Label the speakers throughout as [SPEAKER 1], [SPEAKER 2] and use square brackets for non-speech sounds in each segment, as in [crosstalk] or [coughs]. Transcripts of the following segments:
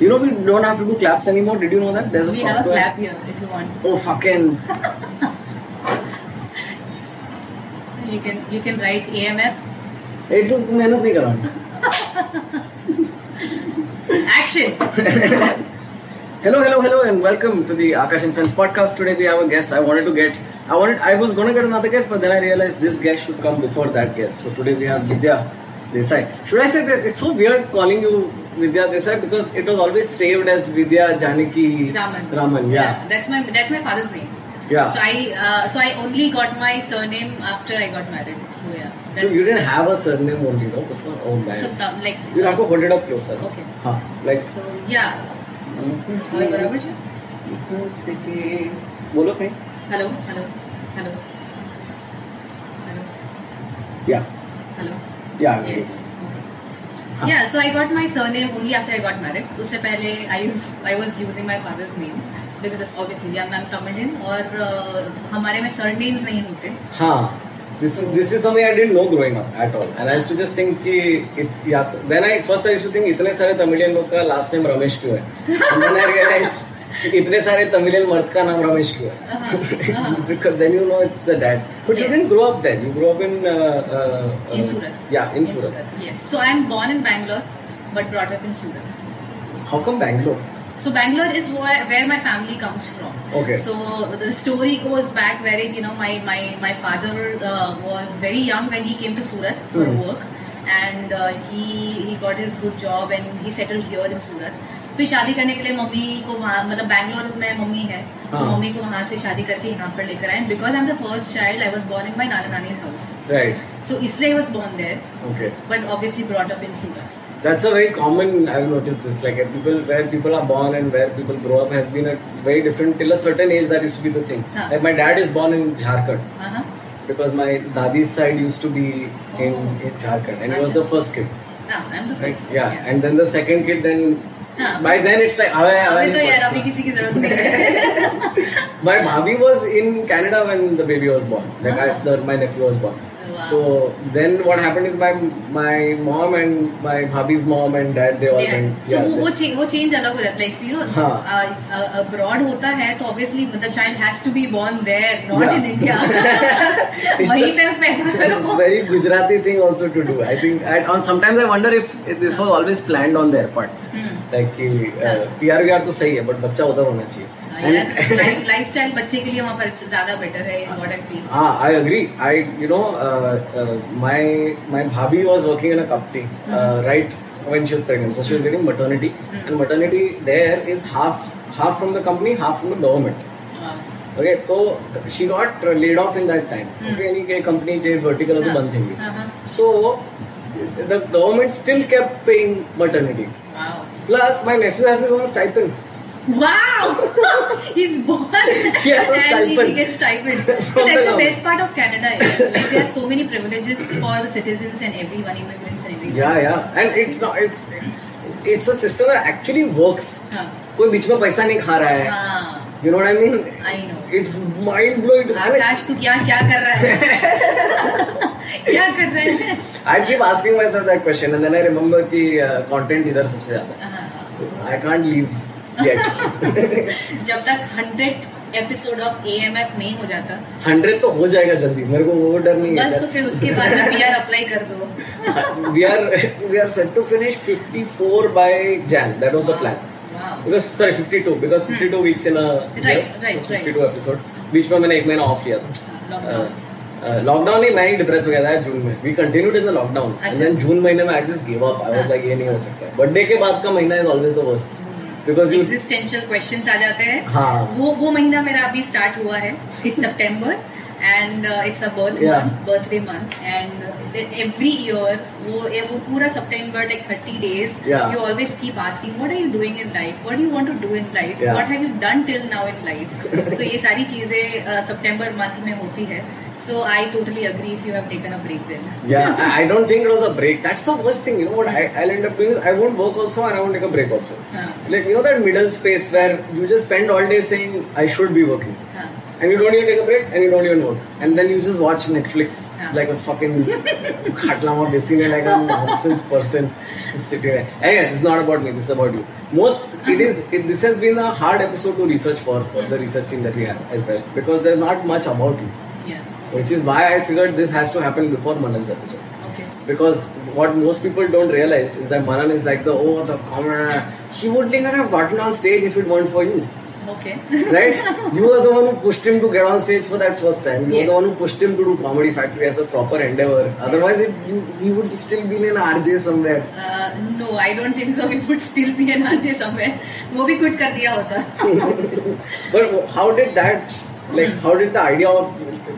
[SPEAKER 1] You know we don't have to do claps anymore. Did you know that? There's a
[SPEAKER 2] we
[SPEAKER 1] software.
[SPEAKER 2] have a clap here if you want.
[SPEAKER 1] Oh fucking!
[SPEAKER 2] You can you can write AMF
[SPEAKER 1] ये तो मेहनत नहीं कराना.
[SPEAKER 2] action.
[SPEAKER 1] Hello, hello, hello, and welcome to the Akash and Friends podcast. Today we have a guest. I wanted to get. I wanted. I was gonna get another guest, but then I realized this guest should come before that guest. So today we have Vidya Desai. Should I say this? It's so weird calling you Vidya Desai because it was always saved as Vidya Janaki
[SPEAKER 2] Raman.
[SPEAKER 1] Raman. Yeah.
[SPEAKER 2] That's my that's my father's name.
[SPEAKER 1] Yeah.
[SPEAKER 2] So I uh, so I only got my surname after I got married. So yeah. That's,
[SPEAKER 1] So you didn't have a surname only, no? Before? Oh man.
[SPEAKER 2] so th- like
[SPEAKER 1] You'll have to hold it up closer.
[SPEAKER 2] okay.
[SPEAKER 1] Huh. Like.
[SPEAKER 2] So yeah. હવે બરાબર
[SPEAKER 1] Hmm.
[SPEAKER 2] છે?
[SPEAKER 1] બોલો કઈ
[SPEAKER 2] Hello hello hello hello
[SPEAKER 1] Yeah.
[SPEAKER 2] hello.
[SPEAKER 1] Yeah.
[SPEAKER 2] Yes. Okay. Yeah, so I got my surname only after I got married. उससे पहले I used I was using my father's name because obviously I'm, I'm Tamilian और uh, हमारे में surnames नहीं होते.
[SPEAKER 1] Huh. हाँ, This is, this is something I didn't know growing up at all. And I used to just think कि it, yeah, then I first I used to think इतने सारे तमिलियन लोग का लास्ट नेम रमेश क्यों है And then I realized इतने सारे तमिलियन मर्द का नाम रमेश क्यों है
[SPEAKER 2] Uh-huh. Uh-huh.
[SPEAKER 1] [laughs] because then you know it's the dads. But you
[SPEAKER 2] Yes.
[SPEAKER 1] didn't grow up there. You grew up in uh, uh,
[SPEAKER 2] In
[SPEAKER 1] uh,
[SPEAKER 2] Surat.
[SPEAKER 1] Yeah, in, Surat.
[SPEAKER 2] Yes. So I'm born in Bangalore but brought up in Surat.
[SPEAKER 1] How come Bangalore?
[SPEAKER 2] So Bangalore is where, where my family comes from.
[SPEAKER 1] Okay.
[SPEAKER 2] So the story goes back wherein you know my my my father uh, was very young when he came to Surat for
[SPEAKER 1] Hmm.
[SPEAKER 2] work, and uh, he he got his good job and he settled here in Surat. फिर शादी करने के लिए mummy को वहाँ मतलब बैंगलोर में mummy है तो
[SPEAKER 1] हाँ।
[SPEAKER 2] मम्मी को वहाँ से शादी करके यहाँ पर लेकर आए because I am the first child I was born in my नाना नानीज हाउस
[SPEAKER 1] Right.
[SPEAKER 2] सो इसलिए I was born there
[SPEAKER 1] Okay.
[SPEAKER 2] But obviously brought up in Surat
[SPEAKER 1] That's a very common. I've noticed this. Like uh, people, where people are born and where people grow up has been a very different. Till a certain age, that used to be the thing.
[SPEAKER 2] Huh.
[SPEAKER 1] Like my dad is born in Jharkhand
[SPEAKER 2] हाँ हाँ
[SPEAKER 1] because my dadi's side used to be in,
[SPEAKER 2] Oh.
[SPEAKER 1] in Jharkhand, and he was
[SPEAKER 2] Acha.
[SPEAKER 1] the first kid.
[SPEAKER 2] I am the
[SPEAKER 1] Right?
[SPEAKER 2] First
[SPEAKER 1] Yeah. And then the second kid, then
[SPEAKER 2] Huh.
[SPEAKER 1] by then it's like. "Awai, awai
[SPEAKER 2] अभी तो
[SPEAKER 1] nahi
[SPEAKER 2] यार
[SPEAKER 1] padta."
[SPEAKER 2] अभी किसी की जरूरत नहीं है
[SPEAKER 1] [laughs] My bhabhi was in Canada when the baby was born. Like I,
[SPEAKER 2] Ah.
[SPEAKER 1] the, my nephew was born.
[SPEAKER 2] Wow.
[SPEAKER 1] So then what happened is my my mom and my bhabhi's mom and dad they all
[SPEAKER 2] Yeah.
[SPEAKER 1] went.
[SPEAKER 2] So
[SPEAKER 1] yeah,
[SPEAKER 2] वो
[SPEAKER 1] they-
[SPEAKER 2] वो change- वो change अलग हो जाता है like you know
[SPEAKER 1] हाँ.
[SPEAKER 2] Abroad uh, होता है तो obviously the child has to be born there not
[SPEAKER 1] Yeah.
[SPEAKER 2] In India
[SPEAKER 1] [laughs] It's
[SPEAKER 2] वहीं
[SPEAKER 1] a-
[SPEAKER 2] पे पैदा
[SPEAKER 1] [laughs]
[SPEAKER 2] करो
[SPEAKER 1] very Gujarati thing also to do. I think, and on sometimes I wonder if this was always planned on their part.
[SPEAKER 2] Hmm.
[SPEAKER 1] Like कि PR VR तो सही है but बच्चा उधर होना
[SPEAKER 2] हाँ,
[SPEAKER 1] चाहिए. And
[SPEAKER 2] लाइफ स्टाइल बच्चे के लिए वहाँ पर अच्छा- ज्यादा बेटर है is what I feel
[SPEAKER 1] Ah, I agree. I you know uh, uh, my my bhabi was working in a company uh, right when she was pregnant, so she was getting maternity, and maternity there is half half from the company, half from the government. Okay, so she got laid off in that time.
[SPEAKER 2] Hmm.
[SPEAKER 1] Okay, any company जे vertical
[SPEAKER 2] हाँ.
[SPEAKER 1] तो बंद थी.
[SPEAKER 2] Wow
[SPEAKER 1] So the government still kept paying maternity. Plus, my nephew has his own stipend.
[SPEAKER 2] Wow! [laughs] He's born
[SPEAKER 1] Yeah,
[SPEAKER 2] [laughs] and he
[SPEAKER 1] stipend.
[SPEAKER 2] gets
[SPEAKER 1] [laughs]
[SPEAKER 2] stipend. That's
[SPEAKER 1] From the
[SPEAKER 2] the
[SPEAKER 1] government.
[SPEAKER 2] best part of Canada. Yeah. Like there are so many privileges for the citizens and everyone, immigrants and everyone.
[SPEAKER 1] Yeah, yeah. And it's not it's it's a system that actually works.
[SPEAKER 2] Huh.
[SPEAKER 1] कोई बीच में पैसा नहीं खा रहा है.
[SPEAKER 2] Ah,
[SPEAKER 1] You know what I mean?
[SPEAKER 2] I know.
[SPEAKER 1] It's mind blowing.
[SPEAKER 2] आकाश तू क्या क्या कर रहा है क्या कर रहा है
[SPEAKER 1] I keep asking myself that question, and then I remember कि uh, content इधर सबसे ज्यादा.
[SPEAKER 2] हाँ,
[SPEAKER 1] So I can't leave
[SPEAKER 2] [laughs]
[SPEAKER 1] yet.
[SPEAKER 2] जब तक hundred episode of A M F नहीं हो जाता
[SPEAKER 1] हंड्रेड तो हो जाएगा जल्दी मेरे को वो डर नहीं
[SPEAKER 2] बस
[SPEAKER 1] है
[SPEAKER 2] तो फिर उसके बाद में पीआर अप्लाई कर दो
[SPEAKER 1] [laughs] we are we are set to finish 54 by Jan. That was the plan.
[SPEAKER 2] Wow.
[SPEAKER 1] Because sorry 52 because 52 weeks in a
[SPEAKER 2] Hmm. Right,
[SPEAKER 1] year,
[SPEAKER 2] right,
[SPEAKER 1] so
[SPEAKER 2] right.
[SPEAKER 1] 52 episodes बीच में मैंने एक महीना ऑफ लिया था
[SPEAKER 2] Lockdown.
[SPEAKER 1] Uh, लॉकडाउन ही मैं ही depress हो गया था जून में we continued in the lockdown and
[SPEAKER 2] अच्छा।
[SPEAKER 1] देन जून महीने में I just give up I was
[SPEAKER 2] हाँ।
[SPEAKER 1] लाइक ये नहीं हो सकता बर्थडे के बाद का महीना is always the worst because you
[SPEAKER 2] existential questions आ जाते हैं
[SPEAKER 1] हाँ।
[SPEAKER 2] वो वो महीना मेरा अभी स्टार्ट हुआ है it's September and it's a birth
[SPEAKER 1] Yeah.
[SPEAKER 2] Birthday month and every year वो ए- वो पूरा September like 30 days
[SPEAKER 1] Yeah.
[SPEAKER 2] You always keep asking what are you doing in life what do you want to do in life
[SPEAKER 1] Yeah.
[SPEAKER 2] What have you done till now in
[SPEAKER 1] [laughs]
[SPEAKER 2] life so ये सारी चीजें September month में होती है so I totally agree if you have taken a break then [laughs]
[SPEAKER 1] yeah I, I don't think it was a break that's the worst thing you know what I, i'll end up doing is i won't work also and i won't take a break also
[SPEAKER 2] हां
[SPEAKER 1] Like you know that middle space where you just spend all day saying I should be working.
[SPEAKER 2] हां
[SPEAKER 1] and you don't even take a break and you don't even work and then you just watch netflix
[SPEAKER 2] Yeah.
[SPEAKER 1] like a fucking khatlama basically like a nonsense person just sitting there anyway this is not about me this is about you most it is it, this has been a hard episode to research for for the research team that we have as well because there's not much about you
[SPEAKER 2] Yeah.
[SPEAKER 1] which is why i figured this has to happen before manan's episode
[SPEAKER 2] Okay.
[SPEAKER 1] because what most people don't realize is that Manan is like the oh the commoner. He would never have gotten on stage if it weren't for you,
[SPEAKER 2] Okay.
[SPEAKER 1] right? you are the one who pushed him to get on stage for that first time. You are
[SPEAKER 2] Yes.
[SPEAKER 1] the one who pushed him to do Comedy Factory as the proper endeavor. Otherwise, it, you, he would still be in an RJ somewhere.
[SPEAKER 2] Uh, no, I don't think so. [laughs] We would still be an RJ somewhere. वो भी quit कर दिया होता.
[SPEAKER 1] But how did that? Like, how did the idea of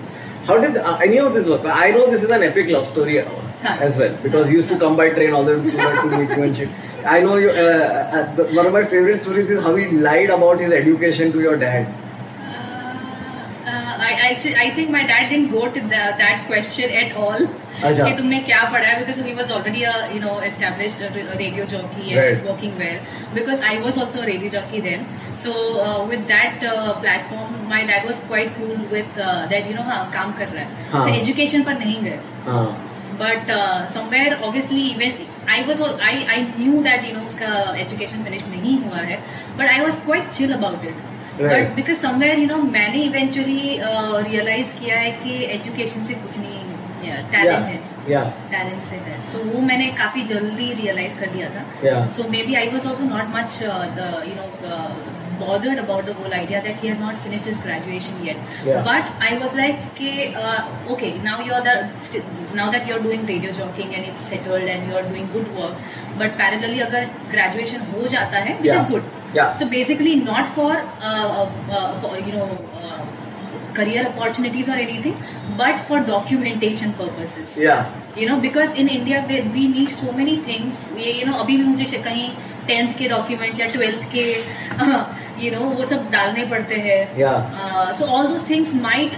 [SPEAKER 1] how did uh, any of this work? I know this is an epic love story uh,
[SPEAKER 2] Huh.
[SPEAKER 1] as well because you used to come by train all the way to Surat to meet you and shit. I know you. Uh, uh, the, one of my favorite stories is how he lied about his education to your dad.
[SPEAKER 2] Uh, uh, I I thi- I think my dad didn't go to the, that question at all.
[SPEAKER 1] अच्छा.
[SPEAKER 2] कि तुमने क्या पढ़ा है because he was already a you know established a, a radio jockey and
[SPEAKER 1] Right.
[SPEAKER 2] working well because I was also a radio jockey then so uh, with that uh, platform my dad was quite cool with uh, that you know हाँ काम कर रहा है
[SPEAKER 1] हाँ.
[SPEAKER 2] so education पर नहीं गए
[SPEAKER 1] Uh,
[SPEAKER 2] but uh, somewhere obviously when I was all, I I knew that you know उसका education finished नहीं हुआ है but I was quite chill about it
[SPEAKER 1] Right.
[SPEAKER 2] but because somewhere you know मैंने eventually uh, realize किया है कि education से कुछ नहीं yeah, talent
[SPEAKER 1] yeah,
[SPEAKER 2] है
[SPEAKER 1] yeah,
[SPEAKER 2] talent से है so वो मैंने काफी जल्दी realize कर लिया था
[SPEAKER 1] yeah.
[SPEAKER 2] so maybe I was also not much uh, the you know uh, bothered about the whole idea that he has not finished his graduation yet.
[SPEAKER 1] Yeah.
[SPEAKER 2] But I was like, okay, uh, okay, now you're the st- now that you're doing radio jockeying and it's settled and you're doing good work. But parallelly, अगर graduation हो जाता है, which
[SPEAKER 1] Yeah.
[SPEAKER 2] is good.
[SPEAKER 1] Yeah.
[SPEAKER 2] So basically, not for uh, uh, you know. Uh, career opportunities or anything but for documentation purposes
[SPEAKER 1] Yeah,
[SPEAKER 2] you know because in India we need so many things ये you know अभी भी मुझे शा- कहीं tenth के documents या twelfth के [laughs] you know वो सब डालने पड़ते हैं Uh,
[SPEAKER 1] yeah,
[SPEAKER 2] so although things might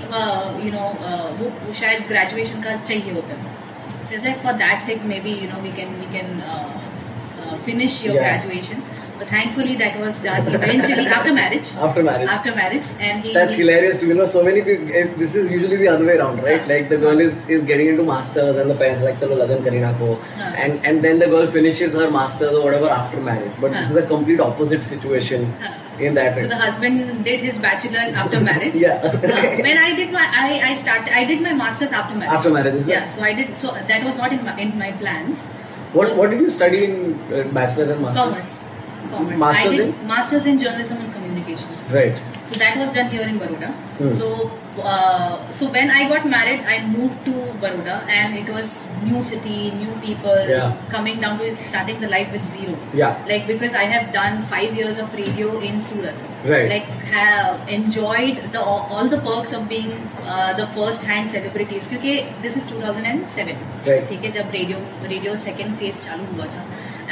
[SPEAKER 2] you know uh, वो शायद ग्रेजुएशन का चाहिए होता है so it's like for that sake maybe you know we can we can finish your
[SPEAKER 1] Yeah.
[SPEAKER 2] Graduation but thankfully that was done
[SPEAKER 1] [laughs]
[SPEAKER 2] eventually after marriage
[SPEAKER 1] after marriage.
[SPEAKER 2] After marriage and he
[SPEAKER 1] That's hilarious to me. You know, so many people. eh, This is usually the other way around, right? Like the girl is, is getting into masters, and the parents are like, "Chalo, lagan karina ko,"
[SPEAKER 2] Huh.
[SPEAKER 1] and and then the girl finishes her masters or whatever after marriage. But this
[SPEAKER 2] Huh.
[SPEAKER 1] is a complete opposite situation
[SPEAKER 2] Huh.
[SPEAKER 1] in that.
[SPEAKER 2] So
[SPEAKER 1] way.
[SPEAKER 2] the husband did his bachelor's after marriage.
[SPEAKER 1] Yeah.
[SPEAKER 2] Uh, when I did my, I, I started, I did my master's after marriage.
[SPEAKER 1] After marriage, is it?
[SPEAKER 2] Yeah. So I did. So that was not in my, in my plans.
[SPEAKER 1] What what did you study in uh, bachelor and masters?
[SPEAKER 2] Commerce. Commerce.
[SPEAKER 1] Master's
[SPEAKER 2] I did
[SPEAKER 1] in?
[SPEAKER 2] master's in journalism and communications.
[SPEAKER 1] Right.
[SPEAKER 2] So that was done here in Baroda.
[SPEAKER 1] Hmm.
[SPEAKER 2] So uh, so when I got married, I moved to Baroda, and it was new city, new people,
[SPEAKER 1] Yeah.
[SPEAKER 2] coming down to it, starting the life with zero.
[SPEAKER 1] Yeah.
[SPEAKER 2] Like because I have done five years of radio in Surat.
[SPEAKER 1] Right.
[SPEAKER 2] Like have enjoyed the all the perks of being uh, the first hand celebrities. क्योंकि this is 2007.
[SPEAKER 1] Right.
[SPEAKER 2] ठीक है जब radio radio second phase चालू हुआ था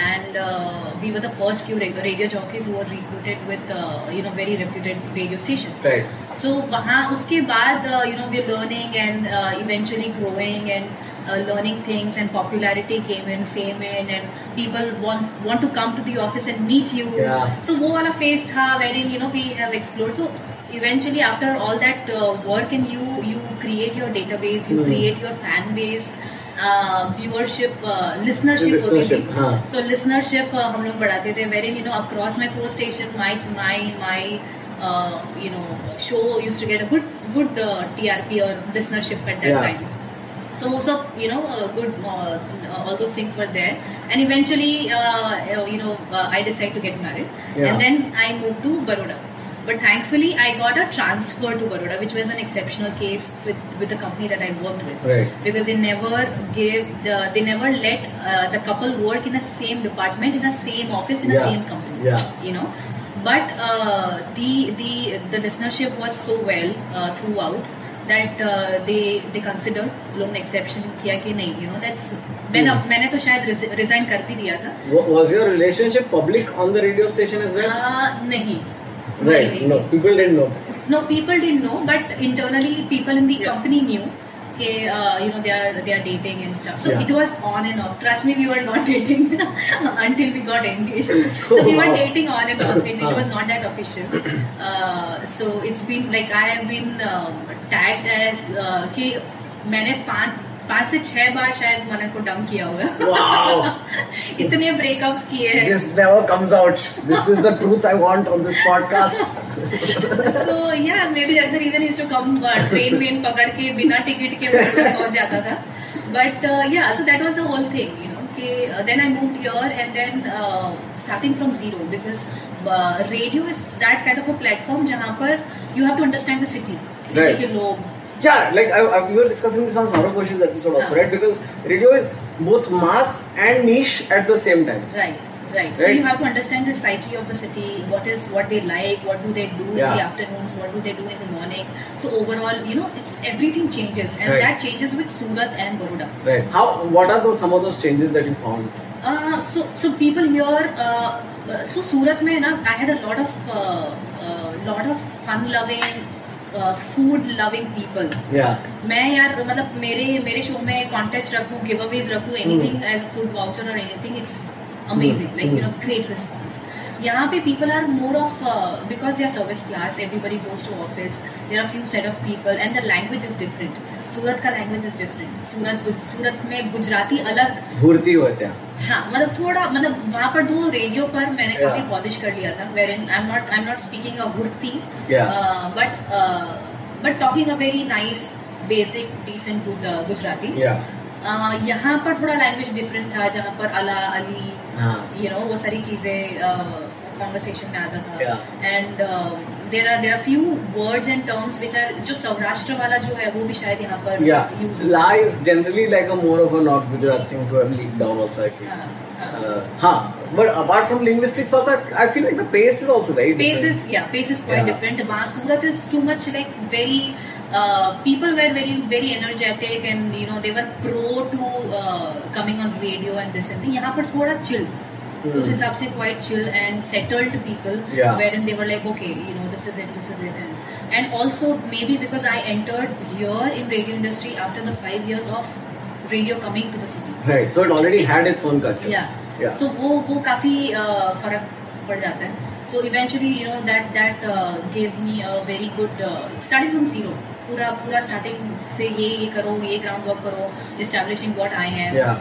[SPEAKER 2] and uh, we were the first few radio, radio jockeys who were recruited with uh, you know very reputed radio station.
[SPEAKER 1] Right.
[SPEAKER 2] सो वहाँ उसके बाद uh, you know we learning and eventually growing and learning things and popularity came in fame in and people want to come to the office and meet you
[SPEAKER 1] Yeah.
[SPEAKER 2] So वो वाला phase था where in you know we have explore so eventually after all that work and you you create your database you
[SPEAKER 1] Hmm.
[SPEAKER 2] Create your fan base uh, viewership listenership uh, होती थी
[SPEAKER 1] Listenership. हाँ.
[SPEAKER 2] सो listenership uh, हम लोग बढ़ाते थे very you know across my four station my my my you know show use to get a good good T R P और listenership at
[SPEAKER 1] Yeah.
[SPEAKER 2] That time so those are you know uh, good uh, all those things were there and eventually uh, you know uh, i decided to get married
[SPEAKER 1] Yeah.
[SPEAKER 2] and then i moved to baroda but thankfully i got a transfer to baroda which was an exceptional case with, with the company that i worked with
[SPEAKER 1] Right.
[SPEAKER 2] because they never gave the, they never let uh, the couple work in the same department in the same office in the
[SPEAKER 1] Yeah.
[SPEAKER 2] same company
[SPEAKER 1] Yeah.
[SPEAKER 2] you know but uh, the the the listenership was so well uh, throughout that uh, they they considered लोग ने exception किया कि नहीं you know that's मैंने
[SPEAKER 1] Hmm.
[SPEAKER 2] मैंने तो शायद resign कर भी दिया था
[SPEAKER 1] Wa- was your relationship public on the radio station as well?
[SPEAKER 2] Uh, नहीं
[SPEAKER 1] right. No, people didn't know.
[SPEAKER 2] [laughs] no people didn't know but internally people in the
[SPEAKER 1] Yeah.
[SPEAKER 2] company knew uh, कि you know they are they are dating and stuff so
[SPEAKER 1] Yeah.
[SPEAKER 2] It was on and off trust me we were not [laughs] dating until we got
[SPEAKER 1] [laughs]
[SPEAKER 2] engaged so we
[SPEAKER 1] Wow.
[SPEAKER 2] were dating on and off and it
[SPEAKER 1] Uh.
[SPEAKER 2] was not that official uh, so it's been like i have been um, tagged as uh, कि मैंने पांच पांच से छह बार शायद मनन को डम किया होगा [laughs]
[SPEAKER 1] Wow.
[SPEAKER 2] इतने ब्रेकअप्स किए हैं
[SPEAKER 1] This never comes out. This is the truth I want on this podcast.
[SPEAKER 2] so yeah maybe that's the reason is to come uh, train में पकड़ के बिना टिकट के उस तक पहुंच जाता था but uh, yeah so that was the whole thing you know कि uh, then I moved here and then uh, starting from zero because uh, radio is that kind of a platform जहाँ पर you have to understand the city city
[SPEAKER 1] Right.
[SPEAKER 2] के लोग
[SPEAKER 1] Yeah, like I, I, we were discussing this on Saurabh Ghosh's episode also,
[SPEAKER 2] Yeah.
[SPEAKER 1] right? Because radio is both mass and niche at the same time.
[SPEAKER 2] Right, right. So
[SPEAKER 1] Right.
[SPEAKER 2] you have to understand the psyche of the city. What is what they like? What do they do in the
[SPEAKER 1] Yeah.
[SPEAKER 2] afternoons? What do they do in the morning? So overall, you know, it's everything changes, and
[SPEAKER 1] Right.
[SPEAKER 2] that changes with Surat and Baroda.
[SPEAKER 1] Right. How? What are those some of those changes that you found?
[SPEAKER 2] Uh, so so people here. Uh, uh, so Surat mein na, I had a lot of uh, uh, lot of fun loving, uh, food loving people.
[SPEAKER 1] Yeah.
[SPEAKER 2] मैं यार मतलब मेरे मेरे show में contest रखूं giveaways रखूं anything as food voucher और anything it's amazing
[SPEAKER 1] Hmm.
[SPEAKER 2] Like you
[SPEAKER 1] Hmm.
[SPEAKER 2] No great response यहाँ पे people are more of because they are service class everybody goes to office there are few set of people and the language is different Surat का language is different Surat गुज- सूरत में गुजराती अलग
[SPEAKER 1] Bhurti होते हैं.
[SPEAKER 2] हाँ मतलब थोड़ा मतलब वहाँ पर दो रेडियो पर मैंने
[SPEAKER 1] Yeah.
[SPEAKER 2] काफी पॉलिश कर लिया था where in I am not I am not speaking a हुर्ती
[SPEAKER 1] Yeah.
[SPEAKER 2] But uh, but talking a very nice basic decent Gujarati
[SPEAKER 1] Yeah.
[SPEAKER 2] uh, यहाँ पर थोड़ा लैंग्वेज डिफरेंट था जहाँ पर अला अली
[SPEAKER 1] हाँ.
[SPEAKER 2] यू नो वो सारी चीजें कॉन्वर्सेशन में आता था uh,
[SPEAKER 1] Yeah.
[SPEAKER 2] And there are there are few words and terms which are जो सौराष्ट्र वाला जो है वो भी शायद यहाँ पर
[SPEAKER 1] Yeah.
[SPEAKER 2] use होता
[SPEAKER 1] La is generally like a more of a North Gujarat thing to have leaked down also. I feel.
[SPEAKER 2] है। हाँ, हाँ.
[SPEAKER 1] Uh, huh. But apart from linguistics, also I I feel like the pace is also very
[SPEAKER 2] pace
[SPEAKER 1] different.
[SPEAKER 2] is yeah pace is quite
[SPEAKER 1] Yeah.
[SPEAKER 2] different Vah- Surat is too much like very uh, people were very very energetic and you know they were pro to uh, coming on radio and this and thing यहाँ पर थोड़ा chill
[SPEAKER 1] Hmm.
[SPEAKER 2] उस हिसाब से quite chill and settled people
[SPEAKER 1] Yeah.
[SPEAKER 2] wherein they were like okay you know this is it this is it and, and also maybe because I entered here in radio industry after the five years of radio coming to the city
[SPEAKER 1] Right. So it already had its own culture.
[SPEAKER 2] yeah.
[SPEAKER 1] Yeah.
[SPEAKER 2] So वो वो काफी uh, फर्क पड़ जाता है so eventually you know that that gave me a very good starting from zero पूरा पूरा starting से ये ये करो ये ग्राउंड वर्क करो establishing what I am
[SPEAKER 1] Yeah.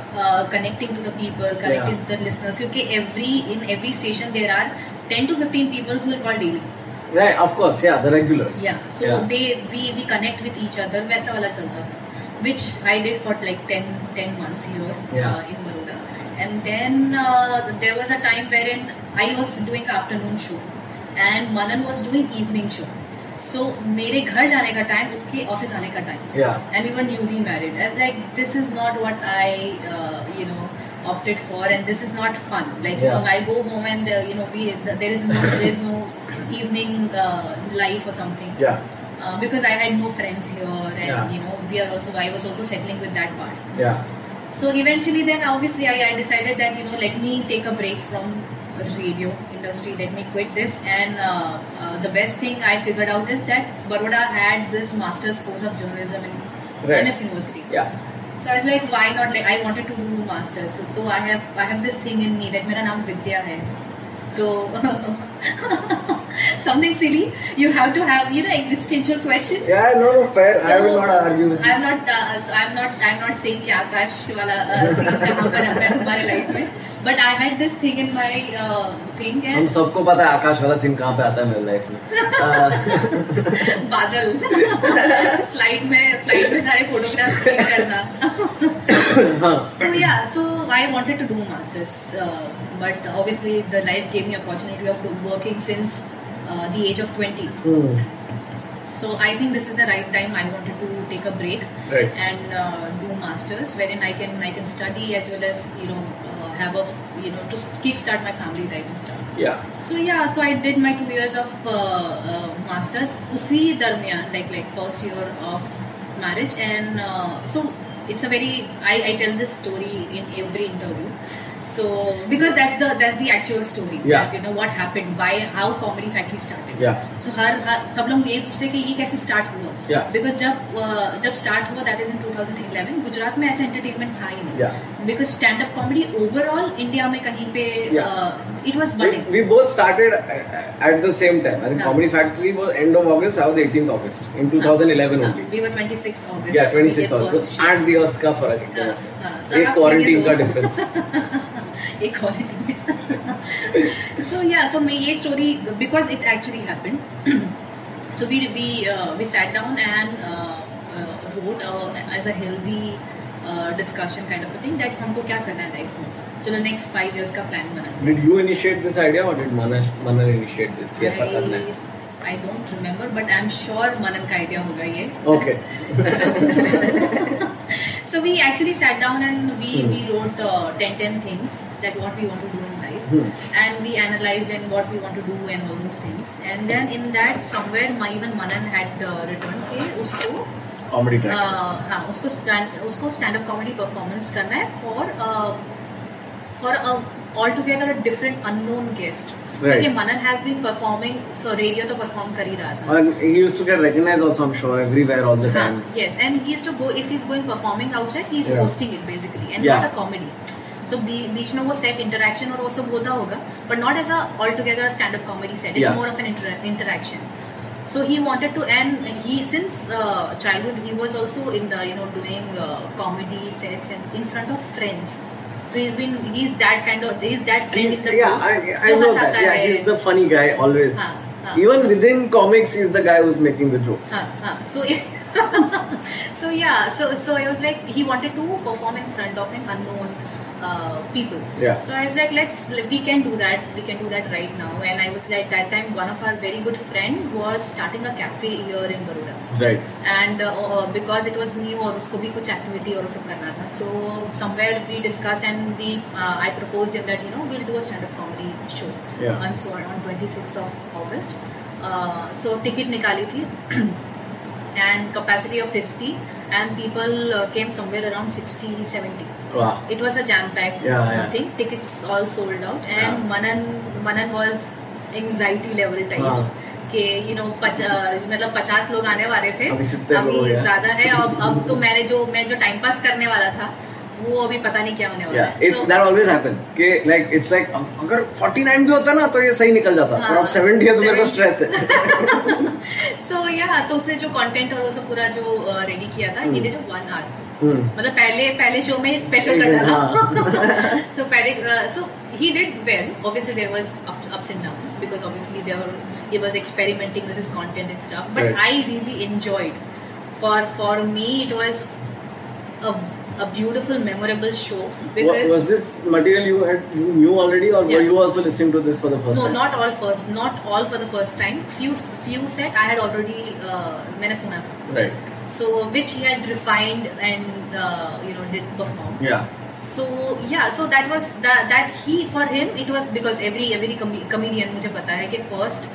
[SPEAKER 2] Connecting to the people connecting to the listeners क्योंकि every in every station there are 10 to 15 peoples who will call daily
[SPEAKER 1] Right. Of course. Yeah. The regulars.
[SPEAKER 2] या so they we we connect with each other वैसा वाला चलता था which I did for like 10, 10 months here
[SPEAKER 1] Yeah.
[SPEAKER 2] uh, in Baroda. And then uh, there was a time wherein I was doing afternoon show and Manan was doing evening show. So मेरे घर जाने का time उसके office आने का time.
[SPEAKER 1] Yeah.
[SPEAKER 2] And we were newly married. And like this is not what I uh, you know opted for and this is not fun. Like you
[SPEAKER 1] Yeah.
[SPEAKER 2] know, I go home and uh, you know we there is no there is no evening uh, life or something
[SPEAKER 1] Yeah.
[SPEAKER 2] uh, because I had no friends here, and
[SPEAKER 1] Yeah.
[SPEAKER 2] you know, we are also I was also settling with that part.
[SPEAKER 1] Yeah.
[SPEAKER 2] So eventually, then obviously, I, I decided that you know, let me take a break from radio industry. Let me quit this, and uh, uh, the best thing I figured out is that Baroda had this master's course of journalism in
[SPEAKER 1] Right.
[SPEAKER 2] MS University.
[SPEAKER 1] Yeah.
[SPEAKER 2] So I was like, why not? Like I wanted to do masters. So, so I have I have this thing in me that मेरा नाम विद्या है. So [laughs] something silly. You have to have you know existential questions.
[SPEAKER 1] Yeah, no, no, fair. I
[SPEAKER 2] So,
[SPEAKER 1] will not argue with
[SPEAKER 2] I'm
[SPEAKER 1] this.
[SPEAKER 2] not, uh, so I'm not, I'm not saying कि आकाश वाला scene कहाँ पर आता है हमारे life में but I had this thing in my thing
[SPEAKER 1] हम
[SPEAKER 2] and
[SPEAKER 1] सबको पता है आकाश वाला सीन कहाँ पे आता है मेरे लाइफ [laughs] में
[SPEAKER 2] बादल [laughs] फ्लाइट में फ्लाइट में सारे फोटोग्राफ्स क्लिक करना
[SPEAKER 1] हाँ।
[SPEAKER 2] So yeah so I wanted to do masters uh, but obviously the life gave me opportunity of working since the age of 20
[SPEAKER 1] Hmm.
[SPEAKER 2] so i think this is the right time i wanted to take a break
[SPEAKER 1] Right.
[SPEAKER 2] and uh, do masters wherein i can i can study as well as you know uh, have a f- you know to kick start my family life and stuff
[SPEAKER 1] yeah.
[SPEAKER 2] so yeah so i did my two years of uh, uh, masters usi darmiyan like like first year of marriage and uh, so it's a very I, I tell this story in every interview So because that's the that's the actual story.
[SPEAKER 1] Yeah.
[SPEAKER 2] that, you know what happened, why, how Comedy Factory started.
[SPEAKER 1] Yeah.
[SPEAKER 2] So हर हर- सब लोग ये पूछते हैं कि ये कैसे स्टार्ट हुआ.
[SPEAKER 1] Yeah.
[SPEAKER 2] Because जब अ, जब स्टार्ट हुआ that is in 2011 गुजरात में ऐसा एंटरटेनमेंट था ही
[SPEAKER 1] Yeah.
[SPEAKER 2] नहीं. Because stand up comedy overall India में कहीं पे uh,
[SPEAKER 1] Yeah.
[SPEAKER 2] It was
[SPEAKER 1] We,
[SPEAKER 2] budding.
[SPEAKER 1] we both started at at the same time. I think
[SPEAKER 2] Yeah.
[SPEAKER 1] Comedy Factory was end of August, I was 18th August in 2011 only.
[SPEAKER 2] Uh, We were 26 August.
[SPEAKER 1] Yeah,
[SPEAKER 2] we did
[SPEAKER 1] 26th
[SPEAKER 2] first
[SPEAKER 1] August.
[SPEAKER 2] show. [laughs]
[SPEAKER 1] And the Oscar for I think.
[SPEAKER 2] Yeah,
[SPEAKER 1] that's it.
[SPEAKER 2] yeah. So
[SPEAKER 1] Eight
[SPEAKER 2] I've seen
[SPEAKER 1] quarantine
[SPEAKER 2] it
[SPEAKER 1] का
[SPEAKER 2] all. [laughs]
[SPEAKER 1] difference.
[SPEAKER 2] एक और [laughs] सो yeah so मैं ये story because it actually happened [clears throat] so we we we sat down uh, and wrote as a healthy discussion kind of a thing that हमको क्या करना है life में चलो नेक्स्ट फाइव इयर्स का प्लान बनाते
[SPEAKER 1] Did you initiate this idea or did Manas Manan initiate this? कि ऐसा करना है?
[SPEAKER 2] I don't remember but I am sure Manan का आइडिया होगा ये
[SPEAKER 1] Okay.
[SPEAKER 2] So we actually sat down and we,
[SPEAKER 1] Hmm.
[SPEAKER 2] we wrote uh, 10 10 things that what we want to do in life
[SPEAKER 1] Hmm.
[SPEAKER 2] and we analyzed and what we want to do and all those things and then in that somewhere my even Manan had uh, written कि उसको
[SPEAKER 1] Comedy track.
[SPEAKER 2] uh, हाँ उसको stand उसको stand up comedy performance करना है for uh, for a altogether a different unknown guest
[SPEAKER 1] Right.
[SPEAKER 2] क्योंकि Manan has been performing so radio तो perform कर ही रहा था
[SPEAKER 1] And he used to get recognized also, I'm sure, everywhere all the time.
[SPEAKER 2] Huh, Yes, and he has to go if he's going performing outside, he's
[SPEAKER 1] Yeah.
[SPEAKER 2] hosting it basically, and
[SPEAKER 1] Yeah.
[SPEAKER 2] not a comedy. So बी- बीच में वो set interaction और वो सब होता होगा but not as a all together stand up comedy set it's
[SPEAKER 1] Yeah.
[SPEAKER 2] More of an interaction so he wanted to and he since childhood he was also in the you know doing comedy sets and in front of friends so he's been he's that kind of he's that friend in the
[SPEAKER 1] yeah,
[SPEAKER 2] group
[SPEAKER 1] I, I
[SPEAKER 2] जो
[SPEAKER 1] know
[SPEAKER 2] हंसाता
[SPEAKER 1] that. Yeah,
[SPEAKER 2] है.
[SPEAKER 1] he's the funny guy always.
[SPEAKER 2] हाँ, हाँ.
[SPEAKER 1] Even within comics, he's the guy who's making the jokes.
[SPEAKER 2] Huh, huh. Ah, So [laughs] if so yeah, so so I was like he wanted to perform in front of an unknown uh, people.
[SPEAKER 1] Yeah.
[SPEAKER 2] So I was like, let's we can do that. We can do that right now. And I was like that time one of our very good friend was starting a cafe here in Baroda.
[SPEAKER 1] Right.
[SPEAKER 2] And because it was new और उसको भी कुछ activity और सब करना था so somewhere we discuss and we I propose in that you know will do a stand up comedy show
[SPEAKER 1] Yeah.
[SPEAKER 2] On so on twenty six of August so ticket Uh, निकाली थी [clears throat] and capacity of fifty and people came somewhere around sixty seventy
[SPEAKER 1] Wow.
[SPEAKER 2] it was a jam packed
[SPEAKER 1] Yeah, yeah.
[SPEAKER 2] thing tickets all sold out and
[SPEAKER 1] Yeah.
[SPEAKER 2] manan manan was anxiety level types
[SPEAKER 1] हाँ.
[SPEAKER 2] के you know मतलब पचास लोग आने वाले थे
[SPEAKER 1] अभी 70 लोग हो
[SPEAKER 2] अभी
[SPEAKER 1] गया।
[SPEAKER 2] ज्यादा है अब अब तो मैंने जो मैं जो टाइम पास करने वाला था वो अभी पता नहीं क्या होने वाला
[SPEAKER 1] Yeah,
[SPEAKER 2] है
[SPEAKER 1] it's, that always happens. के like it's like अग- अगर 49 भी होता ना तो ये सही निकल जाता
[SPEAKER 2] हाँ,
[SPEAKER 1] पर अब 70 है तो मेरे को
[SPEAKER 2] 70
[SPEAKER 1] स्ट्रेस
[SPEAKER 2] [laughs]
[SPEAKER 1] है
[SPEAKER 2] सो या तो उसने जो कंटेंट और वो सब पूरा जो रेडी किया था
[SPEAKER 1] हम्म.
[SPEAKER 2] He did one hour
[SPEAKER 1] Hmm.
[SPEAKER 2] मतलब पहले पहले शो में स्पेशल कर डाला [laughs] so Parik, uh, so he did well. Obviously, there was ups, ups and downs because obviously there were, he was experimenting with his content and stuff. But
[SPEAKER 1] Right.
[SPEAKER 2] I really enjoyed. For for me, it was a, a beautiful, memorable show
[SPEAKER 1] Wa-
[SPEAKER 2] because
[SPEAKER 1] was this material you had you knew already or were
[SPEAKER 2] Yeah.
[SPEAKER 1] you also listening to this for the first
[SPEAKER 2] no,
[SPEAKER 1] time?
[SPEAKER 2] not all first, not all for the first time. Few few set I had already uh, मैंने सुना था.
[SPEAKER 1] Right.
[SPEAKER 2] So which he had refined and uh, you know did perform.
[SPEAKER 1] Yeah.
[SPEAKER 2] so yeah so that was that that he for him it was because every every com- comedian मुझे पता है कि first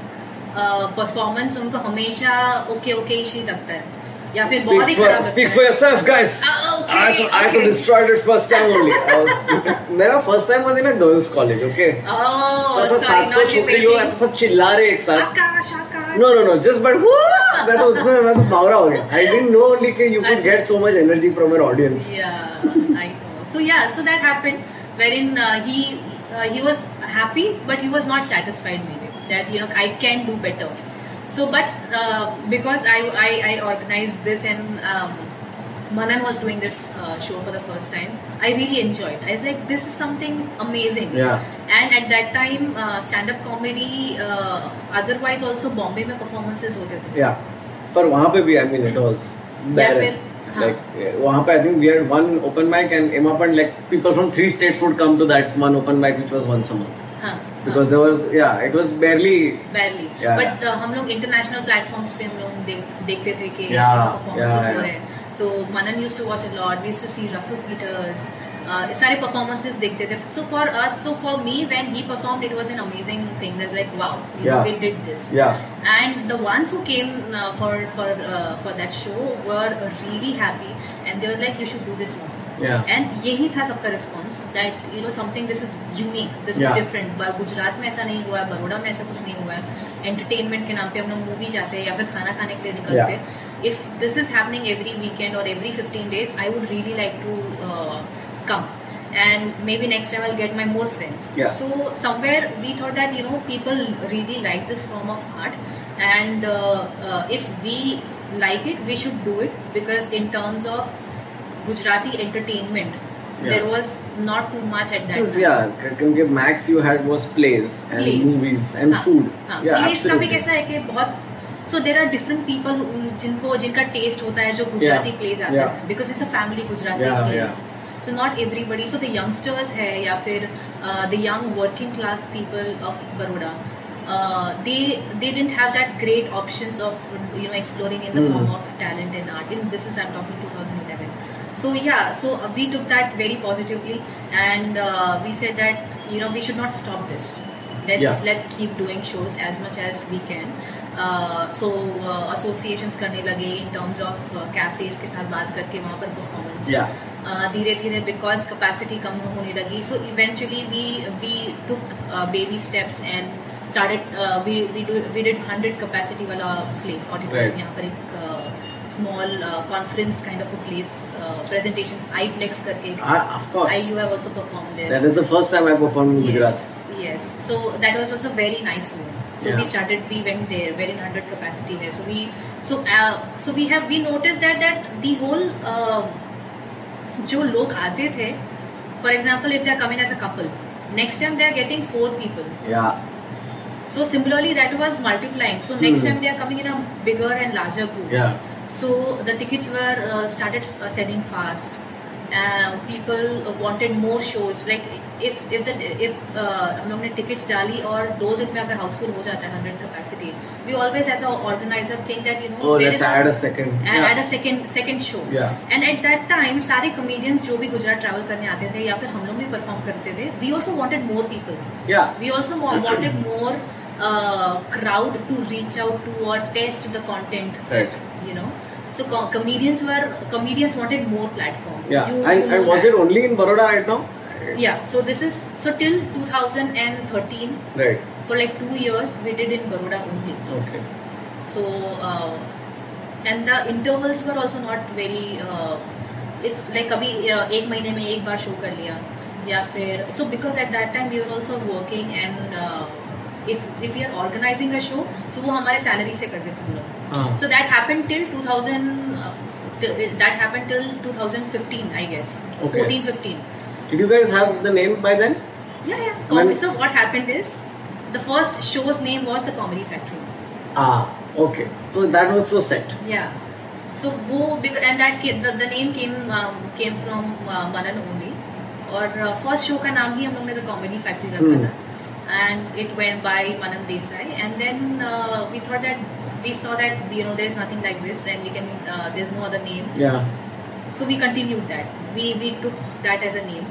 [SPEAKER 2] performance उनको हमेशा okay okay ही लगता है या फिर बहुत ही
[SPEAKER 1] Speak for,
[SPEAKER 2] खराब
[SPEAKER 1] speak for yourself, guys.
[SPEAKER 2] Ah, okay,
[SPEAKER 1] I thought I thought
[SPEAKER 2] okay.
[SPEAKER 1] destroyed it first time only. I was, [laughs] मेरा first time was in a girls' college. Okay.
[SPEAKER 2] ओह
[SPEAKER 1] ऐसा
[SPEAKER 2] सॉरी
[SPEAKER 1] 700
[SPEAKER 2] नॉट
[SPEAKER 1] छोकरियों ऐसा सब चिल्ला रहे एक साथ
[SPEAKER 2] Akash Akash
[SPEAKER 1] no no no just but मैं तो उसमें मैं तो बावरा हो गया आई डिडंट नो ओनली कि यू कुड
[SPEAKER 2] हाँ। अच्छा।
[SPEAKER 1] Get so much energy from your audience
[SPEAKER 2] yeah i know so yeah so that happened wherein uh, he uh, he was happy but he was not satisfied with it that you know i can do better so but uh, because I, I i organized this and um, manan was doing this uh, show for the first time i really enjoyed i was like this is something amazing
[SPEAKER 1] Yeah.
[SPEAKER 2] and at that time uh, stand up comedy uh, otherwise also bombay mein performances hote the
[SPEAKER 1] या पर वहां पे भी I mean it was
[SPEAKER 2] या फिर, हाँ।
[SPEAKER 1] Like वहां पे I think we had one open mic and एमा पन like people from three states would come to that one open mic which was once a month
[SPEAKER 2] हाँ, हाँ.
[SPEAKER 1] because there was yeah it was barely
[SPEAKER 2] barely
[SPEAKER 1] Yeah,
[SPEAKER 2] but uh, हम लोग international platforms पे हम लोग देख- देखते थे कि
[SPEAKER 1] Yeah,
[SPEAKER 2] परफॉर्मेंसेस
[SPEAKER 1] yeah,
[SPEAKER 2] हो
[SPEAKER 1] yeah.
[SPEAKER 2] रहे हैं so Manan used to watch a lot we used to see Russell Peters Uh, सारे परफॉर्मेंसेस देखते थे so for us so for me when he performed it was an amazing thing that's like wow you
[SPEAKER 1] Yeah.
[SPEAKER 2] We did this
[SPEAKER 1] yeah
[SPEAKER 2] and the ones who came uh, for for uh, for that show were really happy and they were like you should do this often
[SPEAKER 1] Yeah.
[SPEAKER 2] And यही था सबका response that you know something this is unique this is
[SPEAKER 1] Yeah.
[SPEAKER 2] Different Gujarat में ऐसा नहीं हुआ है बड़ोड़ा में ऐसा कुछ नहीं हुआ है एंटरटेनमेंट के नाम पे हम लोग मूवी जाते हैं या फिर खाना खाने के लिए निकलते हैं if this is happening every weekend और every fifteen days I would really like to come uh, and maybe next time I'll get my more friends.
[SPEAKER 1] Yeah.
[SPEAKER 2] So somewhere we thought that you know people really like this form of art, and uh, uh, if we like it, we should do it because in terms of Gujarati entertainment, there
[SPEAKER 1] Yeah.
[SPEAKER 2] was not too much at that
[SPEAKER 1] Because,
[SPEAKER 2] time.
[SPEAKER 1] yeah, क्योंकि max you had was plays and
[SPEAKER 2] Plays.
[SPEAKER 1] movies and
[SPEAKER 2] हाँ,
[SPEAKER 1] food.
[SPEAKER 2] हाँ,
[SPEAKER 1] yeah,
[SPEAKER 2] plates का
[SPEAKER 1] absolutely.
[SPEAKER 2] भी कैसा है कि बहुत so there are different people जिनको जिनका टेस्ट होता है जो गुजराती
[SPEAKER 1] Yeah,
[SPEAKER 2] प्लेज आते
[SPEAKER 1] yeah.
[SPEAKER 2] हैं because it's a family Gujarati
[SPEAKER 1] Yeah,
[SPEAKER 2] plays so not everybody so the youngsters है या फिर uh, the young working class people of Baroda uh, they they didn't have that great options of you know exploring in the
[SPEAKER 1] Hmm.
[SPEAKER 2] form of talent and art and this is i'm talking 2011 so yeah so uh, we took that very positively and uh, we said that you know we should not stop this let's
[SPEAKER 1] Yeah.
[SPEAKER 2] let's keep doing shows as much as we can uh, so uh, associations करने लगे in terms of uh, cafes के साथ बात करके वहाँ पर performance Uh,
[SPEAKER 1] Yeah,
[SPEAKER 2] धीरे धीरे बिकॉज कैपेसिटी कम होने लगी so eventually we we took baby steps and started we we we did hundred capacity वाला प्लेस ऑडिटोरियम
[SPEAKER 1] Right.
[SPEAKER 2] यहाँ पर एक uh, small conference kind of a place presentation iPlex uh, करके
[SPEAKER 1] Ah, of course.
[SPEAKER 2] I you have also perform there
[SPEAKER 1] that is the first time I performed in Gujarat.
[SPEAKER 2] Yes, yes. So that was also very nice room. So we
[SPEAKER 1] Yeah.
[SPEAKER 2] started. We went there. We're in hundred capacity here. So we so uh, so we have we noticed that that the whole uh, जो लोग आते थे for example if they are coming as a couple next time they are getting four people
[SPEAKER 1] Yeah,
[SPEAKER 2] so similarly that was multiplying so next
[SPEAKER 1] Hmm.
[SPEAKER 2] time they are coming in a bigger and larger groups
[SPEAKER 1] Yeah.
[SPEAKER 2] so the tickets were uh, started uh, selling fast um, people uh, wanted more shows like if if the if uh, हम लोग ने tickets डाली और दो दिन में अगर हाउसफुल हो जाता है 100 capacity we always as a organizer think that you know
[SPEAKER 1] oh,
[SPEAKER 2] there
[SPEAKER 1] let's
[SPEAKER 2] is a-
[SPEAKER 1] add a second.
[SPEAKER 2] and
[SPEAKER 1] yeah.
[SPEAKER 2] add a second second show
[SPEAKER 1] Yeah.
[SPEAKER 2] and at that time सारे comedians जो भी Gujarat travel करने आते थे या फिर हम लोग भी परफॉर्म करते थे we also wanted more people
[SPEAKER 1] yeah,
[SPEAKER 2] we also wa- wanted more uh, crowd to reach out to or test the content
[SPEAKER 1] right.
[SPEAKER 2] you know so co- comedians were comedians wanted more platform
[SPEAKER 1] Yeah,
[SPEAKER 2] You- you
[SPEAKER 1] and,
[SPEAKER 2] know
[SPEAKER 1] and was
[SPEAKER 2] that.
[SPEAKER 1] it only in Baroda right now?
[SPEAKER 2] yeah so this is so till 2013
[SPEAKER 1] Right.
[SPEAKER 2] for like two years we did in baroda only
[SPEAKER 1] Okay.
[SPEAKER 2] so uh, and the intervals were also not very uh, it's like कभी uh, एक महीने में एक बार show कर लिया या फिर so because at that time we were also working and uh, if if we are organizing a show so वो हमारे salary से करते थे हम लोग
[SPEAKER 1] Ah.
[SPEAKER 2] so that happened till 2000 uh, till- that happened till 2015 I guess
[SPEAKER 1] Okay.
[SPEAKER 2] 14 15
[SPEAKER 1] Did you guys have the name by then?
[SPEAKER 2] yeah yeah
[SPEAKER 1] When-
[SPEAKER 2] comedy, so what happened is the first show's name was the Comedy Factory
[SPEAKER 1] Ah, okay. So that was so set.
[SPEAKER 2] Yeah. So wo because and that ca- the, the name came um, came from uh, Manan only. और first show का नाम ही हम लोग ने the comedy Factory रखा
[SPEAKER 1] Hmm.
[SPEAKER 2] था and it went by Manan Desai and then we thought that we saw that you know there is nothing like this and we can there is no other name
[SPEAKER 1] Yeah.
[SPEAKER 2] So we continued that. We we took that as a name,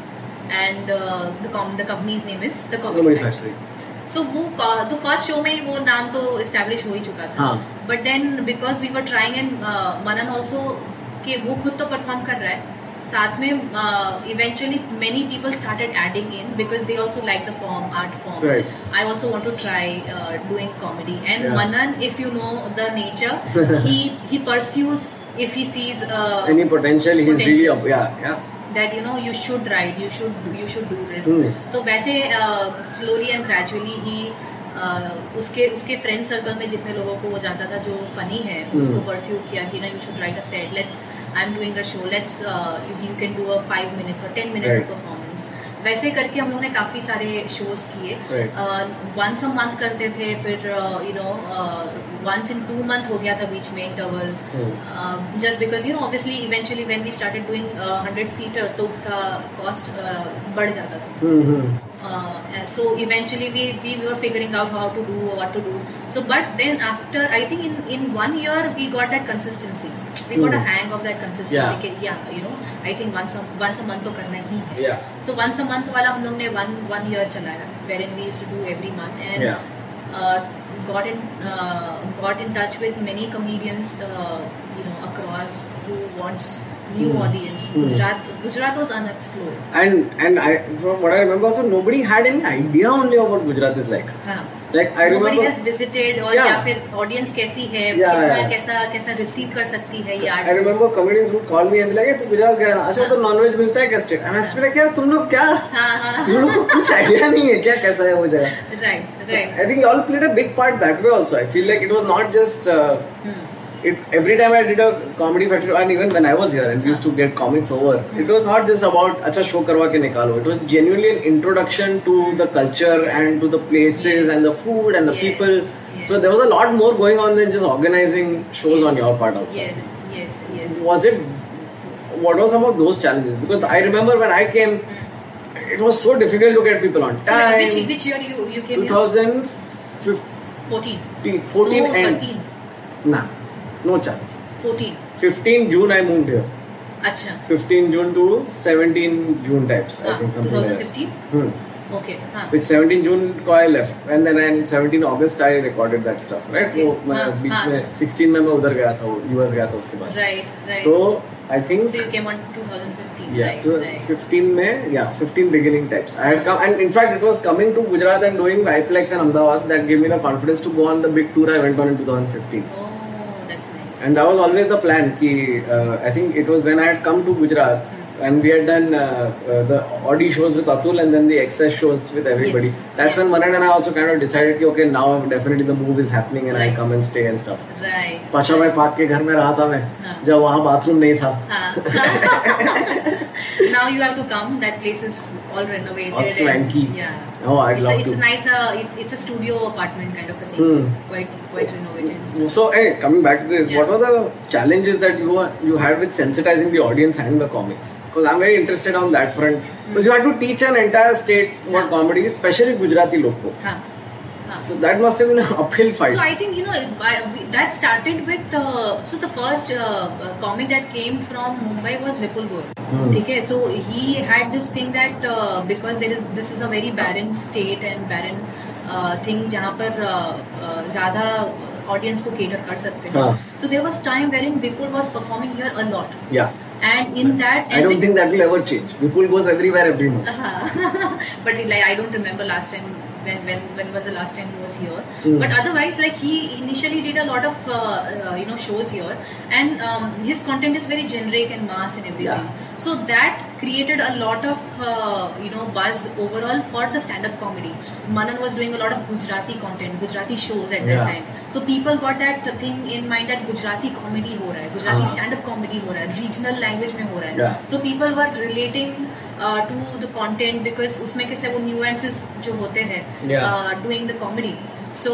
[SPEAKER 2] and uh, the com the company's name is the Comedy,
[SPEAKER 1] Comedy
[SPEAKER 2] Factory.
[SPEAKER 1] Factory.
[SPEAKER 2] So वो uh, तो first show में वो नाम तो establish हो ही चुका था
[SPEAKER 1] हाँ.
[SPEAKER 2] But then because we were trying and Manan also कि वो खुद तो परफॉर्म कर रहा है साथ में uh, eventually many people started adding in because they also like the form art
[SPEAKER 1] Right.
[SPEAKER 2] Form I also want to try doing comedy and
[SPEAKER 1] Yeah.
[SPEAKER 2] Manan if you know the
[SPEAKER 1] [laughs]
[SPEAKER 2] nature he pursues if he sees
[SPEAKER 1] Any potential? He's really
[SPEAKER 2] Uh, Potential.
[SPEAKER 1] up. Yeah, yeah.
[SPEAKER 2] that you know you should write you should do- you should do this
[SPEAKER 1] Hmm.
[SPEAKER 2] तो वैसे slowly and gradually ही uh, उसके उसके friend circle में जितने लोगों को वो जानता था जो फनी है
[SPEAKER 1] Hmm.
[SPEAKER 2] उसको परस्यू किया कि ना you should right a set let's I am doing a show let's you can do a five minutes और टेन मिनट्स
[SPEAKER 1] Right.
[SPEAKER 2] परफॉर्मेंस वैसे करके हम लोग ने काफ़ी सारे शोज किए Uh,
[SPEAKER 1] Right.
[SPEAKER 2] Once a month करते थे फिर uh, you know once in two month हो गया था बीच में interval
[SPEAKER 1] Hmm.
[SPEAKER 2] um, just because you know obviously eventually when we started doing uh, 100 seater तो उसका cost uh, बढ़ जाता था
[SPEAKER 1] hmm
[SPEAKER 2] uh, so eventually we we were figuring out how to do or what to do so but then after I think in in one year we got that consistency we got a
[SPEAKER 1] Hmm.
[SPEAKER 2] hang of that consistency
[SPEAKER 1] Yeah.
[SPEAKER 2] कि yeah you know I think once a once a month तो करना ही है
[SPEAKER 1] Yeah.
[SPEAKER 2] so once a month वाला हम लोग ने one one year चलाया wherein we used to do every month and
[SPEAKER 1] Yeah.
[SPEAKER 2] uh, got in uh, got in touch with many comedians uh, you know across who wants new
[SPEAKER 1] Hmm.
[SPEAKER 2] audience.
[SPEAKER 1] Hmm.
[SPEAKER 2] Gujarat, Gujarat was unexplored.
[SPEAKER 1] And and I from what I remember also nobody had any idea only of what Gujarat is like.
[SPEAKER 2] हाँ.
[SPEAKER 1] Like I
[SPEAKER 2] Nobody
[SPEAKER 1] remember
[SPEAKER 2] has visited और
[SPEAKER 1] Yeah.
[SPEAKER 2] या फिर audience कैसी है
[SPEAKER 1] Yeah,
[SPEAKER 2] कितना
[SPEAKER 1] yeah.
[SPEAKER 2] कैसा कैसा receive कर सकती है ये
[SPEAKER 1] I
[SPEAKER 2] art
[SPEAKER 1] remember comedians would call me and be like, "Hey, तू गुजरात गया ना? अच्छा
[SPEAKER 2] हाँ.
[SPEAKER 1] तो नॉनवेज मिलता है क्या state?" And I was like, "यार तुम लोग क्या?
[SPEAKER 2] हाँ हाँ
[SPEAKER 1] तुम लोग को कुछ idea नहीं है क्या कैसा है वो जगह?"
[SPEAKER 2] राइट
[SPEAKER 1] So,
[SPEAKER 2] राइट
[SPEAKER 1] I think y'all played a big part that way also. I feel like it was not just uh,
[SPEAKER 2] Hmm.
[SPEAKER 1] it. Every time I did a comedy factory, and even when I was here and we used to get comics over, it was not just about acha show karwa ke nikalo. It was genuinely an introduction to the culture and to the places
[SPEAKER 2] Yes.
[SPEAKER 1] and the food and the
[SPEAKER 2] Yes.
[SPEAKER 1] people.
[SPEAKER 2] Yes.
[SPEAKER 1] So there was a lot more going on than just organizing shows on your part also.
[SPEAKER 2] Yes yes yes
[SPEAKER 1] Was it? What were some of those challenges? Because I remember when I came, it was so difficult to get people on time.
[SPEAKER 2] Hmm. which which year you you came here
[SPEAKER 1] 2015,
[SPEAKER 2] 14
[SPEAKER 1] 14
[SPEAKER 2] no,
[SPEAKER 1] and
[SPEAKER 2] 13
[SPEAKER 1] nah, no chance.
[SPEAKER 2] 14
[SPEAKER 1] 15 June I moved here.
[SPEAKER 2] अच्छा
[SPEAKER 1] 15 June to 17 June types, I
[SPEAKER 2] हाँ,
[SPEAKER 1] think something like that.
[SPEAKER 2] 2015
[SPEAKER 1] Hmm.
[SPEAKER 2] Okay हाँ
[SPEAKER 1] With 17 June ko I left and then on 17 August I recorded that stuff, right?
[SPEAKER 2] Okay.
[SPEAKER 1] वो मैं
[SPEAKER 2] हाँ,
[SPEAKER 1] बीच
[SPEAKER 2] हाँ.
[SPEAKER 1] में 16 में मैं उधर गया था, वो US गया था उसके बाद.
[SPEAKER 2] राइट राइट
[SPEAKER 1] तो I think
[SPEAKER 2] So you came on 2015,
[SPEAKER 1] Yeah,
[SPEAKER 2] right?
[SPEAKER 1] to
[SPEAKER 2] right.
[SPEAKER 1] 15 May, yeah, 15 beginning types. I had come, and in fact, it was coming to Gujarat and doing Viplex and Ahmedabad that gave me the confidence to go on the big tour I went on in 2015.
[SPEAKER 2] Oh, that's nice.
[SPEAKER 1] And that was always the plan. Ki, uh, I think it was when I had come to Gujarat and we had done uh, uh, the Audi shows with Atul and then the excess shows with everybody.
[SPEAKER 2] Yes,
[SPEAKER 1] That's when
[SPEAKER 2] yes.
[SPEAKER 1] Manan and I also kind of decided, ki, okay, now definitely the move is happening and I
[SPEAKER 2] Right.
[SPEAKER 1] come and stay and stuff.
[SPEAKER 2] right.
[SPEAKER 1] Pasha भाई पाक के घर में रहा था मैं
[SPEAKER 2] हाँ.
[SPEAKER 1] जब वहाँ बाथरूम नहीं था
[SPEAKER 2] Huh. [laughs] now you have to come. That place is all renovated.
[SPEAKER 1] All
[SPEAKER 2] and-
[SPEAKER 1] swanky.
[SPEAKER 2] yeah.
[SPEAKER 1] Oh, I'd
[SPEAKER 2] it's
[SPEAKER 1] love
[SPEAKER 2] a, it's
[SPEAKER 1] to.
[SPEAKER 2] a nice, uh, it's, it's a studio apartment kind of a thing.
[SPEAKER 1] Hmm.
[SPEAKER 2] Quite, quite renovated. and stuff.
[SPEAKER 1] So, hey, coming back to this,
[SPEAKER 2] Yeah.
[SPEAKER 1] what were the challenges that you were, you had with sensitizing the audience and the comics? Because I'm very interested on that front. Because you had to teach an entire state what
[SPEAKER 2] Hmm. Yeah.
[SPEAKER 1] comedy is, especially Gujarati loko.
[SPEAKER 2] Huh. Huh.
[SPEAKER 1] So that must have been an [laughs] uphill fight.
[SPEAKER 2] So I think you know it- I, we, that started with uh, so the first uh, uh, comic that came from Mumbai was Vipul Goel.
[SPEAKER 1] Hmm.
[SPEAKER 2] Okay, so he had this thing that uh, because there is this is a very barren state and barren uh, thing जहाँ पर uh, uh, ज़्यादा audience को cater कर सकते हैं.
[SPEAKER 1] हाँ.
[SPEAKER 2] So there was time wherein Vipul was performing here a lot,
[SPEAKER 1] yeah.
[SPEAKER 2] and in that
[SPEAKER 1] Hmm. I don't think that will ever change. Vipul goes everywhere every month.
[SPEAKER 2] uh-huh. [laughs] but it, like I don't remember last time when when when was the last time he was here.
[SPEAKER 1] Mm.
[SPEAKER 2] But otherwise, like he initially did a lot of uh, uh, you know shows here, and um, his content is very generic and mass and everything.
[SPEAKER 1] Yeah.
[SPEAKER 2] So that created a lot of uh, you know buzz overall for the stand-up comedy. Manan was doing a lot of Gujarati content, Gujarati shows at
[SPEAKER 1] Yeah.
[SPEAKER 2] that time. So people got that thing in mind that Gujarati comedy ho raha hai, Gujarati
[SPEAKER 1] Uh-huh.
[SPEAKER 2] stand-up comedy ho raha hai, regional language में हो रहा है.
[SPEAKER 1] Yeah.
[SPEAKER 2] So people were relating to the content because उसमें कैसे वो nuances जो होते
[SPEAKER 1] Yeah.
[SPEAKER 2] हैं uh, doing the comedy so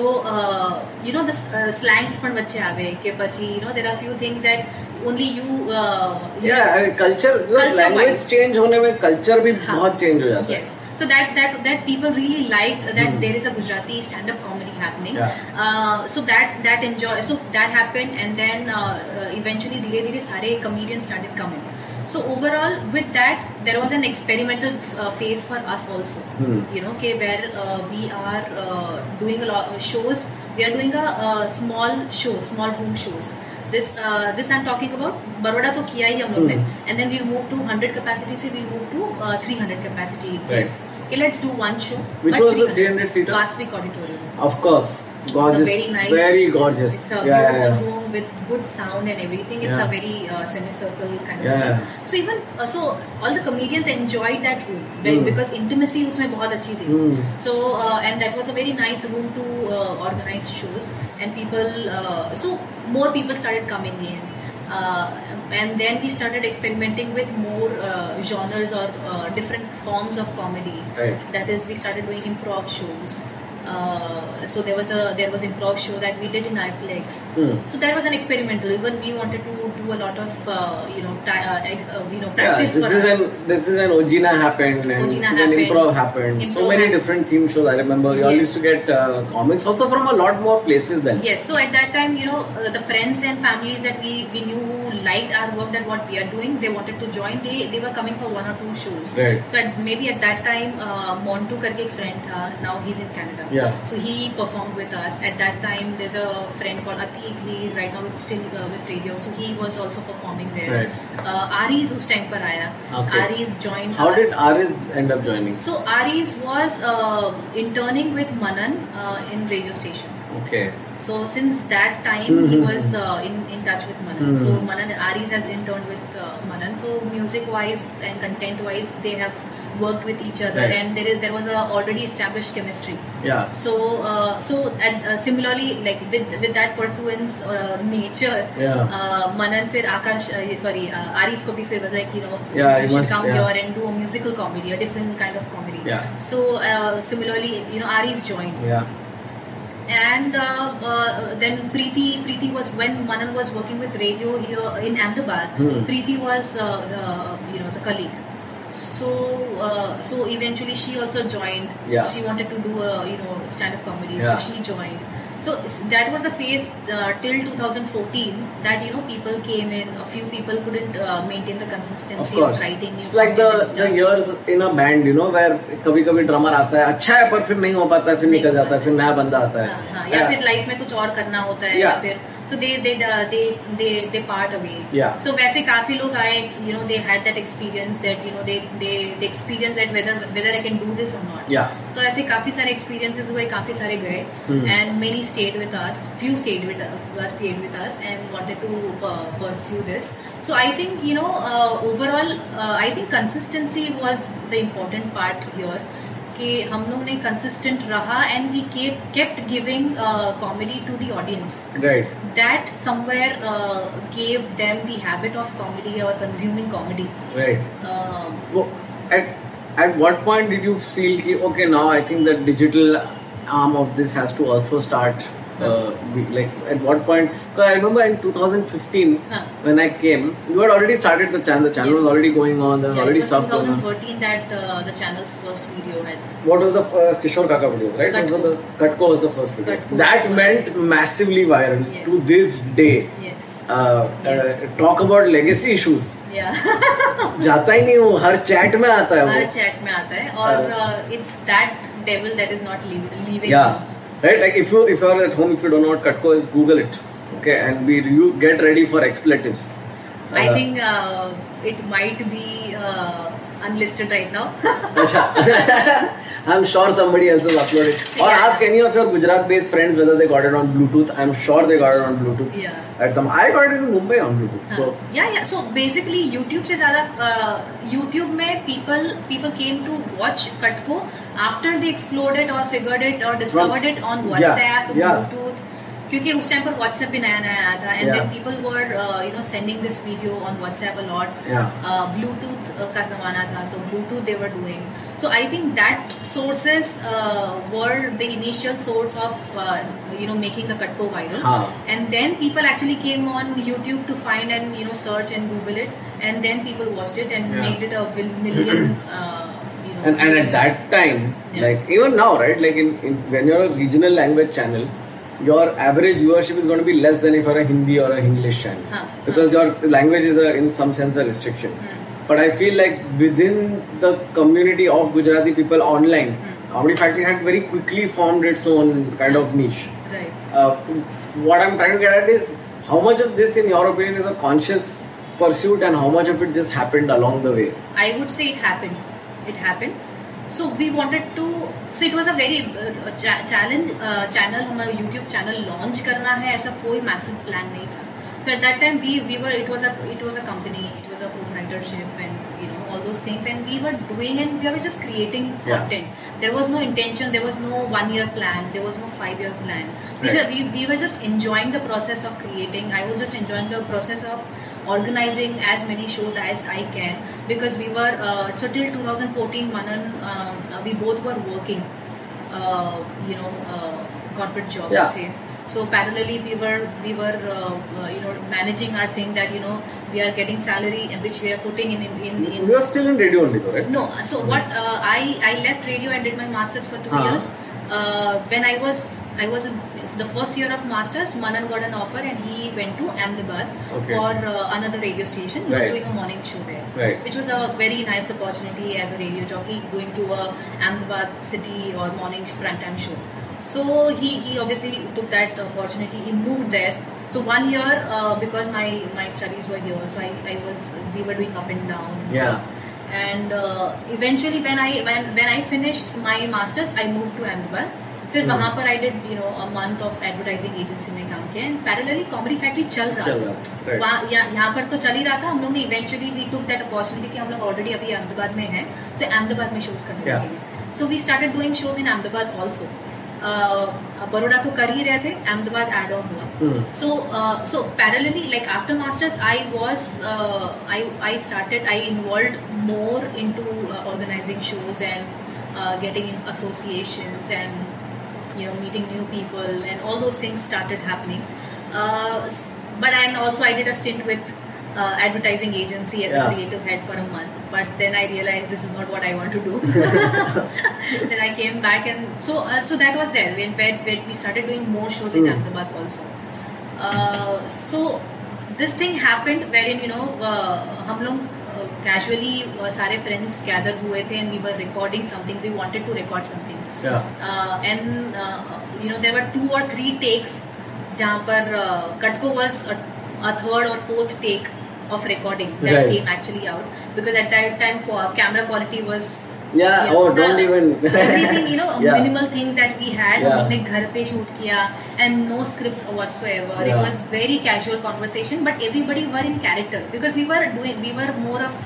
[SPEAKER 2] you know the slangs uh, पण વચ્ચે આવે કે પછી you know there are few things that only you
[SPEAKER 1] Yeah, I mean, culture, because
[SPEAKER 2] Culture
[SPEAKER 1] language
[SPEAKER 2] wise.
[SPEAKER 1] change होने में culture भी
[SPEAKER 2] हाँ.
[SPEAKER 1] बहुत change हो जाता है.
[SPEAKER 2] Yes. So that that that people really liked that
[SPEAKER 1] Hmm.
[SPEAKER 2] there is a Gujarati stand-up comedy happening.
[SPEAKER 1] Yeah.
[SPEAKER 2] Uh, so that that enjoy. So that happened, and then uh, uh, eventually, धीरे धीरे सारे comedians started coming. So overall, with that, there was an experimental uh, phase for us also.
[SPEAKER 1] Hmm.
[SPEAKER 2] You know, okay, where uh, we are uh, doing a lot of shows. We are doing a, uh small show, small room shows. This uh, this I'm talking about. Baroda तो किया ही हम लोग ने.
[SPEAKER 1] Hmm.
[SPEAKER 2] and then we moved to 100 capacity so we moved to uh, 300 capacity
[SPEAKER 1] Right.
[SPEAKER 2] place okay let's do one show
[SPEAKER 1] Which
[SPEAKER 2] But
[SPEAKER 1] was the 300 seater?
[SPEAKER 2] Vasvik auditorium
[SPEAKER 1] Of course, gorgeous,
[SPEAKER 2] very nice-
[SPEAKER 1] very gorgeous.
[SPEAKER 2] it's a
[SPEAKER 1] yeah, yeah,
[SPEAKER 2] beautiful
[SPEAKER 1] yeah.
[SPEAKER 2] room with good sound and everything it's
[SPEAKER 1] Yeah.
[SPEAKER 2] a very uh, semicircle kind
[SPEAKER 1] Yeah.
[SPEAKER 2] of thing so even uh, so all the comedians enjoyed that room
[SPEAKER 1] Hmm.
[SPEAKER 2] be- because intimacy उसमें बहुत अच्छी थी
[SPEAKER 1] Hmm.
[SPEAKER 2] so uh, and that was a very nice room to uh, organize shows and people uh, so more people started coming in uh, and then we started experimenting with more uh, genres or uh, different forms of comedy
[SPEAKER 1] Right.
[SPEAKER 2] that is we started doing improv shows uh, so there was a there was improv show that we did in iplex
[SPEAKER 1] Hmm.
[SPEAKER 2] E so that was an experimental even we wanted to do a lot of uh, you know ti- uh, ex- uh, you know
[SPEAKER 1] Yeah,
[SPEAKER 2] practice
[SPEAKER 1] this is
[SPEAKER 2] for us
[SPEAKER 1] when this is when Ojina happened and
[SPEAKER 2] Ojina
[SPEAKER 1] this is when
[SPEAKER 2] happened.
[SPEAKER 1] improv happened. so
[SPEAKER 2] Improv
[SPEAKER 1] many
[SPEAKER 2] happened.
[SPEAKER 1] different theme shows. I remember you all
[SPEAKER 2] Yes.
[SPEAKER 1] used to get uh, comics also from a lot more places then.
[SPEAKER 2] Yes, so at that time, you know, uh, the friends and families that we, we knew who liked our work, that what we are doing, they wanted to join. They they were coming for one or two shows.
[SPEAKER 1] Right.
[SPEAKER 2] So at, maybe at that time, uh, Montu करके एक friend था. Now he's in Canada.
[SPEAKER 1] Yeah.
[SPEAKER 2] So he performed with us. At that time, there's a friend called Atik. He right now is still uh, with radio, so he was also performing there.
[SPEAKER 1] Right.
[SPEAKER 2] Uh, Aries उस time पर आया.
[SPEAKER 1] Okay.
[SPEAKER 2] Aries joined
[SPEAKER 1] How
[SPEAKER 2] us.
[SPEAKER 1] did Ariz end up joining?
[SPEAKER 2] so Aries was uh, interning with Manan uh, in radio station.
[SPEAKER 1] Okay.
[SPEAKER 2] So since that time he
[SPEAKER 1] Mhm.
[SPEAKER 2] was uh, in, in touch with Manan.
[SPEAKER 1] Mhm.
[SPEAKER 2] So Manan Aries has interned with uh, Manan. So music wise and content wise they have worked with each other
[SPEAKER 1] Right.
[SPEAKER 2] and there is there was a already established chemistry.
[SPEAKER 1] Yeah.
[SPEAKER 2] So uh, so and uh, similarly like with with that pursuance uh, nature
[SPEAKER 1] Yeah.
[SPEAKER 2] uh, Manan फिर आकाश uh, sorry uh, Aris को भी फिर was like you know
[SPEAKER 1] Yeah,
[SPEAKER 2] you
[SPEAKER 1] it
[SPEAKER 2] should
[SPEAKER 1] was-
[SPEAKER 2] come
[SPEAKER 1] yeah.
[SPEAKER 2] here and do a musical comedy a different kind of comedy
[SPEAKER 1] Yeah.
[SPEAKER 2] so uh, similarly you know Aris joined
[SPEAKER 1] Yeah.
[SPEAKER 2] and uh, uh, then Preeti Preeti was when Manan was working with radio here in Ahmedabad
[SPEAKER 1] Hmm.
[SPEAKER 2] Preeti was uh, uh, you know the colleague so uh, so eventually she also joined
[SPEAKER 1] Yeah.
[SPEAKER 2] she wanted to do a you know stand up comedy
[SPEAKER 1] Yeah.
[SPEAKER 2] so she joined so s- that was a phase uh, till 2014 that you know people came in a few people couldn't uh, maintain the
[SPEAKER 1] Of
[SPEAKER 2] consistency of,
[SPEAKER 1] course.
[SPEAKER 2] writing new
[SPEAKER 1] It's like
[SPEAKER 2] content
[SPEAKER 1] the
[SPEAKER 2] and
[SPEAKER 1] the
[SPEAKER 2] stuff.
[SPEAKER 1] years in a band, you know, where कभी कभी drummer आता है अच्छा है पर फिर नहीं हो पाता है फिर
[SPEAKER 2] नहीं
[SPEAKER 1] निकल
[SPEAKER 2] हो
[SPEAKER 1] जाता है
[SPEAKER 2] पाता
[SPEAKER 1] फिर नया बंदा आता
[SPEAKER 2] हाँ, हाँ, या
[SPEAKER 1] है
[SPEAKER 2] फिर लाइफ में कुछ और करना होता है
[SPEAKER 1] Yeah.
[SPEAKER 2] या फिर so they they they they they part away
[SPEAKER 1] Yeah.
[SPEAKER 2] So वैसे काफी लोग आए you know they had that experience that you know they they they experience that whether whether I can do this और not
[SPEAKER 1] Yeah.
[SPEAKER 2] तो ऐसे काफी सारे experiences हुए काफी सारे गए
[SPEAKER 1] Hmm.
[SPEAKER 2] And many stayed with us few stayed with stayed with us and wanted to pursue this so I think you know overall I think consistency was the important part here कि हम लोग ने consistent रहा and we kept giving comedy to the audience
[SPEAKER 1] Right.
[SPEAKER 2] That somewhere gave them the habit of comedy और consuming comedy
[SPEAKER 1] Right.
[SPEAKER 2] Uh,
[SPEAKER 1] Wo- At at what point did you feel कि okay now I think the digital arm of this has to also start uh, be- like at what point? Because I remember in 2015
[SPEAKER 2] हाँ
[SPEAKER 1] when I came, you had already started the channel. The channel
[SPEAKER 2] Yes.
[SPEAKER 1] was already going on. There was
[SPEAKER 2] Yeah, it
[SPEAKER 1] already
[SPEAKER 2] was
[SPEAKER 1] stuff going on.
[SPEAKER 2] 2013 that uh, the channel's first video had
[SPEAKER 1] What was the uh, Kishore Kaka videos, right? Those
[SPEAKER 2] Katko.
[SPEAKER 1] were the Katko was the first video.
[SPEAKER 2] Katko.
[SPEAKER 1] That went massively viral
[SPEAKER 2] Yes.
[SPEAKER 1] to this day.
[SPEAKER 2] yes.
[SPEAKER 1] Uh,
[SPEAKER 2] Yes.
[SPEAKER 1] uh, talk about legacy issues.
[SPEAKER 2] yeah.
[SPEAKER 1] जाता ही नहीं वो हर chat में आता है
[SPEAKER 2] हमारे
[SPEAKER 1] वो
[SPEAKER 2] chat में आता है और uh, it's that devil that is not leaving
[SPEAKER 1] Yeah, right. Like if you if you are at home, if you don't know what Katko is, Google it. Okay, and we you get ready for expletives.
[SPEAKER 2] I
[SPEAKER 1] Uh,
[SPEAKER 2] think it might be unlisted right [laughs] now
[SPEAKER 1] [laughs] Acha. [laughs] I'm sure somebody else has uploaded. Or
[SPEAKER 2] Yeah.
[SPEAKER 1] ask any of your Gujarat-based friends whether they got it on Bluetooth. I'm sure they got it on Bluetooth.
[SPEAKER 2] Yeah. Uh.
[SPEAKER 1] At some, I got it in Mumbai on Bluetooth. So
[SPEAKER 2] या या so basically YouTube से ज्यादा YouTube में people people came to watch Katko after they explored और figured it और discovered it on
[SPEAKER 1] Yeah,
[SPEAKER 2] WhatsApp
[SPEAKER 1] yeah.
[SPEAKER 2] Bluetooth क्योंकि उस time पर व्हाट्सएप भी नया नया आया था and
[SPEAKER 1] Yeah.
[SPEAKER 2] Then people were you know sending this video on WhatsApp a lot
[SPEAKER 1] yeah.
[SPEAKER 2] Bluetooth का जमाना था तो Bluetooth they were doing so I think that sources were the initial source of you know making the Katko viral
[SPEAKER 1] हाँ.
[SPEAKER 2] and then people actually came on YouTube to find and you know search and Google it, and then people watched it and
[SPEAKER 1] Yeah.
[SPEAKER 2] made it a vil-
[SPEAKER 1] [clears throat]
[SPEAKER 2] million. uh, you know,
[SPEAKER 1] And, and at that time,
[SPEAKER 2] Yeah.
[SPEAKER 1] like even now, right? Like in, in when you're a regional language channel, your average viewership is going to be less than if you're a Hindi or a English channel
[SPEAKER 2] Huh, Hmm.
[SPEAKER 1] because your language is a, in some sense a restriction. But I feel like within the community of Gujarati people online,
[SPEAKER 2] Hmm.
[SPEAKER 1] Comedy Factory had very quickly formed its own kind of niche.
[SPEAKER 2] right.
[SPEAKER 1] Uh, what I'm trying to get at is how much of this, in your opinion, is a conscious pursuit, and how much of it just happened along the way?
[SPEAKER 2] I would say it happened. It happened. So we wanted to. So it was a very uh, cha- challenge uh, channel. हमारा YouTube channel launch करना है ऐसा कोई massive plan नहीं था. So at that time we we were it was a it was a company it was a proprietorship and you know all those things and we were doing and we were just creating
[SPEAKER 1] Yeah.
[SPEAKER 2] content. There was no intention. There was no one year plan. There was no five year plan. We,
[SPEAKER 1] Right.
[SPEAKER 2] ju- we we were just enjoying the process of creating. I was just enjoying the process of organizing as many shows as I can because we were uh, so till 2014 Manan um, we both were working uh, you know uh, corporate jobs
[SPEAKER 1] Yeah.
[SPEAKER 2] थे. so parallelly we were we were uh, uh, you know managing our thing that you know we are getting salary which we are putting in in, in, in
[SPEAKER 1] You are still in radio only, though, right?
[SPEAKER 2] no, so what uh, I I left radio and did my masters for two
[SPEAKER 1] Ah.
[SPEAKER 2] years. Uh, when I was I was in the first year of masters, Manan got an offer and he went to Ahmedabad
[SPEAKER 1] Okay.
[SPEAKER 2] for uh, another radio station. He
[SPEAKER 1] Right.
[SPEAKER 2] was doing a morning show there,
[SPEAKER 1] Right.
[SPEAKER 2] which was a very nice opportunity as a radio jockey going to a Ahmedabad city or morning prime time show. So he, he obviously took that opportunity. He moved there. So one year uh, because my my studies were here, so I, I was we were doing up and down. And
[SPEAKER 1] Yeah.
[SPEAKER 2] Stuff. And uh, eventually when I when when I finished my masters, I moved to Ahmedabad. फिर
[SPEAKER 1] Hmm.
[SPEAKER 2] वहाँ पर I did you know a month of advertising agency में काम किया and parallelly comedy factory चल रहा
[SPEAKER 1] चल
[SPEAKER 2] था
[SPEAKER 1] रहा राइट
[SPEAKER 2] वहाँ- यहाँ यहाँ पर तो चल ही रहा था हम लोग ने eventually we took that opportunity कि हम लोग ऑलरेडी अभी अहमदाबाद में हैं सो अहमदाबाद में शोज करने
[SPEAKER 1] Yeah.
[SPEAKER 2] लगेंगे so we started doing shows in Ahmedabad also Baroda तो कर ही रहे थे अहमदाबाद एड ऑन हुआ
[SPEAKER 1] Hmm.
[SPEAKER 2] so uh, so parallelly like after masters i was uh, i i started i involved more into uh, organizing shows and uh, getting in associations and you know meeting new people and all those things started happening uh, s- but and also i did a stint with uh, advertising agency as
[SPEAKER 1] Yeah.
[SPEAKER 2] a creative head for a month but then i realized this is not what i want to do [laughs] then i came back and so uh, so that was there when, where, where we started doing more shows in
[SPEAKER 1] Hmm.
[SPEAKER 2] ahmedabad also uh, so this thing happened wherein you know uh, हम लोग casually सारे friends गैदर हुए थे and we were recording something we wanted to record something
[SPEAKER 1] Yeah.
[SPEAKER 2] Uh, and you know there were two और three takes जहाँ पर uh, Katko was a third और fourth take of recording that
[SPEAKER 1] Right.
[SPEAKER 2] Came actually out because at that time camera quality was
[SPEAKER 1] Yeah.
[SPEAKER 2] Yeah.
[SPEAKER 1] Oh, don't
[SPEAKER 2] Yeah. [laughs]
[SPEAKER 1] even.
[SPEAKER 2] Everything you no
[SPEAKER 1] [laughs] Yeah.
[SPEAKER 2] Minimal things that we had
[SPEAKER 1] Yeah.
[SPEAKER 2] हमने घर पे shoot किया and no scripts whatsoever it
[SPEAKER 1] Yeah.
[SPEAKER 2] Was very casual conversation but everybody were in character because we were doing we were more of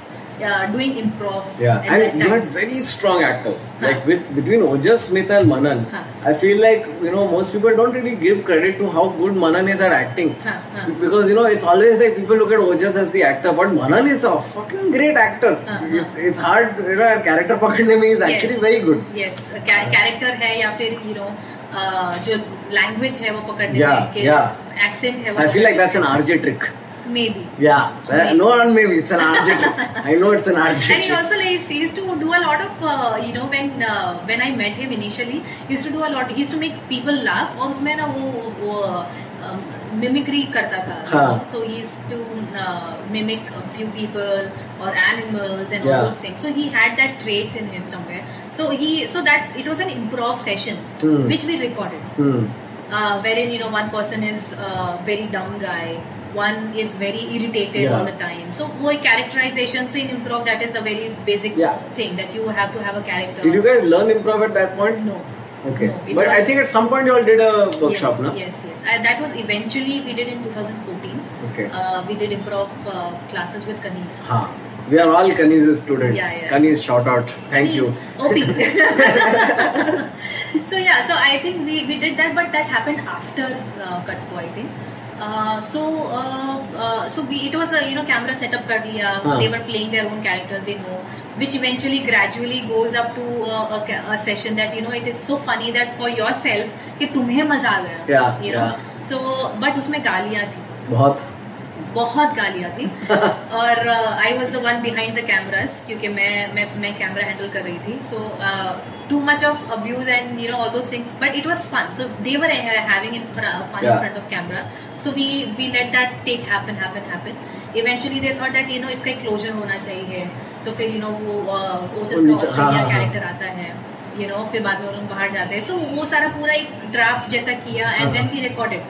[SPEAKER 2] doing improv
[SPEAKER 1] Yeah, and you had very strong actors. Like with between Ojas Smith and Manan,
[SPEAKER 2] Huh.
[SPEAKER 1] I feel like you know most people don't really give credit to how good Manan is at acting. Because you know it's always like people look at Ojas as the actor, but Manan is a fucking great actor.
[SPEAKER 2] Uh-huh.
[SPEAKER 1] It's, it's hard, you know, character पकड़ने में is actually
[SPEAKER 2] Yes.
[SPEAKER 1] very good.
[SPEAKER 2] Yes character है या फिर you know जो language है वो पकड़ने
[SPEAKER 1] Yeah, yeah.
[SPEAKER 2] Accent है
[SPEAKER 1] I feel like that's an RJ trick.
[SPEAKER 2] Maybe
[SPEAKER 1] Yeah,
[SPEAKER 2] Maybe.
[SPEAKER 1] no, not maybe it's an RJ
[SPEAKER 2] [laughs]
[SPEAKER 1] trick. I know it's an RJ
[SPEAKER 2] And
[SPEAKER 1] trick.
[SPEAKER 2] he also like he used to do a lot of uh, you know when uh, when I met him initially, he used to do a lot. He used to make people laugh. और उसमें ना वो वो um, mimicry करता था.
[SPEAKER 1] हाँ.
[SPEAKER 2] So he used to uh, mimic a few people or animals and
[SPEAKER 1] Yeah.
[SPEAKER 2] all those things. So he had that traits in him somewhere. So he so that it was an improv session
[SPEAKER 1] Hmm.
[SPEAKER 2] which we recorded
[SPEAKER 1] Hmm.
[SPEAKER 2] uh, wherein you know one person is uh, very dumb guy one is very irritated
[SPEAKER 1] Yeah.
[SPEAKER 2] all the time so वो characterization से in improv that is a very basic
[SPEAKER 1] Yeah.
[SPEAKER 2] thing that you have to have a character
[SPEAKER 1] Did you guys learn improv at that point?
[SPEAKER 2] no
[SPEAKER 1] Okay,
[SPEAKER 2] No, it
[SPEAKER 1] but I
[SPEAKER 2] was-
[SPEAKER 1] think at some point you all did a workshop,
[SPEAKER 2] yes,
[SPEAKER 1] no?
[SPEAKER 2] yes yes Uh, that was eventually we did in 2014
[SPEAKER 1] Okay.
[SPEAKER 2] uh, we did improv uh, classes with Kanis
[SPEAKER 1] हाँ, we are all Kani's students.
[SPEAKER 2] Yeah, yeah.
[SPEAKER 1] Kani's shout out. Thank you. [laughs]
[SPEAKER 2] OP. so yeah, so I think we, we did that, but that happened after uh, Katko, I think. Uh, so uh, uh, so we, it was a you know camera setup kar liya.
[SPEAKER 1] हाँ.
[SPEAKER 2] They were playing their own characters, you know, which eventually gradually goes up to uh, a, ca- a session that you know it is so funny that for yourself कि तुम्हें मजा आ गया,
[SPEAKER 1] Yeah,
[SPEAKER 2] you
[SPEAKER 1] yeah.
[SPEAKER 2] know. So but उसमें गालियाँ थी.
[SPEAKER 1] बहुत
[SPEAKER 2] बहुत गालियाँ
[SPEAKER 1] [laughs]
[SPEAKER 2] थी और uh, I was the one behind the cameras क्योंकि मैं मैं मैं कैमरा हैंडल कर रही थी uh, so too much of abuse and you know all those things but it was fun so they were having in fun in
[SPEAKER 1] Yeah.
[SPEAKER 2] Front of camera so we we let that take happen happen happen eventually they thought that you know इसका एक closure होना चाहिए तो फिर you know वो uh, Ojas का
[SPEAKER 1] उनका-
[SPEAKER 2] Australia
[SPEAKER 1] हाँ, हाँ.
[SPEAKER 2] कैरेक्टर आता है यू नो फिर बाद में उन लोग बाहर जाते हैं सो वो सारा पूरा एक ड्राफ्ट जैसा किया
[SPEAKER 1] हाँ,
[SPEAKER 2] एंड देन
[SPEAKER 1] हाँ.
[SPEAKER 2] We recorded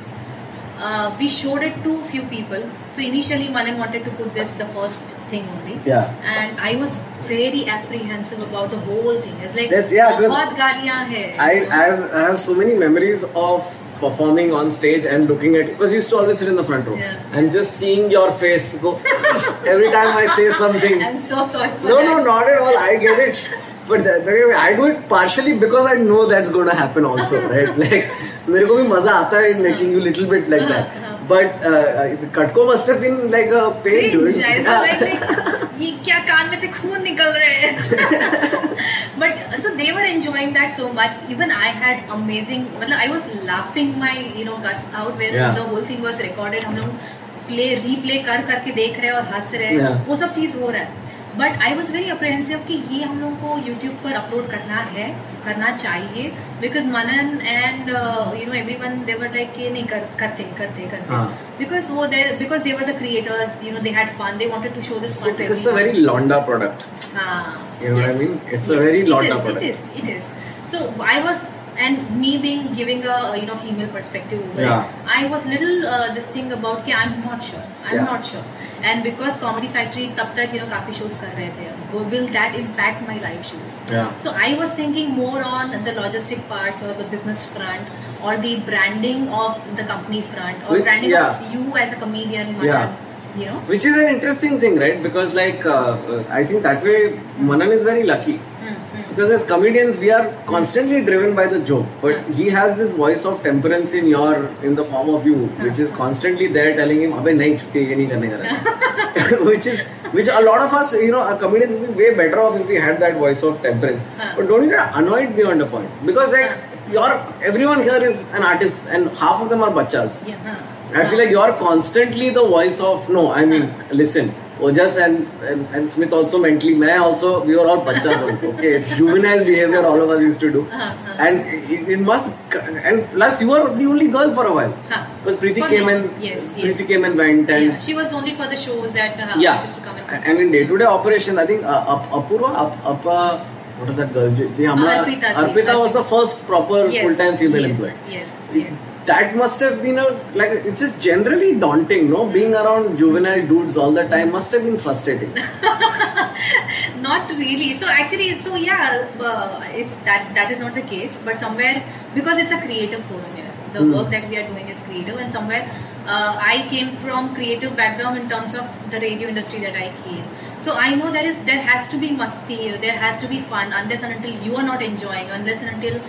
[SPEAKER 2] uh, we showed it to few people. So initially, Manan wanted to put this the first thing only,
[SPEAKER 1] yeah.
[SPEAKER 2] and I was very apprehensive about the whole thing. It's like
[SPEAKER 1] That's- yeah, because
[SPEAKER 2] बहुत गालियाँ हैं.
[SPEAKER 1] I I have, I have so many memories of performing on stage and looking at because you used to always sit in the front row
[SPEAKER 2] Yeah.
[SPEAKER 1] and just seeing your face go [laughs] every time I say something.
[SPEAKER 2] I'm so sorry. For
[SPEAKER 1] No,
[SPEAKER 2] that.
[SPEAKER 1] no, not at all. I get it. But that, that way, I do it partially because I know that's going to happen also, right? Like, मेरे को भी मजा आता है in making you little bit like that.
[SPEAKER 2] हाँ, हाँ.
[SPEAKER 1] But uh, Katko must have been like a pain
[SPEAKER 2] Cringe.
[SPEAKER 1] during.
[SPEAKER 2] I
[SPEAKER 1] Yeah. [laughs]
[SPEAKER 2] was like, like, ये क्या कान में से खून निकल रहे हैं but so they were enjoying that so much even I had amazing मतलब I was laughing my you know guts out when
[SPEAKER 1] Yeah.
[SPEAKER 2] the whole thing was recorded हम लोग प्ले रीप्ले कर करके देख रहे हैं और हंस रहे हैं
[SPEAKER 1] Yeah.
[SPEAKER 2] वो सब चीज हो रहा है but I was very apprehensive कि ये हम लोग को यूट्यूब पर अपलोड करना है करना चाहिए because Manan and you know every one they were like कि नहीं कर, करते करते करते
[SPEAKER 1] हाँ.
[SPEAKER 2] बिकॉज वो there because they were the creators you know they had fun they wanted to show this
[SPEAKER 1] It's
[SPEAKER 2] फन
[SPEAKER 1] a- it's a very Londa product.
[SPEAKER 2] Ah,
[SPEAKER 1] You know what I
[SPEAKER 2] yes.
[SPEAKER 1] mean? It's a very
[SPEAKER 2] it
[SPEAKER 1] lot
[SPEAKER 2] is,
[SPEAKER 1] of
[SPEAKER 2] It
[SPEAKER 1] product.
[SPEAKER 2] is. It is. So I was and me being giving a you know female perspective over
[SPEAKER 1] Yeah.
[SPEAKER 2] it, I was little uh, this thing about कि I'm not sure I'm
[SPEAKER 1] Yeah.
[SPEAKER 2] not sure and because Comedy Factory तब तक you know काफी shows कर रहे थे will that impact my live shows
[SPEAKER 1] Yeah.
[SPEAKER 2] so I was thinking more on the logistic parts or the business front or the branding of the company front or
[SPEAKER 1] Which-
[SPEAKER 2] branding
[SPEAKER 1] yeah.
[SPEAKER 2] of you as a comedian
[SPEAKER 1] Yeah.
[SPEAKER 2] Manan, you know
[SPEAKER 1] Which is an interesting thing, right? Because like uh, uh, I think that way Manan is very lucky.
[SPEAKER 2] Mm, mm.
[SPEAKER 1] Because as comedians, we are constantly driven by the joke, but he has this voice of temperance in your, in the form of you, which is constantly there telling him, "अबे नहीं, ठीक है, ये नहीं करने का है." which is, which a lot of us, you know, a comedian would be way better off if we had that voice of temperance.
[SPEAKER 2] Huh.
[SPEAKER 1] But don't get annoyed beyond a point because like your everyone here is an artist, and half of them are bachas.
[SPEAKER 2] yeah huh.
[SPEAKER 1] I feel like you're constantly the voice of no. I mean, listen, Ojas and, and and Smith also mentally. मैं also we were all bachas only. Okay, it's juvenile behavior all of us used to do, and it, it must. And plus, you were the only girl for a while
[SPEAKER 2] Huh.
[SPEAKER 1] because Preeti
[SPEAKER 2] For
[SPEAKER 1] came
[SPEAKER 2] me,
[SPEAKER 1] and
[SPEAKER 2] yes,
[SPEAKER 1] Preeti
[SPEAKER 2] yes.
[SPEAKER 1] came and went and.
[SPEAKER 2] yeah, she was only for the shows that uh,
[SPEAKER 1] Yeah,
[SPEAKER 2] she used to come and
[SPEAKER 1] and, in day-to-day operations, I think uh, Ap- Apurva, Ap- Apa, what is that girl? J- J- Amla-
[SPEAKER 2] Arpita Ji.
[SPEAKER 1] Arpita was the first proper
[SPEAKER 2] Yes,
[SPEAKER 1] full-time female
[SPEAKER 2] yes,
[SPEAKER 1] employee.
[SPEAKER 2] Yes, yes.
[SPEAKER 1] that must have been a like it's just generally daunting no being around juvenile dudes all the time must have been
[SPEAKER 2] [laughs]
[SPEAKER 1] frustrating
[SPEAKER 2] Not really. So actually, so yeah, uh, it's that that is not the case. But somewhere because it's a creative forum here, the
[SPEAKER 1] Hmm.
[SPEAKER 2] work that we are doing is creative, and somewhere uh, I came from creative background in terms of the radio industry that I came. So I know there is there has to be musty, there has to be fun unless and until you are not enjoying, unless and until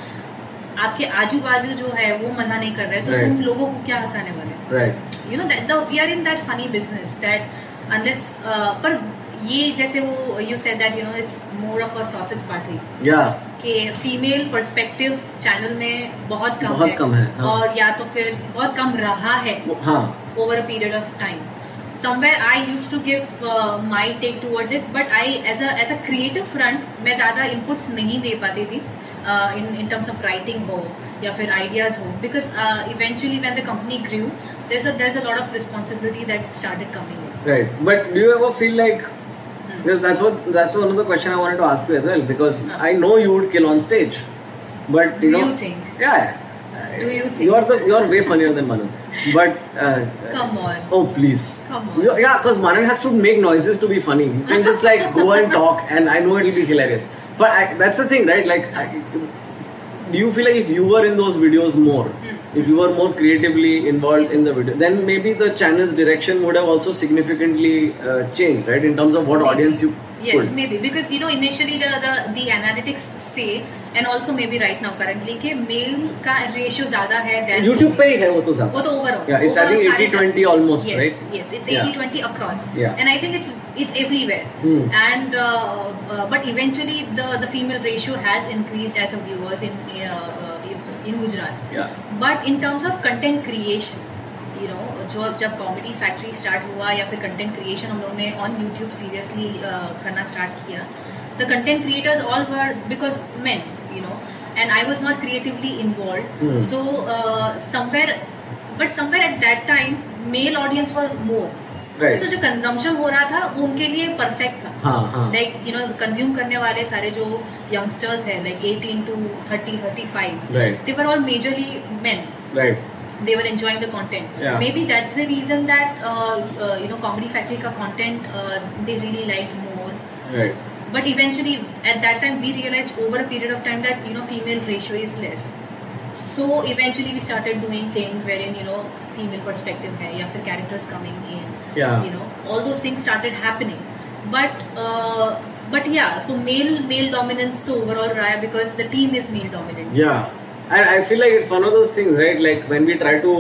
[SPEAKER 2] आपके आजू बाजू जो है वो मजा नहीं कर रहे तो
[SPEAKER 1] Right.
[SPEAKER 2] तुम लोगों को क्या हंसाने वाले हो?
[SPEAKER 1] right
[SPEAKER 2] you know that the, we are in that funny business that unless uh, पर ये जैसे वो you said that you know it's more of a sausage party
[SPEAKER 1] yeah
[SPEAKER 2] कि फीमेल पर्सपेक्टिव चैनल में बहुत कम
[SPEAKER 1] बहुत
[SPEAKER 2] है,
[SPEAKER 1] कम है, हाँ।
[SPEAKER 2] और या तो फिर बहुत कम रहा है
[SPEAKER 1] huh
[SPEAKER 2] over a period of time somewhere i used to give uh, my take towards it but i as a as a creative front मैं ज़्यादा inputs नहीं दे पाती थी uh, in in terms of writing हो या फिर ideas हो because uh, eventually when the company grew there's a there's a lot of responsibility that started coming in
[SPEAKER 1] right but do you ever feel like
[SPEAKER 2] Hmm.
[SPEAKER 1] because that's what that's another question i wanted to ask you as well because i know you would kill on stage but you
[SPEAKER 2] Do
[SPEAKER 1] know
[SPEAKER 2] you think?
[SPEAKER 1] yeah
[SPEAKER 2] Do you think?
[SPEAKER 1] you are the you are way funnier than manu but uh,
[SPEAKER 2] come on
[SPEAKER 1] Oh please!
[SPEAKER 2] Come on.
[SPEAKER 1] You- Yeah, because Manan has to make noises to be funny. You can just like go and talk, and I know it'll be hilarious. But I, that's the thing, right? Like, I, do you feel like if you were in those videos more,
[SPEAKER 2] Hmm.
[SPEAKER 1] if you were more creatively involved in the video, then maybe the channel's direction would have also significantly uh, changed, right? In terms of what audience you
[SPEAKER 2] yes
[SPEAKER 1] could.
[SPEAKER 2] maybe because you know initially the, the the analytics say and also maybe right now currently कि male का ratio ज़्यादा है than
[SPEAKER 1] YouTube
[SPEAKER 2] female.
[SPEAKER 1] पे ही है वो तो
[SPEAKER 2] वो
[SPEAKER 1] ज़्यादा.
[SPEAKER 2] तो overall
[SPEAKER 1] Yeah, it's I think 80-20 almost,
[SPEAKER 2] yes,
[SPEAKER 1] right?
[SPEAKER 2] yes it's
[SPEAKER 1] Yeah.
[SPEAKER 2] 80 20 across
[SPEAKER 1] Yeah.
[SPEAKER 2] and i think it's it's everywhere
[SPEAKER 1] Hmm.
[SPEAKER 2] and uh, uh, but eventually the the female ratio has increased as a viewers in uh, uh, in gujarat
[SPEAKER 1] Yeah.
[SPEAKER 2] but in terms of content creation you know जो जब comedy factory start हुआ या फिर content creation हम लोगों ने on YouTube seriously uh, करना start किया the content creators all were because men you know and I was not creatively involved
[SPEAKER 1] Hmm.
[SPEAKER 2] so uh, somewhere but somewhere at that time male audience was more
[SPEAKER 1] Right.
[SPEAKER 2] so जो consumption हो रहा था वो उनके लिए perfect था
[SPEAKER 1] हाँ हाँ.
[SPEAKER 2] लाइक यू नो कंज्यूम करने वाले सारे जो यंगस्टर्स हैं like 18 to 30 35
[SPEAKER 1] Right.
[SPEAKER 2] they were all majorly men
[SPEAKER 1] Right.
[SPEAKER 2] they were enjoying the content.
[SPEAKER 1] Yeah.
[SPEAKER 2] Maybe that's the reason that uh, uh, you know Comedy Factory ka content uh, they really liked more.
[SPEAKER 1] Right.
[SPEAKER 2] But eventually, at that time, we realized over a period of time that you know female ratio is less. So eventually, we started doing things wherein you know female perspective hai, ya fir characters coming in.
[SPEAKER 1] Yeah.
[SPEAKER 2] You know, all those things started happening. But uh, but yeah, so male male dominance to overall raya because the team is male dominant.
[SPEAKER 1] Yeah, and I feel like it's one of those things, right? Like when we try to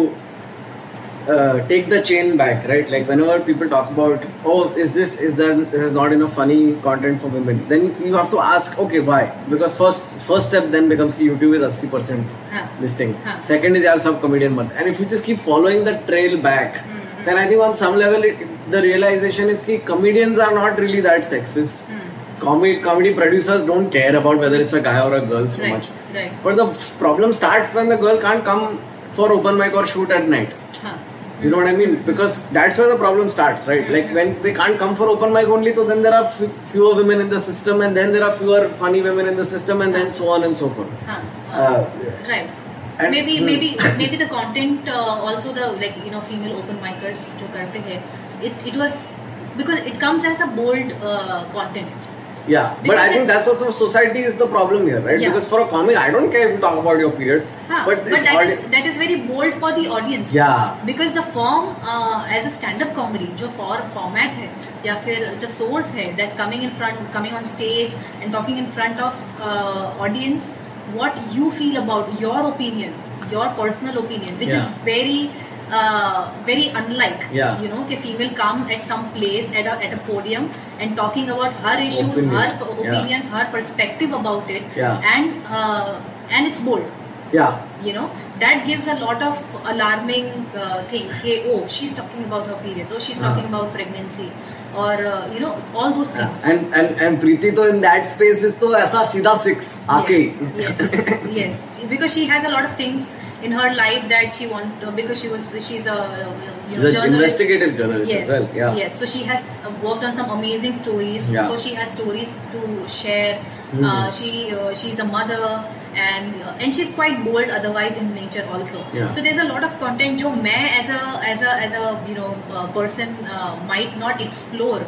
[SPEAKER 1] uh, take the chain back, right? Like whenever people talk about, oh, is this is that this is not enough funny content for women? Then you have to ask, okay, why? Because first first step then becomes ki YouTube is eighty percent
[SPEAKER 2] Huh.
[SPEAKER 1] this thing.
[SPEAKER 2] Huh.
[SPEAKER 1] Second is yaar sub comedian mat. And if you just keep following the trail back,
[SPEAKER 2] Hmm,
[SPEAKER 1] then I think on some level it, the realization is ki comedians are not really that sexist.
[SPEAKER 2] Hmm.
[SPEAKER 1] Comedy comedy producers don't care about whether it's a guy or a girl so
[SPEAKER 2] right.
[SPEAKER 1] much.
[SPEAKER 2] Right.
[SPEAKER 1] But the problem starts when the girl can't come for open mic or shoot at night.
[SPEAKER 2] Huh.
[SPEAKER 1] You know what I mean? Because that's where the problem starts, right?
[SPEAKER 2] Mm-hmm.
[SPEAKER 1] Like when they can't come for open mic only, so then there are f- fewer women in the system, and then there are fewer funny women in the system, and then so on and so forth.
[SPEAKER 2] Huh.
[SPEAKER 1] Uh,
[SPEAKER 2] हाँ, Right.
[SPEAKER 1] And-
[SPEAKER 2] maybe
[SPEAKER 1] Hmm.
[SPEAKER 2] maybe maybe the content uh, also the like you know female open micers जो करते हैं it it was because it comes as a bold uh, content
[SPEAKER 1] Yeah, but
[SPEAKER 2] Because
[SPEAKER 1] I
[SPEAKER 2] it-
[SPEAKER 1] think that's also society is the problem here, right?
[SPEAKER 2] Yeah.
[SPEAKER 1] Because for a comic, I don't care if you talk about your periods,
[SPEAKER 2] Huh,
[SPEAKER 1] but, it's
[SPEAKER 2] हाँ, that
[SPEAKER 1] already-
[SPEAKER 2] is that is very bold for the audience
[SPEAKER 1] yeah,
[SPEAKER 2] because the form uh, as a stand up comedy जो for format है या फिर जो source है that coming in front coming on stage and talking in front of uh, audience what you feel about your opinion your personal opinion which is
[SPEAKER 1] Yeah.
[SPEAKER 2] very uh, very unlike
[SPEAKER 1] Yeah.
[SPEAKER 2] you know कि female come at some place at a, at a podium and talking about her issues
[SPEAKER 1] Opinion.
[SPEAKER 2] her
[SPEAKER 1] Yeah.
[SPEAKER 2] opinions her perspective about it
[SPEAKER 1] Yeah.
[SPEAKER 2] and uh, and it's bold
[SPEAKER 1] yeah,
[SPEAKER 2] you know that gives a lot of alarming uh, thing hey oh she's talking about her periods oh she's
[SPEAKER 1] Uh-huh.
[SPEAKER 2] talking about pregnancy or uh, you know all those things
[SPEAKER 1] Ah. and and and Preeti to in that space is to aisa सीधा six आके ही.
[SPEAKER 2] yes, yes yes because she has a lot of things in her life that she want uh, because she was she's a uh, you
[SPEAKER 1] She's
[SPEAKER 2] know,
[SPEAKER 1] an
[SPEAKER 2] journalist
[SPEAKER 1] investigative journalist as well. Yeah,
[SPEAKER 2] Yes. So she has uh, worked on some amazing stories.
[SPEAKER 1] Yeah.
[SPEAKER 2] So she has stories to share.
[SPEAKER 1] Hmm.
[SPEAKER 2] Uh, she uh, she's a mother and uh, and she's quite bold otherwise in nature also.
[SPEAKER 1] Yeah.
[SPEAKER 2] So there's a lot of content जो मैं as a as a as a you know uh, person uh, might not explore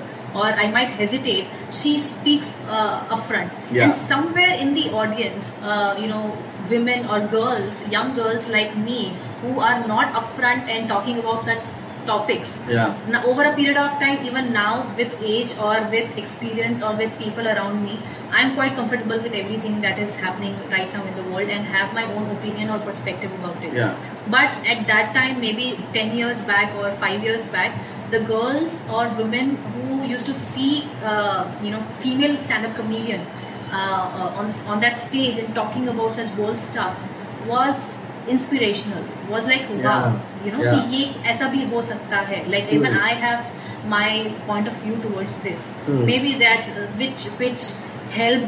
[SPEAKER 2] or I might hesitate. She speaks uh, upfront
[SPEAKER 1] Yeah.
[SPEAKER 2] and somewhere in the audience, uh, you know. Women or girls, young girls like me, who are not upfront and talking about such topics,
[SPEAKER 1] yeah,
[SPEAKER 2] now, over a period of time, even now with age or with experience or with people around me, I'm quite comfortable with everything that is happening right now in the world and have my own opinion or perspective about it.
[SPEAKER 1] yeah,
[SPEAKER 2] But at that time, maybe 10 years back or 5 years back, the girls or women who used to see, uh, you know, female stand-up comedian uh, uh, on, on that stage and talking about such bold stuff was inspirational. Was like, wow,
[SPEAKER 1] Yeah.
[SPEAKER 2] you know,
[SPEAKER 1] Yeah.
[SPEAKER 2] कि ये ऐसा भी हो सकता है like
[SPEAKER 1] Hmm.
[SPEAKER 2] Even I have my point of view towards this
[SPEAKER 1] Hmm.
[SPEAKER 2] May be that which which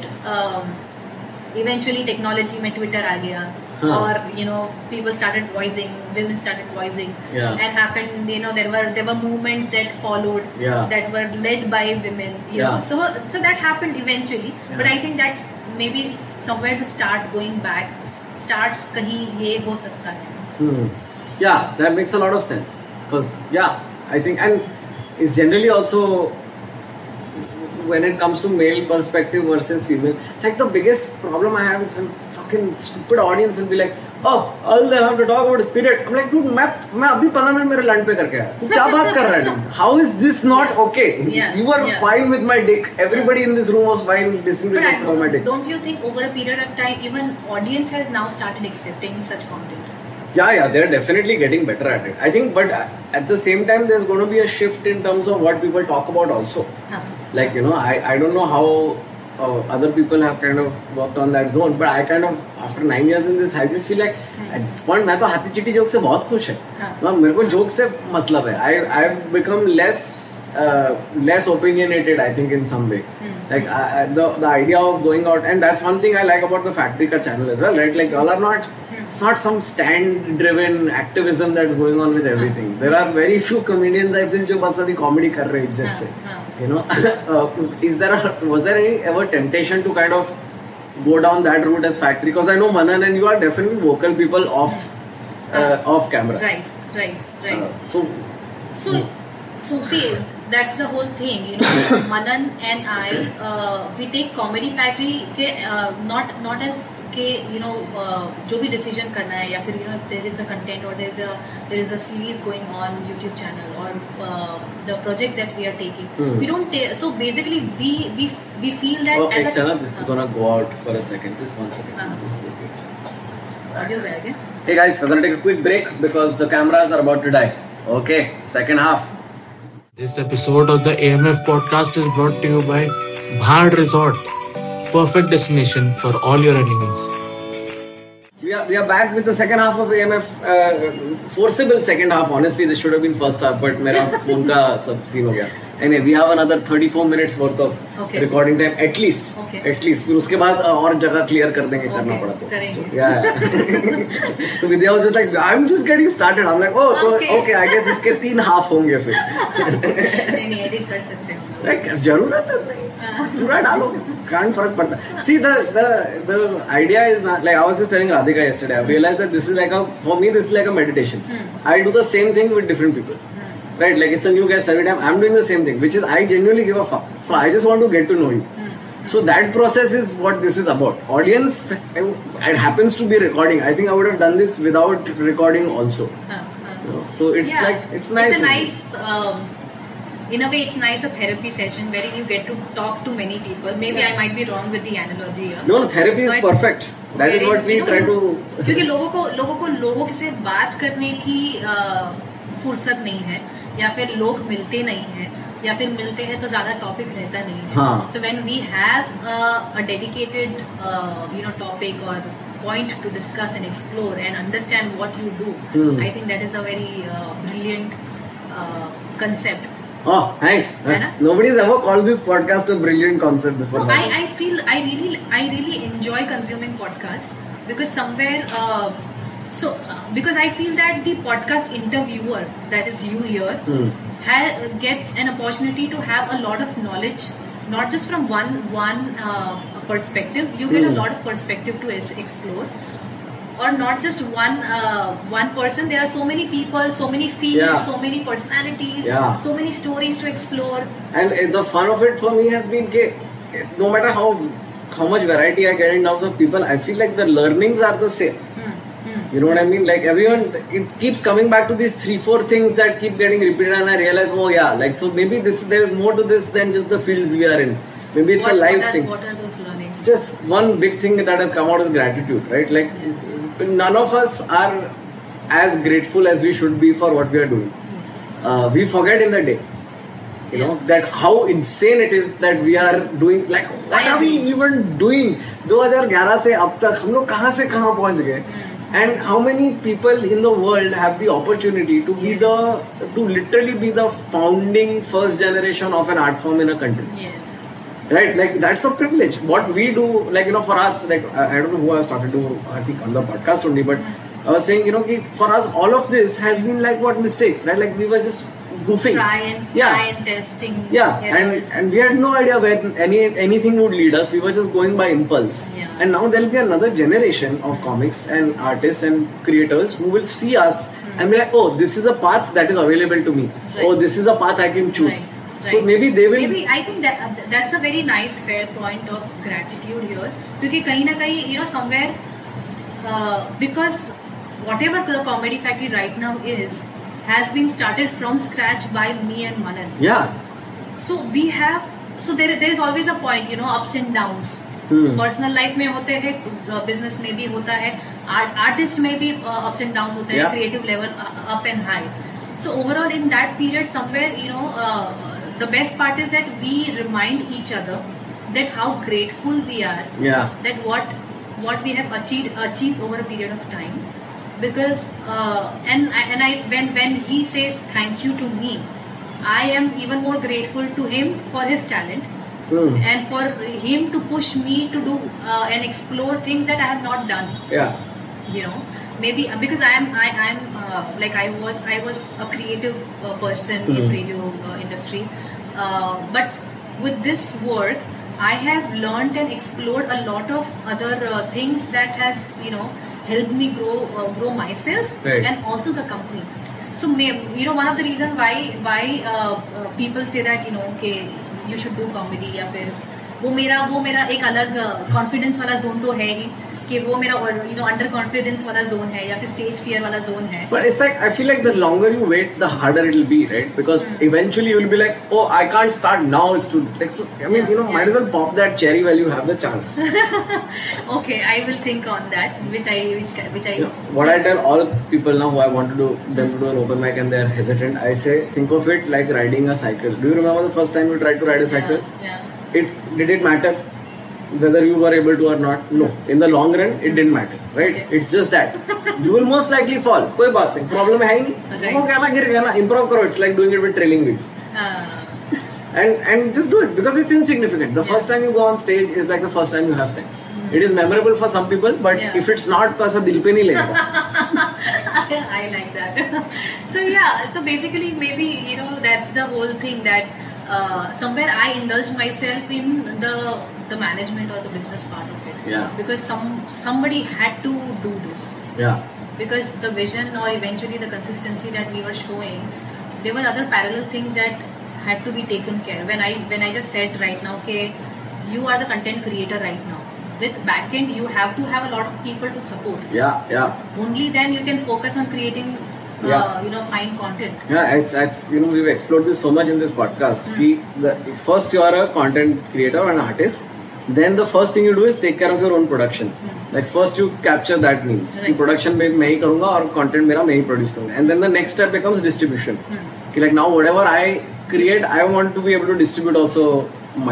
[SPEAKER 2] helped eventually technology में Twitter आ गया
[SPEAKER 1] Huh.
[SPEAKER 2] और you know people started voicing women started voicing
[SPEAKER 1] Yeah.
[SPEAKER 2] and happened you know there were there were movements that followed
[SPEAKER 1] Yeah.
[SPEAKER 2] that were led by women you
[SPEAKER 1] Yeah.
[SPEAKER 2] know so so that happened eventually
[SPEAKER 1] Yeah.
[SPEAKER 2] but i think that's maybe somewhere to start going back starts कहीं ये हो सकता है
[SPEAKER 1] Hmm. yeah. That makes a lot of sense because yeah, I think and it's generally also when it comes to male perspective versus female, like the biggest problem I have is when fucking stupid audience will be like, oh, all they have to talk about is period. I'm like, dude, मैं मैं अभी 15 minute मेरे lunch पे करके आया तू क्या बात कर रहा है dude? How is this not okay?
[SPEAKER 2] Yeah,
[SPEAKER 1] You were
[SPEAKER 2] yeah.
[SPEAKER 1] fine with my dick. Everybody in this room was fine listening to
[SPEAKER 2] But
[SPEAKER 1] jokes about my
[SPEAKER 2] I,
[SPEAKER 1] dick.
[SPEAKER 2] don't you think over a period of time, even audience has now started accepting such content?
[SPEAKER 1] Yeah, yeah, they're definitely getting better at it. I think, but at the same time, there's going to be a shift in terms of what people talk about also.
[SPEAKER 2] Huh.
[SPEAKER 1] Like, you know, I, I don't know how uh, other people have kind of worked on that zone, but I kind of, after nine years in this, I just feel like, at this point, मैं तो हाथी चिट्टी joke से बहुत खुश है
[SPEAKER 2] हाँ.
[SPEAKER 1] मैं मेरे को जोक से मतलब है I I become less uh, less opinionated I think in some way
[SPEAKER 2] Hmm.
[SPEAKER 1] like I, I- the the idea of going out and that's one thing i like about the factory cut channel as well right like y'all are not
[SPEAKER 2] Hmm.
[SPEAKER 1] it's not some stand driven activism that's going on with everything there are very few comedians i feel jo bas abhi comedy kar rahe
[SPEAKER 2] Huh,
[SPEAKER 1] izzat se
[SPEAKER 2] huh.
[SPEAKER 1] you know [laughs] uh, is there a, was there any ever temptation to kind of go down that route as factory because i know manan and you are definitely vocal people off uh, off camera
[SPEAKER 2] Right, right, right.
[SPEAKER 1] Uh, so
[SPEAKER 2] So, so see, that's the whole thing, you know.
[SPEAKER 1] [coughs]
[SPEAKER 2] Manan and I, uh, we take comedy factory के uh, not not as के you know uh, जो भी decision करना है या फिर you know if there is a content or there is a there is a series going on YouTube channel or uh, the project that we are taking,
[SPEAKER 1] Hmm.
[SPEAKER 2] we don't take. So basically, we we we feel that
[SPEAKER 1] oh,
[SPEAKER 2] as a
[SPEAKER 1] Ekshana, this is
[SPEAKER 2] Uh,
[SPEAKER 1] gonna go out for a second just one second
[SPEAKER 2] Uh-huh.
[SPEAKER 1] just take it
[SPEAKER 2] हाँ, audio गया क्या?
[SPEAKER 1] Hey guys, we're gonna take a quick break because the cameras are about to die. Okay, second half.
[SPEAKER 3] This episode of the AMF podcast is brought to you by Bhard Resort, perfect destination for all your enemies.
[SPEAKER 1] We are, we are back with the second half of AMF.
[SPEAKER 2] [laughs]
[SPEAKER 1] Uh, forcible second half. Honestly, this should have been first half, but मेरा phone का सब scene हो गया. Anyway, we have another 34 minutes worth of
[SPEAKER 2] Okay.
[SPEAKER 1] recording time at least.
[SPEAKER 2] Okay.
[SPEAKER 1] At least. फिर उसके बाद uh, और जगह clear कर देंगे करना
[SPEAKER 2] Okay,
[SPEAKER 1] पड़ा तो.
[SPEAKER 2] करेंगे.
[SPEAKER 1] So, yeah. yeah. [laughs] so Vidya was just like, I'm just getting started. I'm like, oh, तो-
[SPEAKER 2] Okay.
[SPEAKER 1] okay, I guess इसके तीन half होंगे फिर.
[SPEAKER 2] नहीं नहीं एडिट कर सकते हो
[SPEAKER 1] Like, जरूरत है नहीं.
[SPEAKER 2] हाँ,
[SPEAKER 1] पूरा डालो कान फर्क पड़ता है see the the the idea is not like I was just telling Radhika yesterday I realise that this is like a for me this is like a meditation
[SPEAKER 2] Hmm.
[SPEAKER 1] I do the same thing with different people
[SPEAKER 2] hmm,
[SPEAKER 1] right like it's a new guest every time I am doing the same thing which is I genuinely give a fuck so I just want to get to know you
[SPEAKER 2] hmm,
[SPEAKER 1] So that process is what this is about. Audience, it happens to be recording. I think I would have done this without recording also.
[SPEAKER 2] हाँ, हाँ.
[SPEAKER 1] You know, So it's
[SPEAKER 2] Yeah.
[SPEAKER 1] like it's nice.
[SPEAKER 2] It's a nice, um, in a way, it's nice a therapy session wherein you get to talk to many people. Maybe I might be wrong with the analogy here.
[SPEAKER 1] No, no, therapy is
[SPEAKER 2] But-
[SPEAKER 1] perfect. That is what we
[SPEAKER 2] You know,
[SPEAKER 1] try to.
[SPEAKER 2] क्योंकि लोगों को लोगों को लोगों से बात करने की अ, फुर्सत नहीं है या फिर लोग मिलते नहीं हैं या फिर मिलते हैं तो ज्यादा टॉपिक रहता नहीं है
[SPEAKER 1] हाँ.
[SPEAKER 2] So when we have a dedicated you know topic और point to discuss and explore and understand what you do
[SPEAKER 1] Hmm.
[SPEAKER 2] I think that is a very brilliant concept
[SPEAKER 1] Oh, thanks.
[SPEAKER 2] है ना?
[SPEAKER 1] Nobody's ever called this podcast a brilliant concept before.
[SPEAKER 2] No,
[SPEAKER 1] now.
[SPEAKER 2] I, I feel I really I really enjoy consuming podcast because somewhere uh, so uh, because I feel that the podcast interviewer that is you here
[SPEAKER 1] Hmm.
[SPEAKER 2] ha- gets an opportunity to have a lot of knowledge not just from one one uh, perspective you get a
[SPEAKER 1] Hmm.
[SPEAKER 2] lot of perspective to es- explore or not just one uh, one person there are so many people so many fields
[SPEAKER 1] Yeah.
[SPEAKER 2] so many personalities
[SPEAKER 1] Yeah.
[SPEAKER 2] so many stories to explore
[SPEAKER 1] And eh, the fun of it for me has been that no matter how how much variety I get in terms of people, I feel like the learnings are the same.
[SPEAKER 2] Hmm, hmm.
[SPEAKER 1] You know what I mean? Like everyone, it keeps coming back to these three, four things that keep getting repeated, and I realize, oh yeah, like so maybe this there is more to this than just the fields we are in. Maybe it's
[SPEAKER 2] What-
[SPEAKER 1] a life
[SPEAKER 2] what are-
[SPEAKER 1] thing.
[SPEAKER 2] what are those learnings
[SPEAKER 1] Just one big thing that has come out is gratitude, right? Like none of us are as grateful as we should be for what we are doing.
[SPEAKER 2] Yes.
[SPEAKER 1] uh, we forget in the day you know that how insane it is that we are doing like what
[SPEAKER 2] I
[SPEAKER 1] are we
[SPEAKER 2] agree.
[SPEAKER 1] even doing 2011 से अब तक हम लोग कहाँ से कहाँ पहुँच गए and how many people in the world have the opportunity to be the to literally be the founding first generation of an art form in a country
[SPEAKER 2] Yes.
[SPEAKER 1] right like that's a privilege what we do like you know for us like i I don't know who i was talking to i think on the podcast only but i was saying you know ki, for us all of this has been like what mistakes right like we were just goofing
[SPEAKER 2] Try and
[SPEAKER 1] Yeah.
[SPEAKER 2] try and testing.
[SPEAKER 1] yeah and
[SPEAKER 2] errors.
[SPEAKER 1] and we had no idea where any anything would lead us we were just going by impulse
[SPEAKER 2] Yeah.
[SPEAKER 1] and now there'll be another generation of comics and artists and creators who will see us and be like oh this is a path that is available to me
[SPEAKER 2] Hmm. Right.
[SPEAKER 1] oh this is a path i can choose
[SPEAKER 2] Right,
[SPEAKER 1] so
[SPEAKER 2] right.
[SPEAKER 1] maybe they will
[SPEAKER 2] maybe I think that uh, that's a very nice fair point of gratitude here क्योंकि कहीं ना कहीं you know somewhere uh, because whatever the comedy factory right now is has been started from scratch by me and Manan.
[SPEAKER 1] yeah
[SPEAKER 2] So we have so there there is always a point you know ups and downs.
[SPEAKER 1] Hmm.
[SPEAKER 2] Personal life में होते हैं business में भी होता है artist में भी uh, ups and down होते हैं uh,
[SPEAKER 1] Yeah.
[SPEAKER 2] Creative level up and high so overall in that period somewhere you know the best part is that we remind each other that how grateful we are
[SPEAKER 1] yeah
[SPEAKER 2] that what what we have achieved achieved over a period of time because uh, and I, and I when when he says thank you to me I am even more grateful to him for his talent
[SPEAKER 1] Hmm.
[SPEAKER 2] and for him to push me to do uh, and explore things that I have not done
[SPEAKER 1] yeah
[SPEAKER 2] you know maybe uh, because I am I am uh, like I was I was a creative uh, person in
[SPEAKER 1] Mhm.
[SPEAKER 2] radio uh, industry uh, but with this work I have learned and explored a lot of other uh, things that has you know helped me grow uh, grow myself
[SPEAKER 1] Right.
[SPEAKER 2] and also the company so may, you know one of the reason why why uh, uh, people say that you know okay you should do comedy या फिर वो मेरा वो मेरा एक अलग confidence वाला zone तो है ही कि वो मेरा यू नो अंडर कॉन्फिडेंस वाला जोन है या फिर स्टेज फियर वाला जोन है
[SPEAKER 1] But it's like I feel like the longer you wait, the harder it'll be, right? Because
[SPEAKER 2] Hmm.
[SPEAKER 1] eventually you'll be like, oh, I can't start now. It's too like so. I mean, you know, might as well pop that cherry while you have the chance. You
[SPEAKER 2] okay I will think on that which I which which I
[SPEAKER 1] know, what I tell all people now who I want to do them to do an open mic and they're hesitant, I say think of it like riding a cycle. Do you remember the first time you tried to ride a cycle?
[SPEAKER 2] Yeah, yeah.
[SPEAKER 1] It did it matter whether you were able to or not? No. In the long run, it didn't matter, right?
[SPEAKER 2] Okay.
[SPEAKER 1] It's just that you will most likely fall. कोई बात नहीं, problem है ही नहीं.
[SPEAKER 2] Right.
[SPEAKER 1] वो कहना गिर गया ना, improve करो. It's like doing it with trailing wheels.
[SPEAKER 2] Uh,
[SPEAKER 1] and and just do it because it's insignificant. The
[SPEAKER 2] Yeah.
[SPEAKER 1] first time you go on stage is like the first time you have sex. It is memorable for some people, but
[SPEAKER 2] Yeah.
[SPEAKER 1] if it's not, तो ऐसा दिल पे नहीं
[SPEAKER 2] [laughs]
[SPEAKER 1] लगेगा.
[SPEAKER 2] I like that. [laughs] so yeah, so basically maybe you know that's the whole thing that uh, somewhere I indulged myself in the the management or the business part of it.
[SPEAKER 1] Yeah.
[SPEAKER 2] Because some somebody had to do this
[SPEAKER 1] yeah,
[SPEAKER 2] because the vision or eventually the consistency that we were showing, there were other parallel things that had to be taken care. When I when I just said right now, okay, you are the content creator right now. With backend, you have to have a lot of people to support
[SPEAKER 1] yeah, yeah.
[SPEAKER 2] only then you can focus on creating uh,
[SPEAKER 1] Yeah.
[SPEAKER 2] you know fine content
[SPEAKER 1] Yeah, it's, it's, you know, we've explored this so much in this podcast.
[SPEAKER 2] Hmm.
[SPEAKER 1] ki the, first, you are a content creator or an artist. Then the first thing you do is take care of your own production.
[SPEAKER 2] Hmm.
[SPEAKER 1] Like first you capture that means कि
[SPEAKER 2] Right.
[SPEAKER 1] production में मैं ही करूँगा और content मेरा मैं ही produce करूँगा. And then the next step becomes distribution.
[SPEAKER 2] Hmm.
[SPEAKER 1] कि like now whatever I create, I want to be able to distribute also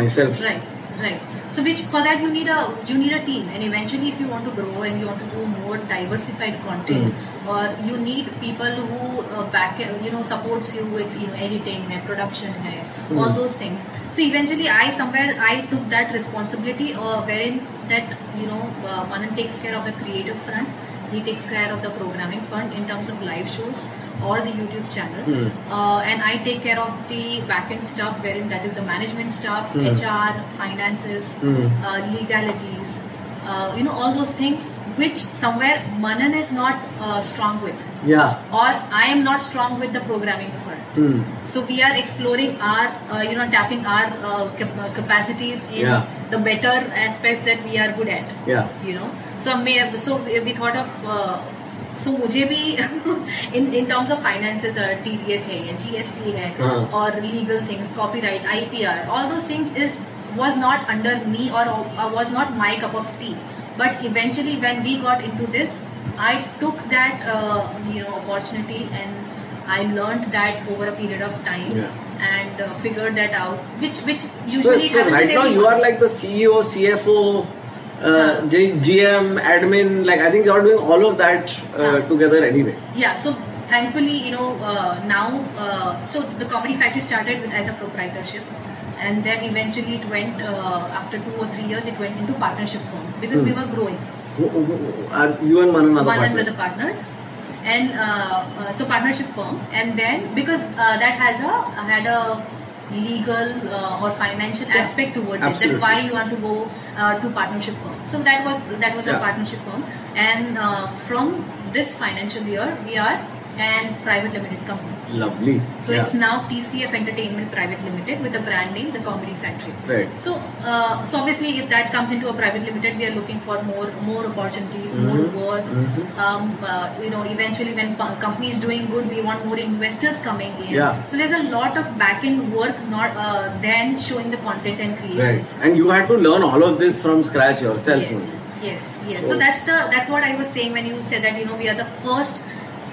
[SPEAKER 1] myself.
[SPEAKER 2] right right so which for that you need a you need a team and eventually if you want to grow and you want to do more diversified content
[SPEAKER 1] Hmm.
[SPEAKER 2] or you need people who uh, back you know supports you with you know editing hai, production hai, all
[SPEAKER 1] Hmm.
[SPEAKER 2] those things so eventually i somewhere i took that responsibility uh, wherein that you know uh, Manan takes care of the creative front he takes care of the programming front in terms of live shows or the youtube channel
[SPEAKER 1] Hmm.
[SPEAKER 2] uh, and I take care of the backend stuff, wherein that is the management stuff,
[SPEAKER 1] Hmm.
[SPEAKER 2] HR, finances,
[SPEAKER 1] Hmm.
[SPEAKER 2] uh, legalities, uh, you know, all those things which somewhere Manan is not uh, strong with,
[SPEAKER 1] Yeah.
[SPEAKER 2] or I am not strong with the programming for.
[SPEAKER 1] Hmm.
[SPEAKER 2] So we are exploring our, uh, you know, tapping our uh, cap- capacities in
[SPEAKER 1] Yeah.
[SPEAKER 2] the better aspects that we are good at.
[SPEAKER 1] Yeah.
[SPEAKER 2] you know so I may so we thought of uh, so मुझे भी [laughs] in in terms of finances uh, TDS है या GST है
[SPEAKER 1] हाँ.
[SPEAKER 2] or legal things copyright IPR all those things is was not under me or uh, was not my cup of tea but eventually when we got into this I took that uh, you know opportunity and I learned that over a period of time
[SPEAKER 1] Yeah.
[SPEAKER 2] and uh, figured that out which which
[SPEAKER 1] Because
[SPEAKER 2] usually it
[SPEAKER 1] because
[SPEAKER 2] happens
[SPEAKER 1] right
[SPEAKER 2] with
[SPEAKER 1] now you
[SPEAKER 2] everyone.
[SPEAKER 1] are like the CEO, CFO, uh,
[SPEAKER 2] Huh.
[SPEAKER 1] G- GM, admin. Like I think you are doing all of that uh,
[SPEAKER 2] Huh.
[SPEAKER 1] together anyway.
[SPEAKER 2] yeah so thankfully you know uh, now uh, so the comedy factory started with as a proprietorship and then eventually it went uh, after two or three years it went into partnership form because we
[SPEAKER 1] Hmm.
[SPEAKER 2] were growing
[SPEAKER 1] Who- who- who- are you and Manan are the
[SPEAKER 2] one and
[SPEAKER 1] partners.
[SPEAKER 2] with the partners and uh, uh, so partnership firm and then because uh, that has a had a legal uh, or financial
[SPEAKER 1] Yeah.
[SPEAKER 2] aspect towards
[SPEAKER 1] Absolutely.
[SPEAKER 2] it that why you want to go uh, to partnership firm so that was that was a
[SPEAKER 1] Yeah.
[SPEAKER 2] partnership firm and uh, from this financial year we are an private limited company
[SPEAKER 1] Lovely.
[SPEAKER 2] so
[SPEAKER 1] yeah.
[SPEAKER 2] it's now TCF Entertainment Private Limited with the brand name The Comedy Factory.
[SPEAKER 1] Right.
[SPEAKER 2] So, uh, so obviously, if that comes into a private limited, we are looking for more more opportunities,
[SPEAKER 1] Mhm.
[SPEAKER 2] more work.
[SPEAKER 1] Mhm.
[SPEAKER 2] Um, uh, you know, eventually, when p- company is doing good, we want more investors coming in.
[SPEAKER 1] Yeah.
[SPEAKER 2] So there's a lot of back end work, not uh, then showing the content and creations.
[SPEAKER 1] Right. And you had to learn all of this from scratch yourself.
[SPEAKER 2] Yes, yes, yes.
[SPEAKER 1] So-
[SPEAKER 2] So, that's the that's what I was saying when you said that you know we are the first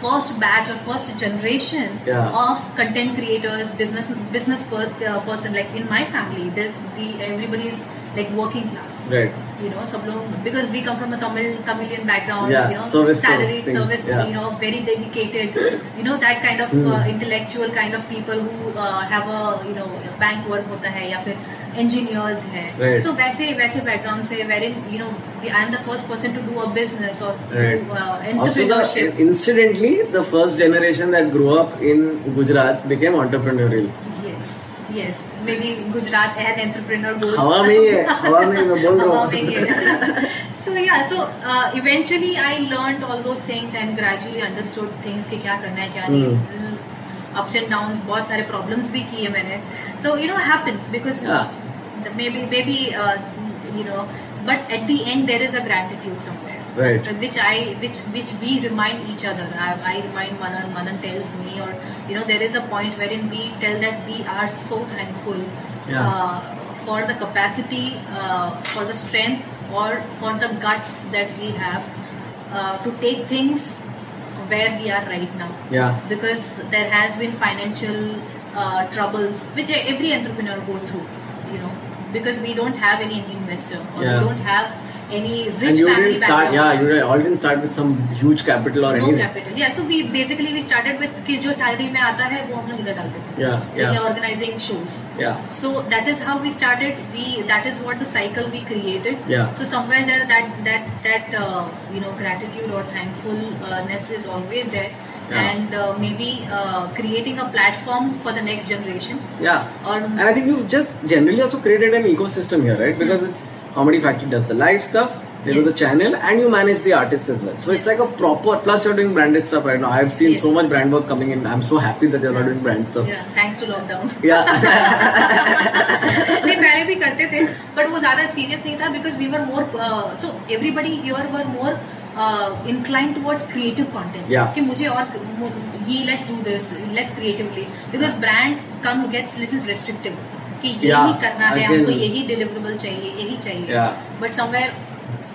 [SPEAKER 2] first batch or first generation
[SPEAKER 1] Yeah.
[SPEAKER 2] of content creators, business business per, uh, person. Like in my family, there's the everybody's like working class.
[SPEAKER 1] Right.
[SPEAKER 2] You know, सब लोग- because we come from a Tamil Tamilian background.
[SPEAKER 1] Yeah,
[SPEAKER 2] you know,
[SPEAKER 1] service
[SPEAKER 2] salaried
[SPEAKER 1] things,
[SPEAKER 2] service.
[SPEAKER 1] yeah.
[SPEAKER 2] You know, very dedicated. You know that kind of
[SPEAKER 1] Hmm.
[SPEAKER 2] uh, intellectual kind of people who uh, have a you know bank work होता है या फिर engineers है.
[SPEAKER 1] Right.
[SPEAKER 2] So वैसे वैसे background से wherein you know we- I am the first person to do a business or
[SPEAKER 1] Right.
[SPEAKER 2] do, uh,
[SPEAKER 1] Also, the,
[SPEAKER 2] entrepreneurship.
[SPEAKER 1] incidentally, the first generation that grew up in Gujarat became entrepreneurial.
[SPEAKER 2] yes. Yes, maybe Gujarat an entrepreneur goes.
[SPEAKER 1] हवा में ही
[SPEAKER 2] [laughs]
[SPEAKER 1] है, हवा में ही मैं बोल रहा हूँ।
[SPEAKER 2] हवा में ही है. [laughs] so yeah, so uh, eventually I learned all those things and gradually understood things कि क्या करना है क्या
[SPEAKER 1] Hmm.
[SPEAKER 2] नहीं. Mm, Ups and downs, बहुत सारे problems भी किए मैंने. So you know happens because
[SPEAKER 1] Yeah.
[SPEAKER 2] the- maybe maybe uh, you know, but at the end there is a gratitude somewhere.
[SPEAKER 1] Right.
[SPEAKER 2] which I which which we remind each other. I, I remind Manan, Manan tells me, or you know, there is a point wherein we tell that we are so thankful
[SPEAKER 1] Yeah.
[SPEAKER 2] uh, for the capacity, uh, for the strength, or for the guts that we have uh, to take things where we are right now.
[SPEAKER 1] Yeah.
[SPEAKER 2] Because there has been financial uh, troubles which every entrepreneur go through, you know, because we don't have any investor or
[SPEAKER 1] Yeah.
[SPEAKER 2] we don't have any rich
[SPEAKER 1] and you
[SPEAKER 2] family
[SPEAKER 1] didn't start,
[SPEAKER 2] background.
[SPEAKER 1] yeah, you didn't- all didn't start with some huge capital or
[SPEAKER 2] नो
[SPEAKER 1] anything.
[SPEAKER 2] Capital या so we basically we started with कि जो salary में आता है वो हम लोग इधर डालते
[SPEAKER 1] Yeah, yeah.
[SPEAKER 2] थे organizing shows
[SPEAKER 1] Yeah,
[SPEAKER 2] so that is how we started we that is what the cycle we created
[SPEAKER 1] Yeah.
[SPEAKER 2] so somewhere there that that that uh, you know gratitude or thankfulness is always there
[SPEAKER 1] Yeah.
[SPEAKER 2] and uh, maybe uh, creating a platform for the next generation
[SPEAKER 1] yeah.
[SPEAKER 2] or
[SPEAKER 1] And I think you've just generally also created an ecosystem here, right? Because it's Comedy Factory does the live stuff, they do the channel, and you manage the artists as well. So it's like a proper. Plus, you're doing branded stuff right now. I've seen
[SPEAKER 2] Yes.
[SPEAKER 1] so much brand work coming in. I'm so happy that you're not doing brand stuff.
[SPEAKER 2] yeah, thanks to lockdown
[SPEAKER 1] Yeah,
[SPEAKER 2] नहीं पहले भी करते थे but वो ज्यादा serious नहीं था because we were more so everybody here were more incline towards creative
[SPEAKER 1] Yeah.
[SPEAKER 2] Content कि मुझे और मु- ये let's do this let's creatively because brand come gets little restrictive कि यही
[SPEAKER 1] Yeah,
[SPEAKER 2] करना है
[SPEAKER 1] I can-
[SPEAKER 2] हमको यही डिलीवरेबल चाहिए यही चाहिए
[SPEAKER 1] Yeah.
[SPEAKER 2] But somewhere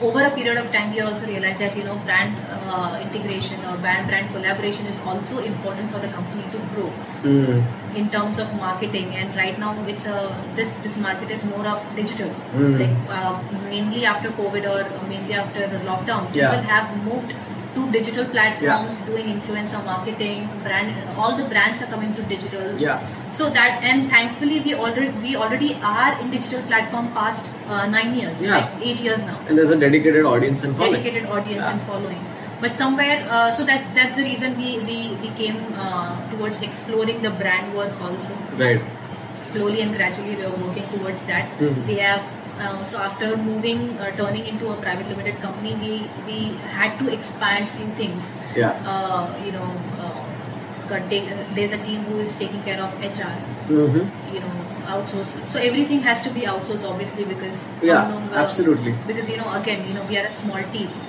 [SPEAKER 2] over a period of time you also realise that you know brand integration और brand brand collaboration is also important for the company to grow
[SPEAKER 1] [laughs] Hmm.
[SPEAKER 2] in terms of marketing and right now it's a this this market is more of digital
[SPEAKER 1] Mm.
[SPEAKER 2] like uh, mainly after covid or mainly after the lockdown
[SPEAKER 1] Yeah.
[SPEAKER 2] people have moved to digital platforms doing influencer marketing brand all the brands are coming to digital
[SPEAKER 1] Yeah.
[SPEAKER 2] so that and thankfully we already we already are in digital platform past uh, 9 years
[SPEAKER 1] Yeah.
[SPEAKER 2] like 8 years now
[SPEAKER 1] and there's a dedicated audience and following.
[SPEAKER 2] dedicated audience
[SPEAKER 1] Yeah.
[SPEAKER 2] and following. But somewhere, uh, so that's that's the reason we we, we came uh, towards exploring the brand work also.
[SPEAKER 1] Right.
[SPEAKER 2] Slowly and gradually, we are working towards that.
[SPEAKER 1] Mhm.
[SPEAKER 2] We have uh, so after moving, uh, turning into a private limited company, we we had to expand few things.
[SPEAKER 1] Yeah.
[SPEAKER 2] Uh, you know, uh, got ta- uh, there's a team who is taking care of HR.
[SPEAKER 1] Mm-hmm.
[SPEAKER 2] You know, outsource. So everything has to be outsourced, obviously, because
[SPEAKER 1] Yeah.
[SPEAKER 2] no longer-
[SPEAKER 1] Absolutely.
[SPEAKER 2] because you know again you know we are a small team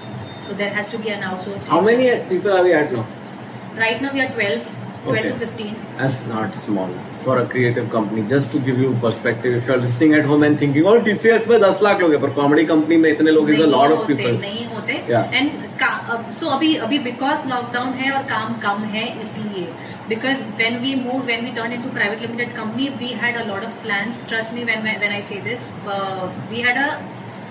[SPEAKER 2] so there has to be an outsourced
[SPEAKER 1] How
[SPEAKER 2] agent.
[SPEAKER 1] many people are we at now?
[SPEAKER 2] right now we are 12 12
[SPEAKER 1] Okay.
[SPEAKER 2] to 15
[SPEAKER 1] That's not small for a creative company. Just to give you perspective, if you're listening at home and thinking, oh, TCS में 10 लाख लोग हैं पर comedy company में इतने लोग is a
[SPEAKER 2] नहीं
[SPEAKER 1] lot of
[SPEAKER 2] होते,
[SPEAKER 1] people
[SPEAKER 2] नहीं होते
[SPEAKER 1] Yeah.
[SPEAKER 2] एंड सो अभी अभी बिकॉज लॉकडाउन है और काम कम है इसलिए because when we move when we turn into private limited company we had a lot of plans trust me when when I say this we had a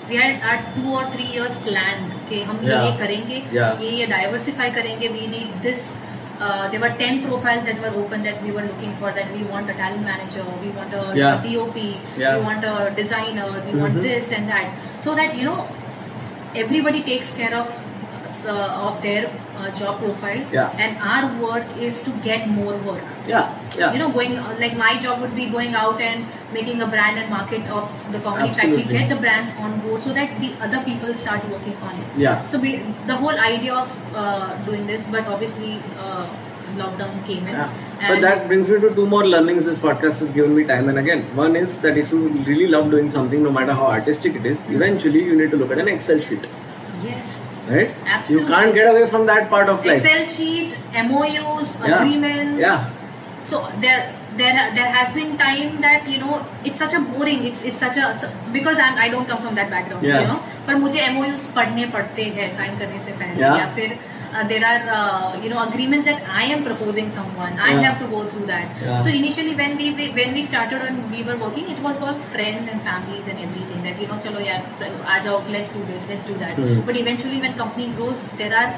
[SPEAKER 2] we had are two और three years plan कि हम
[SPEAKER 1] Yeah.
[SPEAKER 2] ये करेंगे
[SPEAKER 1] Yeah.
[SPEAKER 2] ये ये diversify करेंगे we need this Uh, there were 10 profiles that were open that we were looking for that we want a talent manager we want a
[SPEAKER 1] Yeah.
[SPEAKER 2] dop
[SPEAKER 1] Yeah.
[SPEAKER 2] we want a designer we want
[SPEAKER 1] Mhm.
[SPEAKER 2] this and that so that you know everybody takes care of uh, of their uh, job profile
[SPEAKER 1] Yeah.
[SPEAKER 2] and our work is to get more work
[SPEAKER 1] Yeah,
[SPEAKER 2] you
[SPEAKER 1] yeah,
[SPEAKER 2] know going uh, like my job would be going out and making a brand and market of the comedy
[SPEAKER 1] Absolutely.
[SPEAKER 2] factory get the brands on board so that the other people start working on it
[SPEAKER 1] yeah.
[SPEAKER 2] so we, the whole idea of uh, doing this but obviously uh, lockdown came in
[SPEAKER 1] Yeah. But
[SPEAKER 2] and
[SPEAKER 1] that brings me to two more learnings this podcast has given me time and again. One is that if you really love doing something, no matter how artistic it is,
[SPEAKER 2] Mm-hmm.
[SPEAKER 1] eventually you need to look at an Excel sheet,
[SPEAKER 2] yes
[SPEAKER 1] right? You
[SPEAKER 2] Absolutely.
[SPEAKER 1] can't get away from that part of life.
[SPEAKER 2] Excel sheet, MOUs,
[SPEAKER 1] Yeah.
[SPEAKER 2] agreements.
[SPEAKER 1] Yeah.
[SPEAKER 2] So there, there, there has been time that you know it's such a boring. It's it's such a because I'm I don't come from that background.
[SPEAKER 1] Yeah.
[SPEAKER 2] You know, पर मुझे MOUs पढ़ने पड़ते हैं sign करने से पहले
[SPEAKER 1] Yeah.
[SPEAKER 2] या फिर uh, there are uh, you know agreements that I am proposing someone. I
[SPEAKER 1] Yeah.
[SPEAKER 2] have to go through that.
[SPEAKER 1] Yeah.
[SPEAKER 2] So initially when we we- when we started and we were working, it was all friends and families and everything that you know चलो यार आ जाओ let's do this let's do that.
[SPEAKER 1] Hmm.
[SPEAKER 2] But eventually when company grows, there are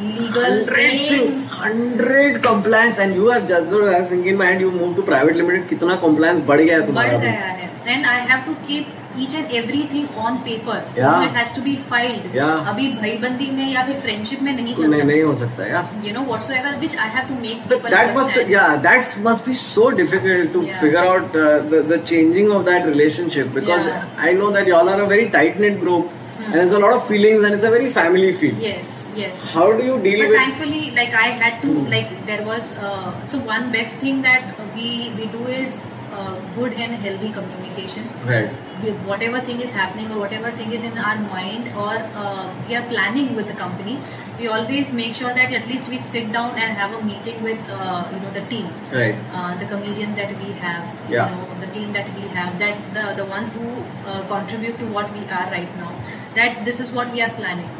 [SPEAKER 2] legal
[SPEAKER 1] hundred things, hundred compliance, and you have just I was thinking in my head, you moved to private limited. कितना compliance बढ़ गया है
[SPEAKER 2] बढ़
[SPEAKER 1] तुम्हारा भी?
[SPEAKER 2] गया है and I have to keep each and everything on paper
[SPEAKER 1] Yeah.
[SPEAKER 2] It has to be filed
[SPEAKER 1] Yeah.
[SPEAKER 2] अभी भाईबंदी में या फिर फ्रेंडशिप में नहीं
[SPEAKER 1] नहीं
[SPEAKER 2] चलता
[SPEAKER 1] नहीं हो सकता यार
[SPEAKER 2] you know whatsoever which I have to make
[SPEAKER 1] But that must, yeah, that must be so difficult to
[SPEAKER 2] Yeah.
[SPEAKER 1] figure out uh, the, the changing of that relationship because
[SPEAKER 2] Yeah.
[SPEAKER 1] I know that y'all are a very tight knit group and there's a lot of feelings and it's a very family feel.
[SPEAKER 2] Yes yes
[SPEAKER 1] How do you deal
[SPEAKER 2] But
[SPEAKER 1] with
[SPEAKER 2] thankfully, like I had to,
[SPEAKER 1] Hmm.
[SPEAKER 2] like there was uh, so one best thing that we we do is uh, good and healthy communication.
[SPEAKER 1] Right.
[SPEAKER 2] with whatever thing is happening or whatever thing is in our mind or uh, we are planning with the company we always make sure that at least we sit down and have a meeting with uh, you know the team
[SPEAKER 1] Right.
[SPEAKER 2] uh, the comedians that we have
[SPEAKER 1] Yeah.
[SPEAKER 2] you know the team that we have that the, the ones who uh, contribute to what we are right now that this is what we are planning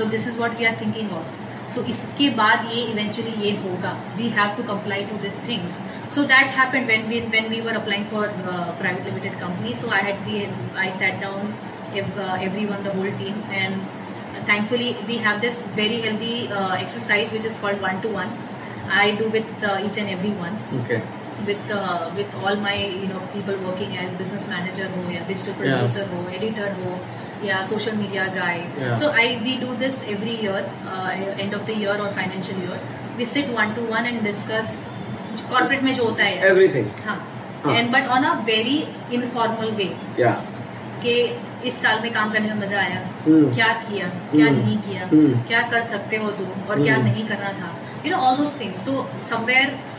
[SPEAKER 2] so this is what we are thinking of so इसके बाद ये eventually ये होगा we have to comply to these things so that happened when we when we were applying for uh, private limited company so I had we had, I sat down ev- uh, everyone, the whole team. And uh, thankfully, we have this very healthy uh, exercise which is called one to one. I do with uh, each and every one.
[SPEAKER 1] Okay.
[SPEAKER 2] with uh, with all my you know people working as business manager हो या digital producer हो editor हो या social media guy
[SPEAKER 1] Yeah.
[SPEAKER 2] so I we do this every year uh, end of the year or financial year we sit one to one and discuss corporate में जो होता है
[SPEAKER 1] Everything.
[SPEAKER 2] हाँ
[SPEAKER 1] हाँ.
[SPEAKER 2] and but on a very informal way
[SPEAKER 1] Yeah.
[SPEAKER 2] कि इस साल में काम करने में मजा आया
[SPEAKER 1] Hmm.
[SPEAKER 2] क्या किया क्या
[SPEAKER 1] Hmm.
[SPEAKER 2] नहीं किया
[SPEAKER 1] Hmm.
[SPEAKER 2] क्या कर सकते हो तुम और क्या
[SPEAKER 1] Hmm.
[SPEAKER 2] नहीं करना था you know all those things so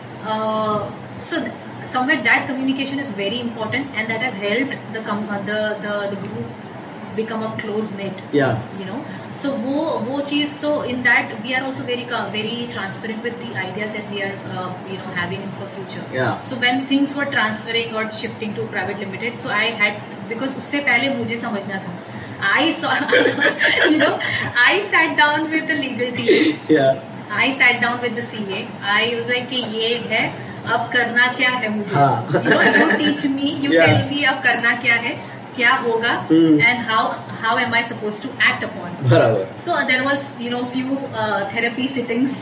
[SPEAKER 2] somewhere so uh, somewhere that communication is very important and that has helped the com- uh, the, the the group become a close knit
[SPEAKER 1] Yeah.
[SPEAKER 2] you know so wo wo cheez so in that we are also very co- very transparent with the ideas that we are uh, you know having for future
[SPEAKER 1] Yeah.
[SPEAKER 2] so when things were transferring or shifting to private limited so i had because उससे पहले मुझे समझना था i saw [laughs] you know i sat down with the legal team
[SPEAKER 1] Yeah. [laughs]
[SPEAKER 2] i sat down with the ca i was like कि ये है अब करना क्या है मुझे
[SPEAKER 1] हाँ.
[SPEAKER 2] you, know, you teach me you
[SPEAKER 1] Yeah.
[SPEAKER 2] tell me अब करना क्या है क्या होगा
[SPEAKER 1] Hmm.
[SPEAKER 2] and how how am i supposed to act upon
[SPEAKER 1] बराबर.
[SPEAKER 2] so there was, you know, few uh, therapy
[SPEAKER 1] [laughs]
[SPEAKER 2] sittings,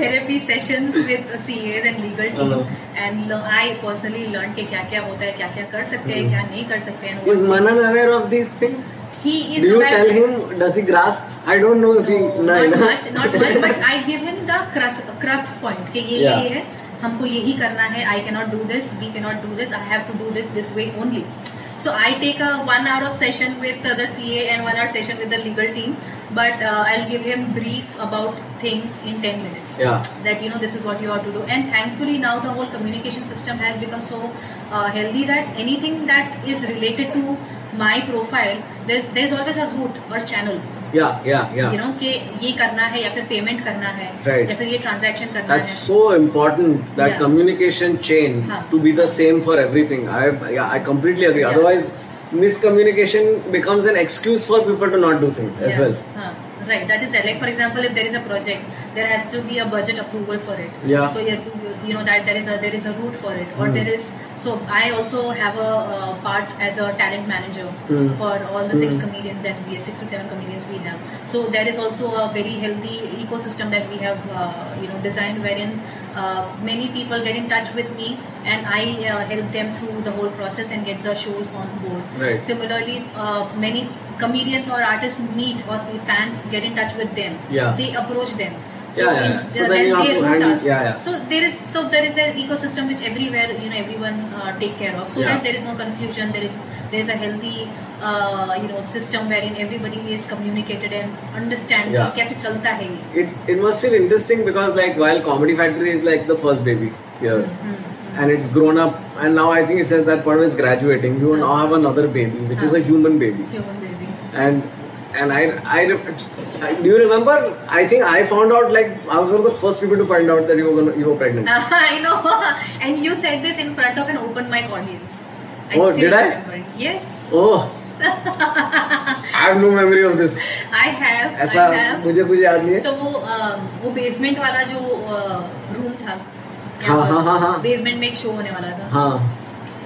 [SPEAKER 2] therapy sessions with CAs and legal team,
[SPEAKER 1] Uh-huh.
[SPEAKER 2] and lo- I personally learned कि क्या क्या होता है, क्या क्या कर सकते हैं,
[SPEAKER 1] Hmm.
[SPEAKER 2] क्या नहीं कर सकते हैं.
[SPEAKER 1] Is Manan aware of these things?
[SPEAKER 2] He is
[SPEAKER 1] Do you
[SPEAKER 2] aware-
[SPEAKER 1] tell him? Does he grasp? I don't know if he.
[SPEAKER 2] No,
[SPEAKER 1] Nah,
[SPEAKER 2] not
[SPEAKER 1] nah.
[SPEAKER 2] much, not much, but I give him the crux, crux point कि ये
[SPEAKER 1] Yeah.
[SPEAKER 2] ये है, हमको यही करना है. I cannot do this, we cannot do this. I have to do this this way only. So I take a one hour of session with uh, the CA and one hour session with the legal team, but uh, I'll give him brief about things in ten minutes.
[SPEAKER 1] Yeah.
[SPEAKER 2] that you know this is what you ought to do and thankfully now the whole communication system has become so uh, healthy that anything that is related to my profile there's there's always a route or channel
[SPEAKER 1] Yeah. Yeah. Yeah.
[SPEAKER 2] you know कि ये करना है या फिर payment करना है
[SPEAKER 1] Right.
[SPEAKER 2] या फिर ये transaction करना
[SPEAKER 1] That's
[SPEAKER 2] है
[SPEAKER 1] so important that
[SPEAKER 2] Yeah.
[SPEAKER 1] communication chain
[SPEAKER 2] Huh.
[SPEAKER 1] to be the same for everything. I yeah, I completely agree.
[SPEAKER 2] Yeah.
[SPEAKER 1] Otherwise, miscommunication becomes an excuse for people to not do things as
[SPEAKER 2] Yeah.
[SPEAKER 1] well.
[SPEAKER 2] हाँ, right that is there like for example if there is a project there has to be a budget approval for it
[SPEAKER 1] Yeah.
[SPEAKER 2] so you, have to, you know that there is a there is a route for it or
[SPEAKER 1] Hmm.
[SPEAKER 2] there is so I also have a uh, part as a talent manager
[SPEAKER 1] Hmm.
[SPEAKER 2] for all the six
[SPEAKER 1] Hmm.
[SPEAKER 2] comedians that we six to seven comedians we have so there is also a very healthy ecosystem that we have uh, you know designed wherein uh, many people get in touch with me and I uh, help them through the whole process and get the shows on board
[SPEAKER 1] Right.
[SPEAKER 2] Similarly, uh, many comedians or artists meet or the fans get in touch with them.
[SPEAKER 1] Yeah.
[SPEAKER 2] They approach them. So,
[SPEAKER 1] Yeah, yeah,
[SPEAKER 2] in-
[SPEAKER 1] yeah. So then you have
[SPEAKER 2] they
[SPEAKER 1] to
[SPEAKER 2] root
[SPEAKER 1] handle-
[SPEAKER 2] us.
[SPEAKER 1] yeah, yeah.
[SPEAKER 2] So there is so there is an ecosystem which everywhere you know everyone uh, take care of so
[SPEAKER 1] Yeah.
[SPEAKER 2] that there is no confusion. There is there is a healthy uh, you know system wherein everybody is communicated and understand
[SPEAKER 1] Yeah.
[SPEAKER 2] कि कैसे चलता है ये.
[SPEAKER 1] It it must feel interesting because like while Comedy Factory is like the first baby here.
[SPEAKER 2] Mm-hmm.
[SPEAKER 1] And it's grown up, and now I think it says that Parv is graduating. You now have another baby, which is a
[SPEAKER 2] Huh.
[SPEAKER 1] human baby.
[SPEAKER 2] Human baby.
[SPEAKER 1] and and I, I I do you remember? I think I found out like I was one of the first people to find out that you were gonna, you were pregnant.
[SPEAKER 2] [laughs] I know. and you said this in front of an open mic audience.
[SPEAKER 1] Oh,
[SPEAKER 2] still
[SPEAKER 1] did I?
[SPEAKER 2] remember it. Yes. [laughs]
[SPEAKER 1] Oh, I have no memory of this.
[SPEAKER 2] I have.
[SPEAKER 1] ऐसा
[SPEAKER 2] I have.
[SPEAKER 1] मुझे कुछ याद नहीं है
[SPEAKER 2] So वो um, वो basement वाला जो रूम था
[SPEAKER 1] हाँ, हाँ, हाँ, हाँ.
[SPEAKER 2] बेसमेंट में एक शो होने वाला था
[SPEAKER 1] हाँ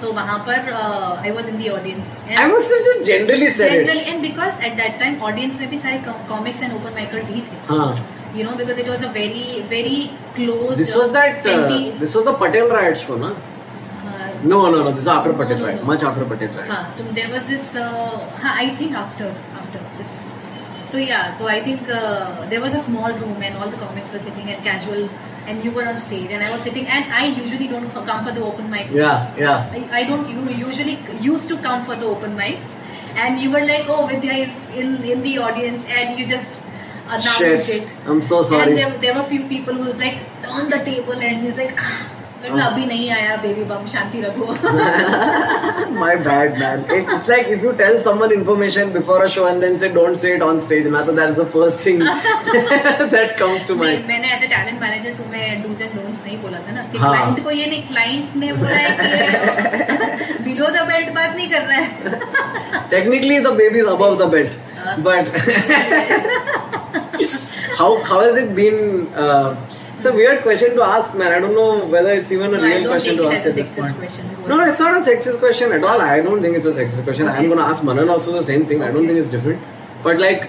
[SPEAKER 2] सो वहाँ पर uh, I was in the audience
[SPEAKER 1] I must have just generally said it.
[SPEAKER 2] Generally and because at that time audience में भी सारे कॉमिक्स एंड ओपन माइकर्स ही थे
[SPEAKER 1] हाँ
[SPEAKER 2] you know because it was a very very close
[SPEAKER 1] this was that uh, this was the Patel riot show, na? No, no, no. This is after
[SPEAKER 2] No,
[SPEAKER 1] Patel
[SPEAKER 2] no,
[SPEAKER 1] riot,
[SPEAKER 2] no.
[SPEAKER 1] much after Patel riot.
[SPEAKER 2] हाँ तो there was this हाँ I think after after this so या तो I think there was a small room and all the comics were sitting and casual and you were on stage and I was sitting and I usually don't come for the open mic
[SPEAKER 1] Yeah, yeah.
[SPEAKER 2] I don't you usually used to come for the open mics and you were like oh Vidya is in, in the audience and you just announced
[SPEAKER 1] Shit,
[SPEAKER 2] it
[SPEAKER 1] I'm so
[SPEAKER 2] and
[SPEAKER 1] sorry.
[SPEAKER 2] there, there were few people who was like on the table and he's like "मैं
[SPEAKER 1] हाँ.
[SPEAKER 2] अभी नहीं आया baby बम शांति रखो [laughs]
[SPEAKER 1] My bad, man. It's like if you tell someone information before a show and then say don't say it on stage, man. So that's the first thing [laughs] that comes to
[SPEAKER 2] मैं-
[SPEAKER 1] mind.
[SPEAKER 2] मैंने as a talent manager तुम्हें dos and don'ts नहीं बोला था ना कि
[SPEAKER 1] हाँ।
[SPEAKER 2] Client को ये नहीं क्लाइंट ने बोला है
[SPEAKER 1] [laughs]
[SPEAKER 2] कि बिलो द बेल्ट बात नहीं कर रहा है
[SPEAKER 1] Technically, the baby is above the bed, [laughs] but how how has it been? Uh, It's a weird question to ask, man. I don't know whether it's even a
[SPEAKER 2] No, I
[SPEAKER 1] तो real question
[SPEAKER 2] don't take
[SPEAKER 1] to
[SPEAKER 2] it
[SPEAKER 1] ask at
[SPEAKER 2] as a
[SPEAKER 1] this
[SPEAKER 2] sexist
[SPEAKER 1] point.
[SPEAKER 2] question.
[SPEAKER 1] No, no, it's not a sexist question at all. I don't think it's a sexist question. I'm
[SPEAKER 2] Okay.
[SPEAKER 1] going to ask Manan also the same thing. I don't
[SPEAKER 2] Okay.
[SPEAKER 1] think it's different. But like,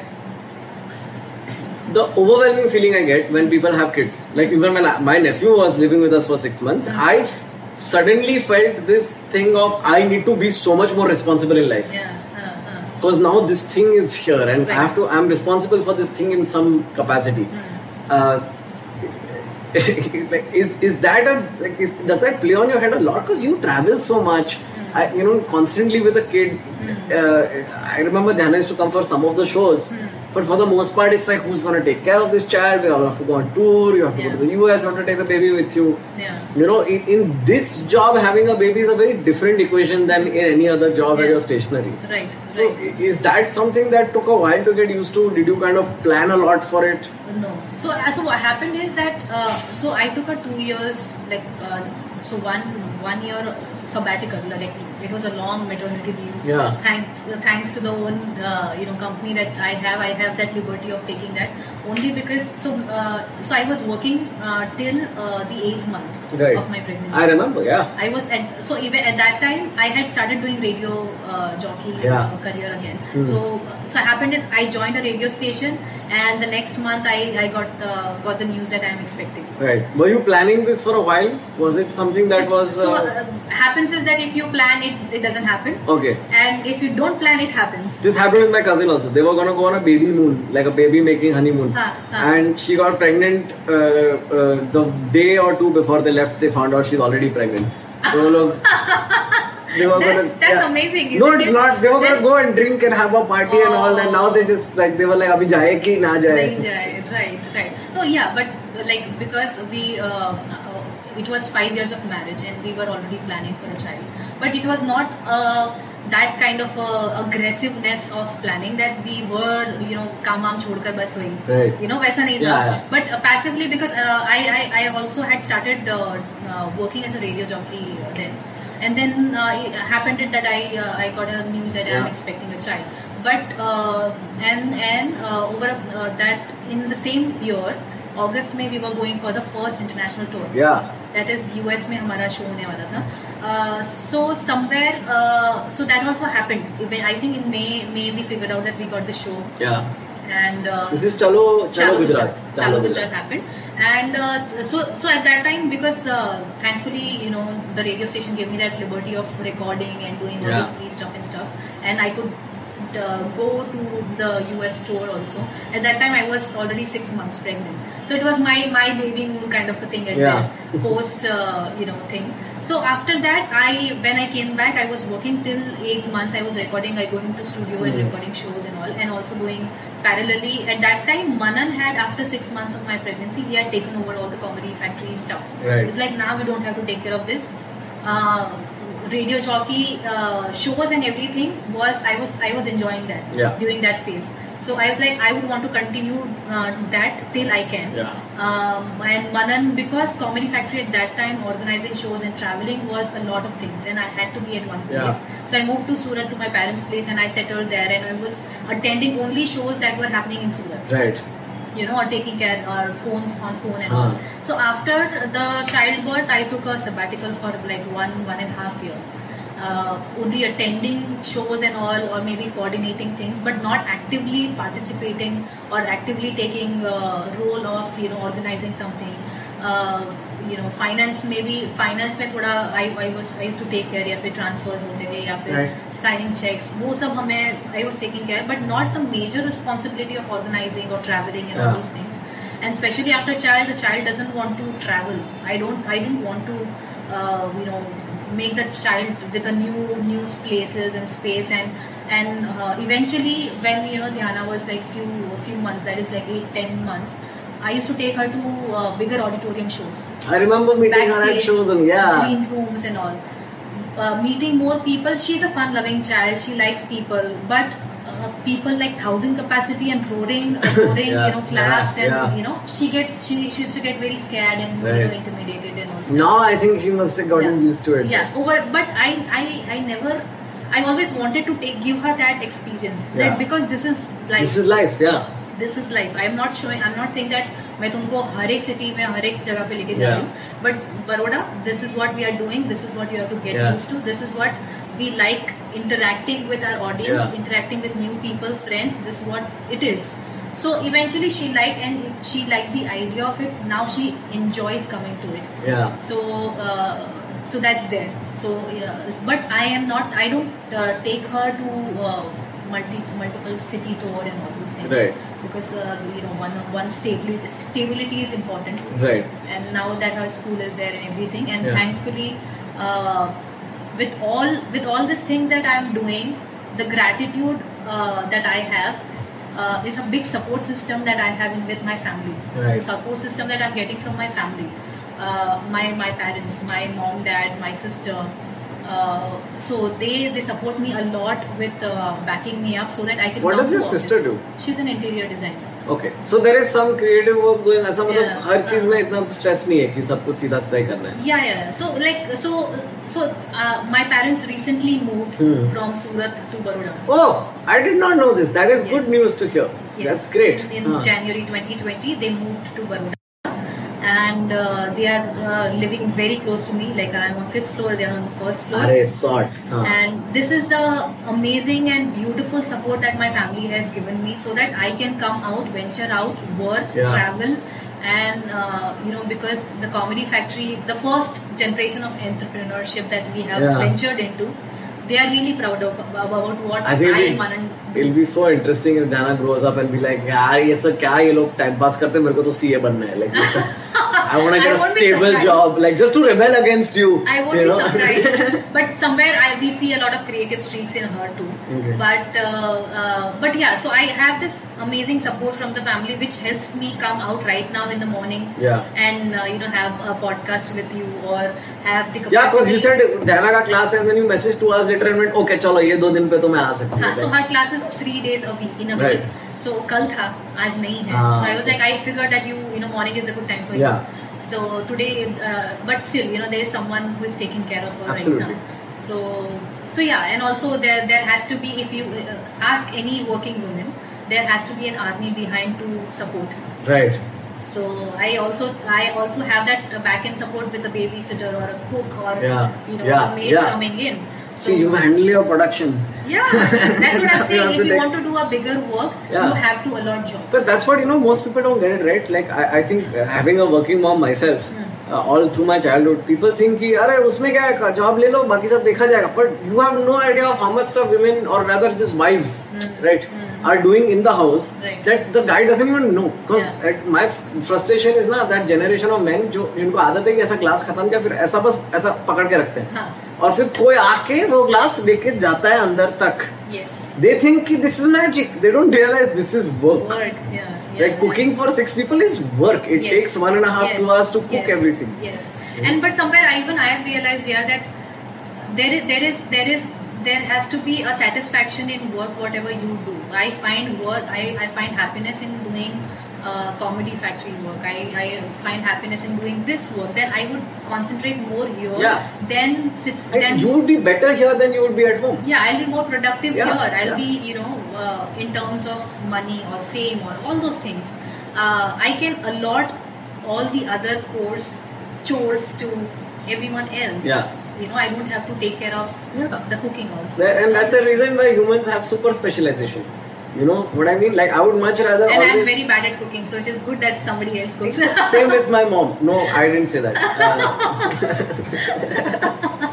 [SPEAKER 1] the overwhelming feeling I get when people have kids, like even when I, my nephew was living with us for six months,
[SPEAKER 2] Mhm.
[SPEAKER 1] I f- suddenly felt this thing of I need to be so much more responsible in life.
[SPEAKER 2] Yeah. Uh, uh.
[SPEAKER 1] Because now this thing is here, and I
[SPEAKER 2] Right.
[SPEAKER 1] have to. I'm responsible for this thing in some capacity.
[SPEAKER 2] Mm.
[SPEAKER 1] Uh, [laughs] is is that a, like, is, does that play on your head a lot? Because you travel so much,
[SPEAKER 2] Hmm.
[SPEAKER 1] I, you know, constantly with a kid. Uh, I remember Dhyana used to come for some of the shows,
[SPEAKER 2] Mm.
[SPEAKER 1] but for the most part, it's like who's going to take care of this child? We all have to go on tour. You have to
[SPEAKER 2] Yeah.
[SPEAKER 1] go to the US. You have to take the baby with you.
[SPEAKER 2] हाँ, Yeah.
[SPEAKER 1] You know, in, in this job, having a baby is a very different equation than in any other job where
[SPEAKER 2] Yeah.
[SPEAKER 1] you're stationary.
[SPEAKER 2] Right.
[SPEAKER 1] So,
[SPEAKER 2] right.
[SPEAKER 1] i- is that something that took a while to get used to? Did you kind of plan a lot for it?
[SPEAKER 2] No. So, uh, so what happened is that uh, so I took a two years like uh, so one one year sabbatical like it was a long maternity leave.
[SPEAKER 1] Yeah.
[SPEAKER 2] Thanks uh, thanks to the own uh, you know company that I have I have that liberty of taking that only because so uh, so I was working uh, till uh, the eighth month
[SPEAKER 1] Right.
[SPEAKER 2] of my pregnancy.
[SPEAKER 1] I remember, yeah.
[SPEAKER 2] I was at so even at that time I had started doing radio uh, jockey
[SPEAKER 1] Yeah.
[SPEAKER 2] uh, career again.
[SPEAKER 1] Hmm.
[SPEAKER 2] So so happened is I joined a radio station and the next month I, I got uh, got the news that I'm expecting.
[SPEAKER 1] Right. Were you planning this for a while? Was it something that was
[SPEAKER 2] so
[SPEAKER 1] uh,
[SPEAKER 2] uh, happens is that if you plan it it doesn't happen
[SPEAKER 1] okay?
[SPEAKER 2] and if you don't plan it happens.
[SPEAKER 1] This happened with my cousin also. They were gonna go on a baby moon, like a baby making honeymoon,
[SPEAKER 2] Huh, huh.
[SPEAKER 1] and she got pregnant uh, uh, the day or two before they left. They found out she's already pregnant. So look,
[SPEAKER 2] [laughs]
[SPEAKER 1] they were
[SPEAKER 2] That's-
[SPEAKER 1] gonna.
[SPEAKER 2] that's amazing,
[SPEAKER 1] No,
[SPEAKER 2] isn't
[SPEAKER 1] it's
[SPEAKER 2] it?
[SPEAKER 1] not. They were gonna
[SPEAKER 2] Then-
[SPEAKER 1] go and drink and have a party and all, and now they just like they were like, "Abhi jaye ki na jaye."
[SPEAKER 2] Nahi jaye, right, right. No, yeah, but like because we, uh, uh, it was five years of marriage and we were already planning for a child. But it was not uh, that kind of uh, aggressiveness of planning that we were, you know, काम वाम छोड़कर बस वही.
[SPEAKER 1] Right.
[SPEAKER 2] You know, वैसा नहीं था.
[SPEAKER 1] Yeah, yeah.
[SPEAKER 2] But uh, passively because uh, I, I I also had started uh, uh, working as a radio jockey uh, then. And then uh, it happened it that I uh, I got a news that I'm
[SPEAKER 1] Yeah.
[SPEAKER 2] expecting a child but uh, and and uh, over uh, that in the same year august में we were going for the first international tour
[SPEAKER 1] Yeah.
[SPEAKER 2] that is us में हमारा show होने वाला था uh, so somewhere uh, so that also happened i think in may may we figured out that we got the show
[SPEAKER 1] Yeah.
[SPEAKER 2] and uh,
[SPEAKER 1] This is Chalo Chalo Gujarat.
[SPEAKER 2] Chalo Gujarat happened, and uh, so so at that time because uh, thankfully you know the radio station gave me that liberty of recording and doing all
[SPEAKER 1] Yeah.
[SPEAKER 2] this free stuff and stuff, and I could uh, go to the US tour also. At that time I was already six months pregnant, so it was my my baby moon kind of a thing at
[SPEAKER 1] Yeah.
[SPEAKER 2] that post uh, you know thing. So after that I when I came back I was working till eight months. I was recording, I going to studio and
[SPEAKER 1] Mm.
[SPEAKER 2] recording shows and all, and also doing parallelly. At that time, Manan had, after six months of my pregnancy, he had taken over all the comedy factory stuff.
[SPEAKER 1] Right.
[SPEAKER 2] It's like now we don't have to take care of this. Uh, radio jockey uh, shows and everything was I was I was enjoying that
[SPEAKER 1] Yeah.
[SPEAKER 2] during that phase. So I was like I would want to continue uh, that till I can.
[SPEAKER 1] Yeah.
[SPEAKER 2] Um, and Manan, because Comedy Factory at that time organizing shows and traveling was a lot of things, and I had to be at one place.
[SPEAKER 1] Yeah.
[SPEAKER 2] So I moved to Surat to my parents' place, and I settled there, and I was attending only shows that were happening in Surat,
[SPEAKER 1] Right.
[SPEAKER 2] you know, or taking care or phones on phone and
[SPEAKER 1] Huh.
[SPEAKER 2] all. So after the childbirth, I took a sabbatical for like one one and a half year. Uh, only attending shows and all, or maybe coordinating things, but not actively participating or actively taking uh, role of you know organizing something. Uh, you know finance maybe finance में थोड़ा I I was I used to take care या फिर transfers होते थे या फिर
[SPEAKER 1] Right.
[SPEAKER 2] signing checks वो सब हमें I was taking care but not the major responsibility of organizing or traveling and all
[SPEAKER 1] Yeah.
[SPEAKER 2] those things and especially after child the child doesn't want to travel i don't i didn't want to uh, you know make the child with a new new places and space and and uh, eventually when you know Diana was like few few months that is like 8 10 months i used to take her to uh, bigger auditorium shows
[SPEAKER 1] I remember meeting her at
[SPEAKER 2] backstage
[SPEAKER 1] shows and yeah.
[SPEAKER 2] green rooms and all uh, meeting more people she's a fun loving child she likes people but uh, people like thousand capacity and
[SPEAKER 1] [laughs]
[SPEAKER 2] roaring roaring
[SPEAKER 1] Yeah,
[SPEAKER 2] you know claps
[SPEAKER 1] yeah,
[SPEAKER 2] and
[SPEAKER 1] yeah.
[SPEAKER 2] you know she gets she, she used to get very scared and you
[SPEAKER 1] Right.
[SPEAKER 2] know intimidated and all stuff.
[SPEAKER 1] Now I think she must have gotten
[SPEAKER 2] Yeah.
[SPEAKER 1] used to it.
[SPEAKER 2] yeah over but i i i never i always wanted to take give her that experience
[SPEAKER 1] Yeah.
[SPEAKER 2] that because this is like
[SPEAKER 1] This is life, yeah.
[SPEAKER 2] this is life i'm not showing i'm not saying that मैं तुमको हर एक city में हर एक जगह पे लेके जा रही हूँ but Baroda this is what we are doing this is what you have to get
[SPEAKER 1] Yeah.
[SPEAKER 2] Use to this is what we like interacting with our audience
[SPEAKER 1] Yeah.
[SPEAKER 2] interacting with new people, friends. This is what it is. So eventually she liked and she liked the idea of it. Now she enjoys coming to it.
[SPEAKER 1] Yeah.
[SPEAKER 2] So uh, so that's there. So yeah, but I am not. I don't uh, take her to uh, multi multiple city tour and all those things
[SPEAKER 1] Right.
[SPEAKER 2] because uh, you know one one stability stability is important
[SPEAKER 1] Right.
[SPEAKER 2] and now that her school is there and everything and
[SPEAKER 1] Yeah.
[SPEAKER 2] thankfully uh, with all with all these things that i am doing the gratitude uh, that i have uh, is a big support system that i have in, with my family
[SPEAKER 1] Right.
[SPEAKER 2] support system that i'm getting from my family uh, my my parents my mom dad my sister uh, so they they support me a lot with uh, backing me up so that i can
[SPEAKER 1] What
[SPEAKER 2] come
[SPEAKER 1] does your
[SPEAKER 2] to office.
[SPEAKER 1] sister do?
[SPEAKER 2] she's an interior designer
[SPEAKER 1] okay so there is some creative work going ऐसा मतलब
[SPEAKER 2] Yeah.
[SPEAKER 1] हर चीज में इतना stress नहीं है कि सब कुछ सीधा सीधा ही करना है
[SPEAKER 2] Yeah, yeah. So like so so uh, my parents recently moved
[SPEAKER 1] Hmm.
[SPEAKER 2] from Surat to Baroda.
[SPEAKER 1] Oh I did not know this that is good
[SPEAKER 2] Yes.
[SPEAKER 1] News to hear that's great
[SPEAKER 2] In, in January 2020, they moved to Baroda, and uh, they are uh, living very close to me. Like I'm on fifth floor, they are on the first floor.
[SPEAKER 1] अरे हाँ। Sort हां
[SPEAKER 2] And this is the amazing and beautiful support that my family has given me so that I can come out, venture out, work,
[SPEAKER 1] Yeah.
[SPEAKER 2] travel. And uh, you know, because the Comedy Factory, the first generation of entrepreneurship that we have
[SPEAKER 1] Yeah.
[SPEAKER 2] ventured into, they are really proud of about what
[SPEAKER 1] I
[SPEAKER 2] I,
[SPEAKER 1] think
[SPEAKER 2] and
[SPEAKER 1] we-
[SPEAKER 2] Manan
[SPEAKER 1] It'll be so interesting if Dana grows up and be like, यार ये सब क्या ये लोग time pass करते हैं मेरे को तो सीए बनना
[SPEAKER 2] [laughs]
[SPEAKER 1] है like this. I want to
[SPEAKER 2] I
[SPEAKER 1] get a
[SPEAKER 2] won't be
[SPEAKER 1] stable
[SPEAKER 2] surprised.
[SPEAKER 1] job like just to rebel against you.
[SPEAKER 2] I won't
[SPEAKER 1] you
[SPEAKER 2] be
[SPEAKER 1] know?
[SPEAKER 2] surprised. but somewhere I we see a lot of creative streaks in her too.
[SPEAKER 1] Okay.
[SPEAKER 2] But uh, uh, but yeah, so I have this amazing support from the family, which helps me come out right now in the morning
[SPEAKER 1] yeah.
[SPEAKER 2] and uh, you know have a podcast with you or have the
[SPEAKER 1] [laughs] Yeah, because you
[SPEAKER 2] capacity-
[SPEAKER 1] said Dana का class and then you messaged two hours later and went, okay चलो ये दो दिन पे तो मैं आ सकती
[SPEAKER 2] हाँ, so
[SPEAKER 1] हूँ.
[SPEAKER 2] her class is three days a week in a
[SPEAKER 1] Right.
[SPEAKER 2] week. So कल था आज नहीं है.
[SPEAKER 1] Ah,
[SPEAKER 2] so I was
[SPEAKER 1] okay.
[SPEAKER 2] like I figured that you you know morning is a good time for
[SPEAKER 1] Yeah.
[SPEAKER 2] you. So today, uh, but still you know there is someone who is taking care of her
[SPEAKER 1] Absolutely.
[SPEAKER 2] right now. So so yeah, and also there there has to be if you uh, ask any working woman, there has to be an army behind to support.
[SPEAKER 1] Right.
[SPEAKER 2] So I also I also have that uh, back end support with a babysitter or a cook or
[SPEAKER 1] Yeah.
[SPEAKER 2] you know
[SPEAKER 1] Yeah.
[SPEAKER 2] a maid
[SPEAKER 1] Yeah.
[SPEAKER 2] coming in. So,
[SPEAKER 1] See, you handle your production.
[SPEAKER 2] yeah, that's what
[SPEAKER 1] [laughs]
[SPEAKER 2] I'm
[SPEAKER 1] You have
[SPEAKER 2] saying.
[SPEAKER 1] to
[SPEAKER 2] If you
[SPEAKER 1] take-
[SPEAKER 2] want to do a bigger work,
[SPEAKER 1] Yeah.
[SPEAKER 2] you have to allot jobs.
[SPEAKER 1] But that's what you know. Most people don't get it right. Like I, I think uh, having a working mom myself,
[SPEAKER 2] Hmm.
[SPEAKER 1] uh, all through my childhood, people think कि अरे उसमें क्या है job ले लो बाकी सब देखा जाएगा. But you have no idea of how much stuff women or rather just wives, right, are doing in the house
[SPEAKER 2] Hmm. Right.
[SPEAKER 1] that the guy doesn't even know. Because
[SPEAKER 2] Yeah.
[SPEAKER 1] my frustration is ना that generation of men जो जिनको आदत है कि ऐसा class खत्म किया फिर ऐसा बस ऐसा पकड़ के रखते हैं.
[SPEAKER 2] हाँ.
[SPEAKER 1] और फिर कोई आके वो ग्लास लेके जाता है अंदर तक.
[SPEAKER 2] yes,
[SPEAKER 1] They think कि this is magic. They don't realize this is work.
[SPEAKER 2] work. Yeah, yeah.
[SPEAKER 1] Like cooking for six people is work. It
[SPEAKER 2] Yes.
[SPEAKER 1] takes one and a half,
[SPEAKER 2] Yes.
[SPEAKER 1] two hours to cook
[SPEAKER 2] Yes.
[SPEAKER 1] everything.
[SPEAKER 2] Yes, and but somewhere I even I have realized yeah that there is there is there is there has to be a satisfaction in work whatever you do. I find work I, I find happiness in doing uh, comedy factory work. I, I find happiness in doing this work. Then I would concentrate more here.
[SPEAKER 1] Yeah.
[SPEAKER 2] Then sit.
[SPEAKER 1] And
[SPEAKER 2] then
[SPEAKER 1] you would be better here than you would be at home.
[SPEAKER 2] yeah i'll be more productive
[SPEAKER 1] Yeah,
[SPEAKER 2] here i'll
[SPEAKER 1] yeah.
[SPEAKER 2] be you know uh, in terms of money or fame or all those things uh, i can allot all the other course chores to everyone else
[SPEAKER 1] Yeah.
[SPEAKER 2] you know i don't have to take care of
[SPEAKER 1] Yeah.
[SPEAKER 2] the cooking also
[SPEAKER 1] Tha- And that's the reason why humans have super specialization. You know what I mean? Like I would much rather
[SPEAKER 2] and i'm
[SPEAKER 1] always. [laughs]
[SPEAKER 2] very bad at cooking so it is good that somebody else cooks
[SPEAKER 1] Same with my mom. No, I didn't say that. [laughs] Uh,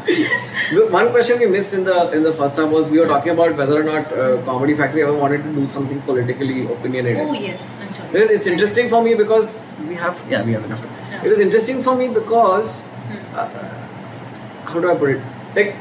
[SPEAKER 1] the one question we missed in the in the first time was we were talking about whether or not uh, Comedy Factory ever wanted to do something politically opinionated.
[SPEAKER 2] [laughs] oh yes i'm
[SPEAKER 1] It
[SPEAKER 2] sorry
[SPEAKER 1] is, it's interesting for me because we have yeah we have enough time.
[SPEAKER 2] Yeah.
[SPEAKER 1] It is interesting for me because
[SPEAKER 2] Hmm.
[SPEAKER 1] uh, how do I put it? Like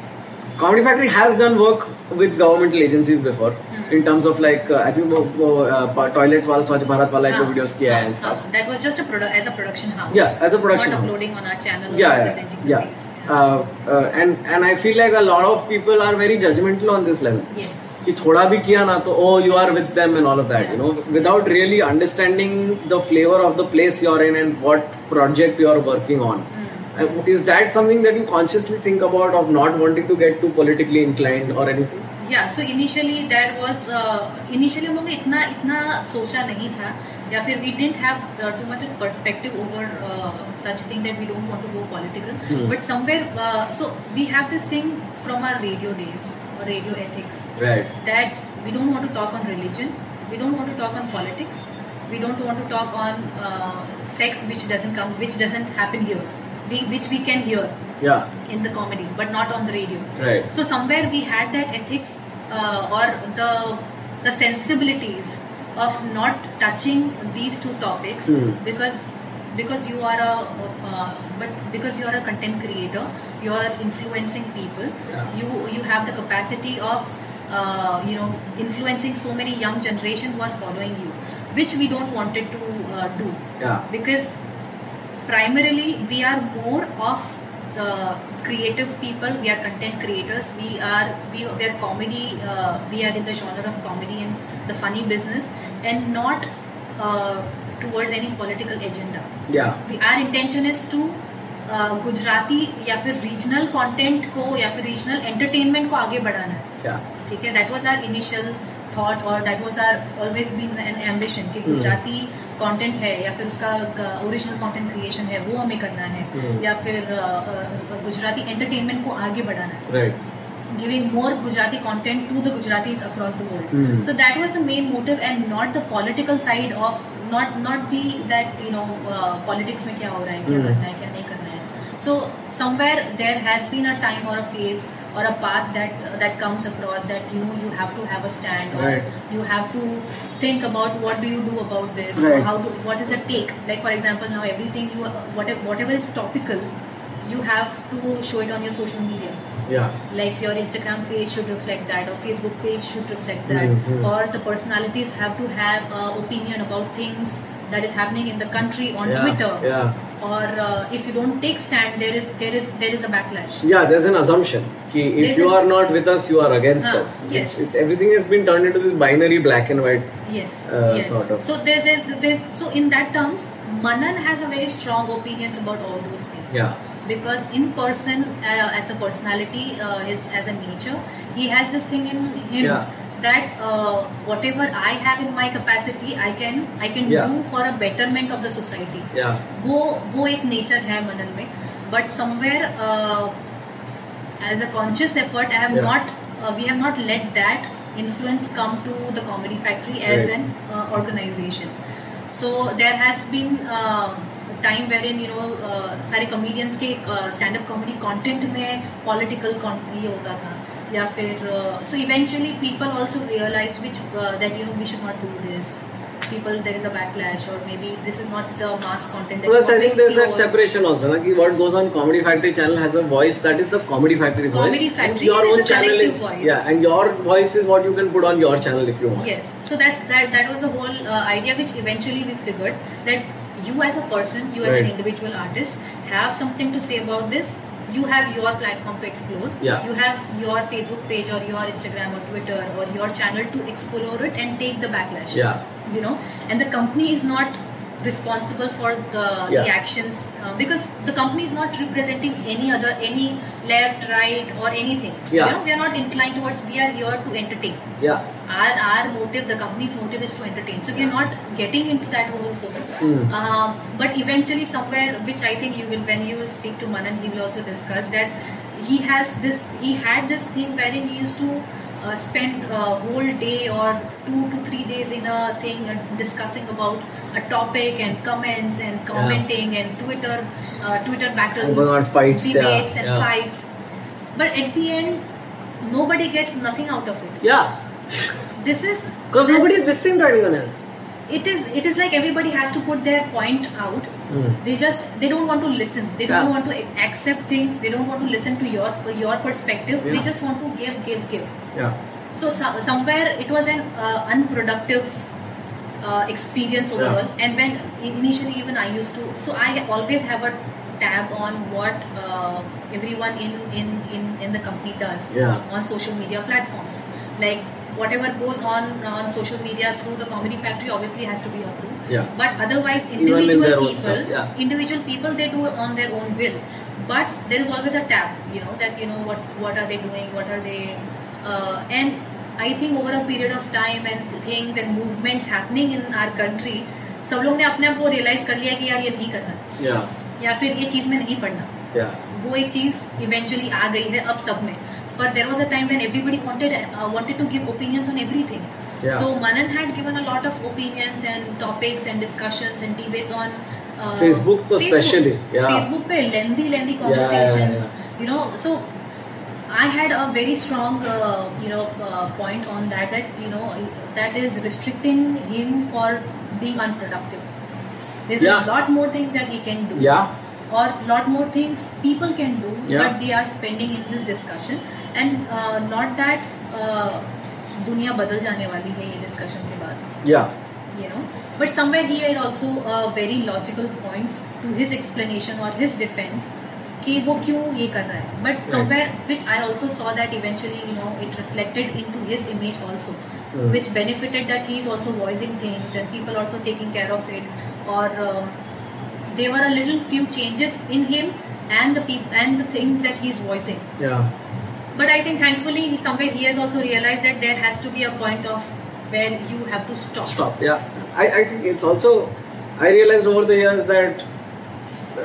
[SPEAKER 1] Comedy Factory has done work with governmental agencies before
[SPEAKER 2] Hmm.
[SPEAKER 1] in terms of like uh, I think वो, वो, uh, toilet वाला Swachh Bharat वाला एक
[SPEAKER 2] हाँ,
[SPEAKER 1] videos किया है and
[SPEAKER 2] हाँ,
[SPEAKER 1] stuff.
[SPEAKER 2] that was just a produ- as a production house
[SPEAKER 1] Yeah, as a production
[SPEAKER 2] not
[SPEAKER 1] house.
[SPEAKER 2] uploading on our channel or
[SPEAKER 1] Yeah, yeah,
[SPEAKER 2] presenting
[SPEAKER 1] yeah.
[SPEAKER 2] videos.
[SPEAKER 1] Uh, uh, and and I feel like a lot of people are very judgmental on this level.
[SPEAKER 2] yes
[SPEAKER 1] कि थोड़ा भी किया ना तो oh you are with them and all of that you know without really understanding the flavour of the place you are in and what project you are working on
[SPEAKER 2] Hmm.
[SPEAKER 1] Is that something that you consciously think about of not wanting to get too politically inclined और anything
[SPEAKER 2] uh, या so initially that was initially हम लोग ने इतना इतना सोचा नहीं था या फिर we didn't have too much perspective over such thing that we don't want to go political
[SPEAKER 1] Hmm.
[SPEAKER 2] But somewhere so we have this thing from our radio days और radio ethics
[SPEAKER 1] Right.
[SPEAKER 2] that we don't want to talk on religion, we don't want to talk on politics, we don't want to talk on uh, sex, which doesn't come, which doesn't happen here, we, which we can hear
[SPEAKER 1] Yeah.
[SPEAKER 2] in the comedy, but not on the radio.
[SPEAKER 1] Right.
[SPEAKER 2] So somewhere we had that ethics uh, or the the sensibilities of not touching these two topics
[SPEAKER 1] Hmm.
[SPEAKER 2] because because you are a uh, but because you are a content creator, you are influencing people.
[SPEAKER 1] Yeah.
[SPEAKER 2] You you have the capacity of uh, you know influencing so many young generation who are following you, which we don't wanted to uh, do
[SPEAKER 1] Yeah.
[SPEAKER 2] because primarily we are more of the creative people we are content creators we are we, we are comedy uh, we are in the genre of comedy and the funny business and not uh, towards any political agenda
[SPEAKER 1] Yeah.
[SPEAKER 2] we, our intention is to uh, Gujarati या फिर regional content को या फिर regional entertainment को आगे बढ़ाना है
[SPEAKER 1] Yeah.
[SPEAKER 2] ठीक है that was our initial thought और that was our always been an ambition कि गुजराती कंटेंट है या फिर उसका ओरिजिनल कंटेंट क्रिएशन है वो हमें करना है
[SPEAKER 1] Hmm.
[SPEAKER 2] या फिर अ, अ, गुजराती एंटरटेनमेंट को आगे बढ़ाना है
[SPEAKER 1] Right.
[SPEAKER 2] giving more Gujarati content to the Gujaratis across the world.
[SPEAKER 1] Hmm.
[SPEAKER 2] So that was the main motive, and not the political side of not not the that you know uh, politics में क्या हो रहा है क्या
[SPEAKER 1] Hmm.
[SPEAKER 2] करना है क्या नहीं करना है. So somewhere there has been a time or a phase or a path that uh, that comes across that you know you have to have a stand or
[SPEAKER 1] Right.
[SPEAKER 2] you have to think about what do you do about this or
[SPEAKER 1] Right.
[SPEAKER 2] how do, what is the take like for example now everything you whatever whatever is topical you have to show it on your social media
[SPEAKER 1] Yeah.
[SPEAKER 2] like your instagram page should reflect that or facebook page should reflect that
[SPEAKER 1] Mhm.
[SPEAKER 2] or the personalities have to have uh, opinion about things that is happening in the country on
[SPEAKER 1] yeah.
[SPEAKER 2] twitter
[SPEAKER 1] Yeah.
[SPEAKER 2] or uh, if you don't take stand there is there is there is a backlash
[SPEAKER 1] Yeah. There's an assumption. Ki if
[SPEAKER 2] There's
[SPEAKER 1] you
[SPEAKER 2] an-
[SPEAKER 1] are not with us, you are against
[SPEAKER 2] Ah,
[SPEAKER 1] us.
[SPEAKER 2] yes.
[SPEAKER 1] It's, it's everything has been turned into this binary black and white.
[SPEAKER 2] yes
[SPEAKER 1] Uh,
[SPEAKER 2] yes
[SPEAKER 1] sort of.
[SPEAKER 2] so there's, there's there's so in that terms manan has a very strong opinions about all those things
[SPEAKER 1] Yeah.
[SPEAKER 2] because in person uh, as a personality uh, his as a nature he has this thing in him
[SPEAKER 1] Yeah.
[SPEAKER 2] that uh, whatever i have in my capacity i can i can
[SPEAKER 1] Yeah.
[SPEAKER 2] do for a betterment of the society
[SPEAKER 1] Yeah.
[SPEAKER 2] वो वो एक nature है मनन में uh, but somewhere as a conscious effort I have
[SPEAKER 1] Yeah.
[SPEAKER 2] Not we have not let that influence come to the comedy factory as
[SPEAKER 1] Right.
[SPEAKER 2] An organisation so there has been uh, time where in you know uh, सारे comedians के uh, stand up comedy content में political ये होता था या फिर uh, so eventually people also realise which that you know we should not do this people there is a backlash or maybe this is not the mass content that
[SPEAKER 1] Plus, I think
[SPEAKER 2] makes
[SPEAKER 1] there's
[SPEAKER 2] the
[SPEAKER 1] that
[SPEAKER 2] whole-
[SPEAKER 1] separation also. Like what goes on Comedy Factory channel has a voice that is the Comedy Factory's
[SPEAKER 2] Comedy
[SPEAKER 1] voice.
[SPEAKER 2] Factory
[SPEAKER 1] and your
[SPEAKER 2] is
[SPEAKER 1] own
[SPEAKER 2] a
[SPEAKER 1] channel
[SPEAKER 2] collective
[SPEAKER 1] is
[SPEAKER 2] voice.
[SPEAKER 1] yeah, and your voice is what you can put on your channel if you want.
[SPEAKER 2] Yes. So that's that. That was the whole uh, idea, which eventually we figured that you as a person, you as an
[SPEAKER 1] Right.
[SPEAKER 2] individual artist, have something to say about this. You have your platform to explore.
[SPEAKER 1] Yeah.
[SPEAKER 2] You have your Facebook page or your Instagram or Twitter or your channel to explore it and take the backlash.
[SPEAKER 1] Yeah.
[SPEAKER 2] You know, and the company is not responsible for the, the
[SPEAKER 1] Yeah.
[SPEAKER 2] actions uh, because the company is not representing any other any left right or anything
[SPEAKER 1] Yeah.
[SPEAKER 2] you know we are not inclined towards we are here to entertain
[SPEAKER 1] Yeah.
[SPEAKER 2] our our motive the company's motive is to entertain so we're not getting into that whole so much
[SPEAKER 1] Hmm.
[SPEAKER 2] um, but eventually somewhere which i think you will when you will speak to manan he will also discuss that he has this he had this thing wherein he used to uh, spend a whole day or two to three days in a thing uh, discussing about a topic and comments and commenting and twitter uh, twitter battles
[SPEAKER 1] Going on fights, yeah,
[SPEAKER 2] debates and
[SPEAKER 1] yeah.
[SPEAKER 2] fights but at the end nobody gets nothing out of it
[SPEAKER 1] Yeah.
[SPEAKER 2] this is
[SPEAKER 1] Because nobody is listening to anyone else.
[SPEAKER 2] it is it is like everybody has to put their point out they just they don't want to listen they don't
[SPEAKER 1] Yeah.
[SPEAKER 2] want to a- accept things they don't want to listen to your your perspective they
[SPEAKER 1] Yeah.
[SPEAKER 2] just want to give give give
[SPEAKER 1] Yeah.
[SPEAKER 2] so, so somewhere it was an uh, unproductive uh, experience
[SPEAKER 1] Yeah.
[SPEAKER 2] overall and when initially even i used to so i always have a tab on what uh, everyone in, in in in the company does
[SPEAKER 1] Yeah.
[SPEAKER 2] on social media platforms like whatever goes on on social media through the comedy factory obviously has to be approved
[SPEAKER 1] Yeah.
[SPEAKER 2] but otherwise
[SPEAKER 1] in their
[SPEAKER 2] individual
[SPEAKER 1] own
[SPEAKER 2] people
[SPEAKER 1] stuff, yeah.
[SPEAKER 2] individual people they do it on their own will but there is always a tab you know that you know what what are they doing what are they uh, and i think over a period of time and things and movements happening in our country सब लोग ने अपने आप वो realise कर लिया कि यार ये नहीं करना
[SPEAKER 1] या
[SPEAKER 2] या फिर ये चीज में नहीं पढ़ना
[SPEAKER 1] या
[SPEAKER 2] वो एक चीज इवेंचुअली आ गई है अब सब में पर there was a time when everybody wanted wanted to give opinions on everything
[SPEAKER 1] Yeah.
[SPEAKER 2] So Manan had given a lot of opinions and topics and discussions and debates on
[SPEAKER 1] Facebook तो specially, yeah.
[SPEAKER 2] फेसबुक uh, पे lengthy lengthy
[SPEAKER 1] yeah, yeah,
[SPEAKER 2] conversations you know so i had a very strong uh, you know uh, point on that that you know that is restricting him for being unproductive there's
[SPEAKER 1] Yeah.
[SPEAKER 2] a lot more things that he can do
[SPEAKER 1] या
[SPEAKER 2] or lot more things people can do
[SPEAKER 1] Yeah.
[SPEAKER 2] but they are spending in this discussion and uh, not that uh, दुनिया बदल जाने वाली है ये discussion के बाद
[SPEAKER 1] या
[SPEAKER 2] you know but somewhere he had also uh, very logical points to his explanation or his defense कि वो क्यों ये कर रहा है but somewhere which I also saw that eventually you know it reflected into his image also
[SPEAKER 1] Hmm.
[SPEAKER 2] Which benefited that he is also voicing things and people also taking care of it और there were a little few changes in him and the and the things that he is voicing
[SPEAKER 1] या
[SPEAKER 2] But I think thankfully he somewhere he has also realized that there has to be a point of where you have to stop.
[SPEAKER 1] stop yeah I, I think it's also i realized over the years that uh,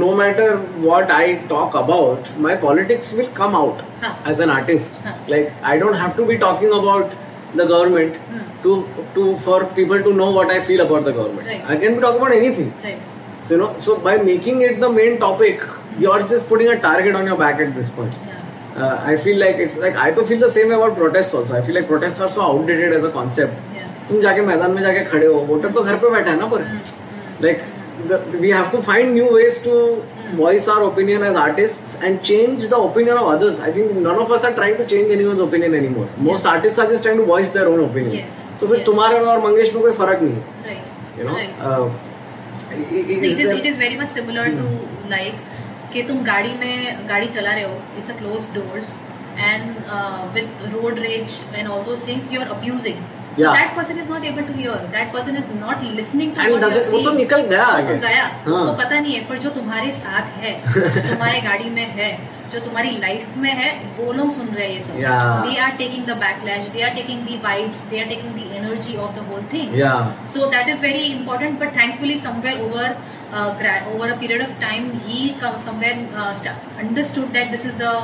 [SPEAKER 1] no matter what i talk about my politics will come out
[SPEAKER 2] Huh.
[SPEAKER 1] as an artist
[SPEAKER 2] Huh.
[SPEAKER 1] like i don't have to be talking about the government
[SPEAKER 2] Hmm.
[SPEAKER 1] to to for people to know what i feel about the government
[SPEAKER 2] Right.
[SPEAKER 1] i can be talking about anything
[SPEAKER 2] Right.
[SPEAKER 1] so you know so by making it the main topic you're just putting a target on your back at this point
[SPEAKER 2] Yeah.
[SPEAKER 1] uh, i feel like it's like i to feel the same way about protests also i feel like protests are so outdated as a concept
[SPEAKER 2] Yeah.
[SPEAKER 1] तुम जाके मैदान में जाके खड़े हो voter तो घर पे बैठा है ना पर
[SPEAKER 2] hmm.
[SPEAKER 1] Like we have to find new ways to voice our opinion as artist and change the opinion of others I think none of us are trying to change anyone's opinion anymore most artist are just trying to voice their own opinion
[SPEAKER 2] Yes,
[SPEAKER 1] तो फिर
[SPEAKER 2] yes.
[SPEAKER 1] तुम्हारे में और मंगेश में कोई फर्क नहीं Uh, है
[SPEAKER 2] Right.
[SPEAKER 1] You
[SPEAKER 2] Right.
[SPEAKER 1] Know
[SPEAKER 2] it is it is very much similar to
[SPEAKER 1] Hmm.
[SPEAKER 2] like कि तुम गाड़ी में गाड़ी चला रहे हो it's a close doors and with road rage and all those things you are abusing
[SPEAKER 1] Yeah.
[SPEAKER 2] That person is not able to hear that person is not listening to
[SPEAKER 1] and doesn't वो तो निकल गया
[SPEAKER 2] वो
[SPEAKER 1] आगे
[SPEAKER 2] तो गया
[SPEAKER 1] हाँ।
[SPEAKER 2] उसको पता नहीं है पर जो तुम्हारे साथ है
[SPEAKER 1] [laughs]
[SPEAKER 2] जो तुम्हारे गाड़ी में है जो तुम्हारी लाइफ में है वो लोग सुन रहे हैं ये
[SPEAKER 1] Yeah.
[SPEAKER 2] सब they are taking the backlash they are taking the vibes they are taking the energy of the whole thing
[SPEAKER 1] या
[SPEAKER 2] so that is very important but thankfully somewhere over uh, gra- over a period of time he come somewhere uh, st- understood that this is a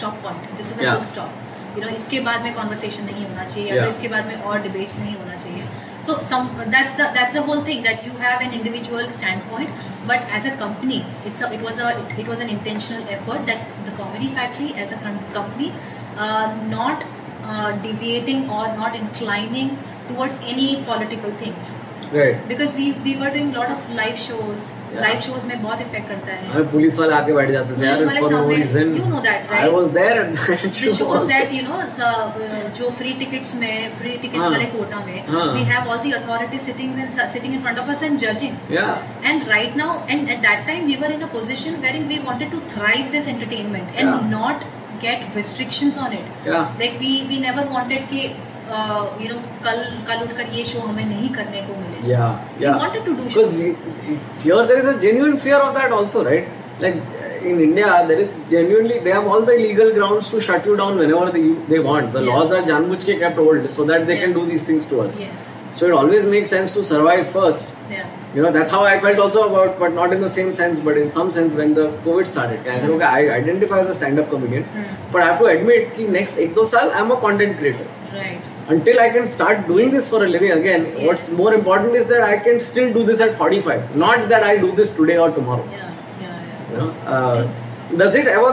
[SPEAKER 2] stop point this is a
[SPEAKER 1] Yeah.
[SPEAKER 2] full stop you know इसके बाद में conversation नहीं होना चाहिए
[SPEAKER 1] Yeah.
[SPEAKER 2] अगर इसके बाद में और debates नहीं होना चाहिए so some that's the that's the whole thing that you have an individual standpoint but as a company it's a, it was a it, it was an intentional effort that the comedy factory as a com- company uh, not uh, deviating or not inclining towards any political things
[SPEAKER 1] right
[SPEAKER 2] because we we were doing lot of live shows
[SPEAKER 1] Yeah.
[SPEAKER 2] live shows में बहुत effect करता है
[SPEAKER 1] हमें police वाले आके बैठ जाते थे
[SPEAKER 2] पुलिस
[SPEAKER 1] यार
[SPEAKER 2] वाले
[SPEAKER 1] फॉर नो
[SPEAKER 2] सामने-
[SPEAKER 1] reason
[SPEAKER 2] you know that,
[SPEAKER 1] I
[SPEAKER 2] right?
[SPEAKER 1] Was there at that [laughs]
[SPEAKER 2] This shows
[SPEAKER 1] show
[SPEAKER 2] that you know so, uh, जो फ्री टिकट्स में फ्री टिकट्स
[SPEAKER 1] हाँ.
[SPEAKER 2] वाले कोटा में
[SPEAKER 1] हाँ.
[SPEAKER 2] we have all the authority sitting and sitting in front of us and judging
[SPEAKER 1] या
[SPEAKER 2] and right now and at that time we were in a position wherein we wanted to thrive this entertainment and
[SPEAKER 1] Yeah.
[SPEAKER 2] not get restrictions on it
[SPEAKER 1] या
[SPEAKER 2] like we we never wanted uh, कि you know कल कल उठकर ये show हमें नहीं करने को मिले
[SPEAKER 1] Yeah,
[SPEAKER 2] we
[SPEAKER 1] yeah.
[SPEAKER 2] wanted to do
[SPEAKER 1] Because
[SPEAKER 2] shows
[SPEAKER 1] here there is a genuine fear of that also, right? Like uh, in India, there is genuinely they have all the legal grounds to shut you down whenever they, they want. The
[SPEAKER 2] Yeah.
[SPEAKER 1] laws are janbujke kept old so that they
[SPEAKER 2] Yeah.
[SPEAKER 1] can do these things to us.
[SPEAKER 2] yes
[SPEAKER 1] So it always makes sense to survive first.
[SPEAKER 2] yeah
[SPEAKER 1] You know, that's how I felt also about, but not in the same sense, but in some sense when the COVID started. I said,
[SPEAKER 2] Mm.
[SPEAKER 1] okay, I identify as a stand-up comedian,
[SPEAKER 2] Hmm.
[SPEAKER 1] but I have to admit that next ek do saal I'm a content creator
[SPEAKER 2] right
[SPEAKER 1] until I can start doing this for a living again,
[SPEAKER 2] Yes.
[SPEAKER 1] what's more important is that I can still do this at 45. Not that I do this today or tomorrow.
[SPEAKER 2] yeah yeah yeah
[SPEAKER 1] You know? uh, does it ever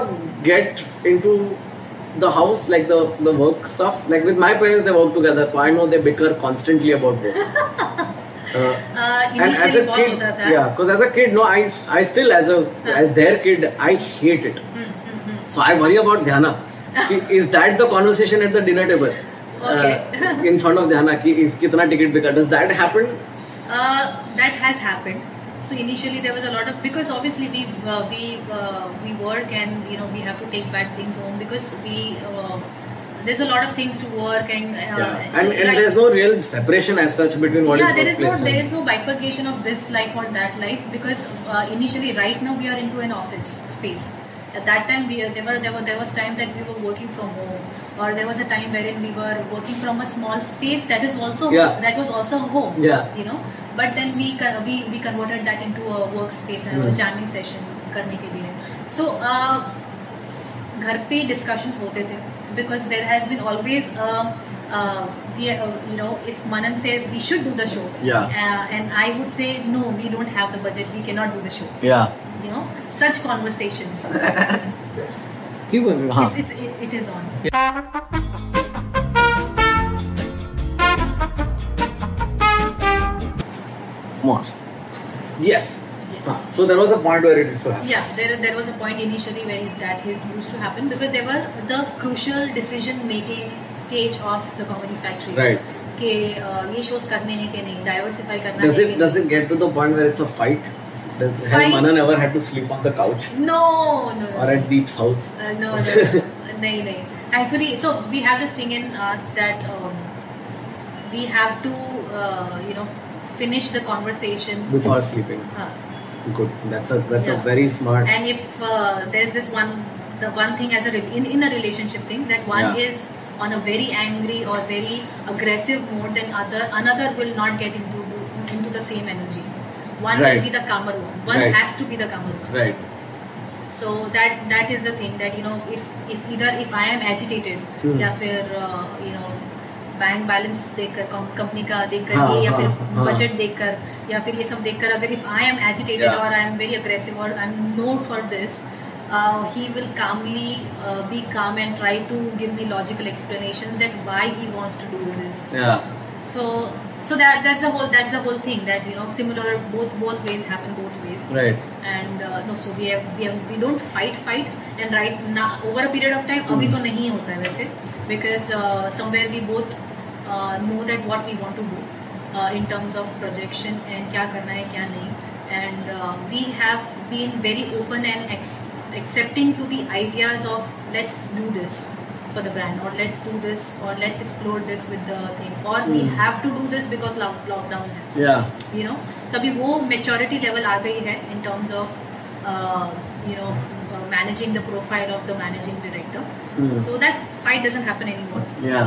[SPEAKER 1] get into the house, like the, the work stuff? Like with my parents, they work together, so I know they bicker constantly about work. Uh,
[SPEAKER 2] initially बहुत
[SPEAKER 1] kid,
[SPEAKER 2] होता था हाँ।
[SPEAKER 1] yeah, because as a kid, no, I, s- I still as a as their kid, I hate it.
[SPEAKER 2] Hmm,
[SPEAKER 1] So I worry about Dhyana.
[SPEAKER 2] [laughs]
[SPEAKER 1] कि is that the conversation at the dinner table?
[SPEAKER 2] Okay. [laughs]
[SPEAKER 1] Uh, in front of Dhyana, कि if कितना ticket बिका? Does that happen?
[SPEAKER 2] Uh, that has happened. So initially there was a lot of because obviously we uh, we uh, we work and you know we have to take back things home because we uh, there's a lot of things to work and uh,
[SPEAKER 1] yeah. And,
[SPEAKER 2] so
[SPEAKER 1] and
[SPEAKER 2] like-
[SPEAKER 1] there's no real separation as such between what is
[SPEAKER 2] yeah, there is no
[SPEAKER 1] workplace
[SPEAKER 2] there
[SPEAKER 1] and-
[SPEAKER 2] is no bifurcation of this life or that life because uh, initially right now we are into an office space At that time, we there were there were there was time that we were working from home, or there was a time wherein we were working from a small space that is also
[SPEAKER 1] Yeah.
[SPEAKER 2] that was also home.
[SPEAKER 1] Yeah.
[SPEAKER 2] You know, but then we co- we we converted that into a workspace and
[SPEAKER 1] Hmm.
[SPEAKER 2] a jamming session करने के लिए. So uh, s- घर पे discussions होते थे because there has been always uh, uh, we uh, you know if Manan says we should do the show
[SPEAKER 1] Yeah.
[SPEAKER 2] uh, and I would say no we don't have the budget we cannot do the show
[SPEAKER 1] Yeah.
[SPEAKER 2] you know such conversations
[SPEAKER 1] Uh-huh. Keep going. हाँ.
[SPEAKER 2] it's, it's, it, it is on
[SPEAKER 1] Mosque. Yes.
[SPEAKER 2] yes
[SPEAKER 1] So there was a point where it is to happen.
[SPEAKER 2] yeah there, there was a point initially where that is used to happen because there was the crucial decision making stage of the comedy factory
[SPEAKER 1] Right.
[SPEAKER 2] कि अ, ये shows करने हैं कि नहीं diversify करना
[SPEAKER 1] Does
[SPEAKER 2] है
[SPEAKER 1] it does it get to the point where it's a fight? Does, Has
[SPEAKER 2] Fight.
[SPEAKER 1] Manan ever had to sleep on the couch
[SPEAKER 2] no no
[SPEAKER 1] or at Deep's house?
[SPEAKER 2] Uh, no, no,
[SPEAKER 1] [laughs]
[SPEAKER 2] nahi, nahi. Thankfully, so we have this thing in us that um, we have to, uh, you know, finish the conversation.
[SPEAKER 1] Before sleeping.
[SPEAKER 2] Uh,
[SPEAKER 1] Good. That's a that's a
[SPEAKER 2] Yeah.
[SPEAKER 1] very smart.
[SPEAKER 2] and if uh, there's this one, the one thing as a re- in, in a relationship thing that one
[SPEAKER 1] Yeah.
[SPEAKER 2] is on a very angry or very aggressive mode, then other another will not get into into the same energy. One
[SPEAKER 1] Right.
[SPEAKER 2] will be the calmer one. One
[SPEAKER 1] Right.
[SPEAKER 2] has to be the calmer one.
[SPEAKER 1] Right.
[SPEAKER 2] so that that is the thing that you know if if either if i am agitated
[SPEAKER 1] Hmm.
[SPEAKER 2] या फिर uh, you know bank balance देखकर कम- company का देखकर
[SPEAKER 1] हाँ,
[SPEAKER 2] ये या
[SPEAKER 1] हाँ,
[SPEAKER 2] फिर
[SPEAKER 1] हाँ.
[SPEAKER 2] बजट देखकर या फिर ये सब देखकर अगर if I am agitated
[SPEAKER 1] Yeah.
[SPEAKER 2] और आई एम वेरी अग्रेसिव और I am known for this he will calmly be calm and try to give me logical explanation that why he wants to do this
[SPEAKER 1] Yeah.
[SPEAKER 2] So so that that's a whole that's a whole thing that you know similar both both ways happen both ways
[SPEAKER 1] Right.
[SPEAKER 2] and uh, no so we have, we have, we don't fight fight and right now over a period of time अभी तो नहीं होता है वैसे because uh, somewhere we both uh, know that what we want to do uh, in terms of projection and क्या करना है क्या नहीं and uh, we have been very open and ex- accepting to the ideas of let's do this for the brand or let's do this or let's explore this with the thing or we
[SPEAKER 1] Hmm.
[SPEAKER 2] have to do this because lock- lockdown है
[SPEAKER 1] Yeah.
[SPEAKER 2] You know so अभी वो maturity level आ गई है in terms of uh, you know managing the profile of the managing director
[SPEAKER 1] Hmm.
[SPEAKER 2] So that fight doesn't happen any more
[SPEAKER 1] Yeah.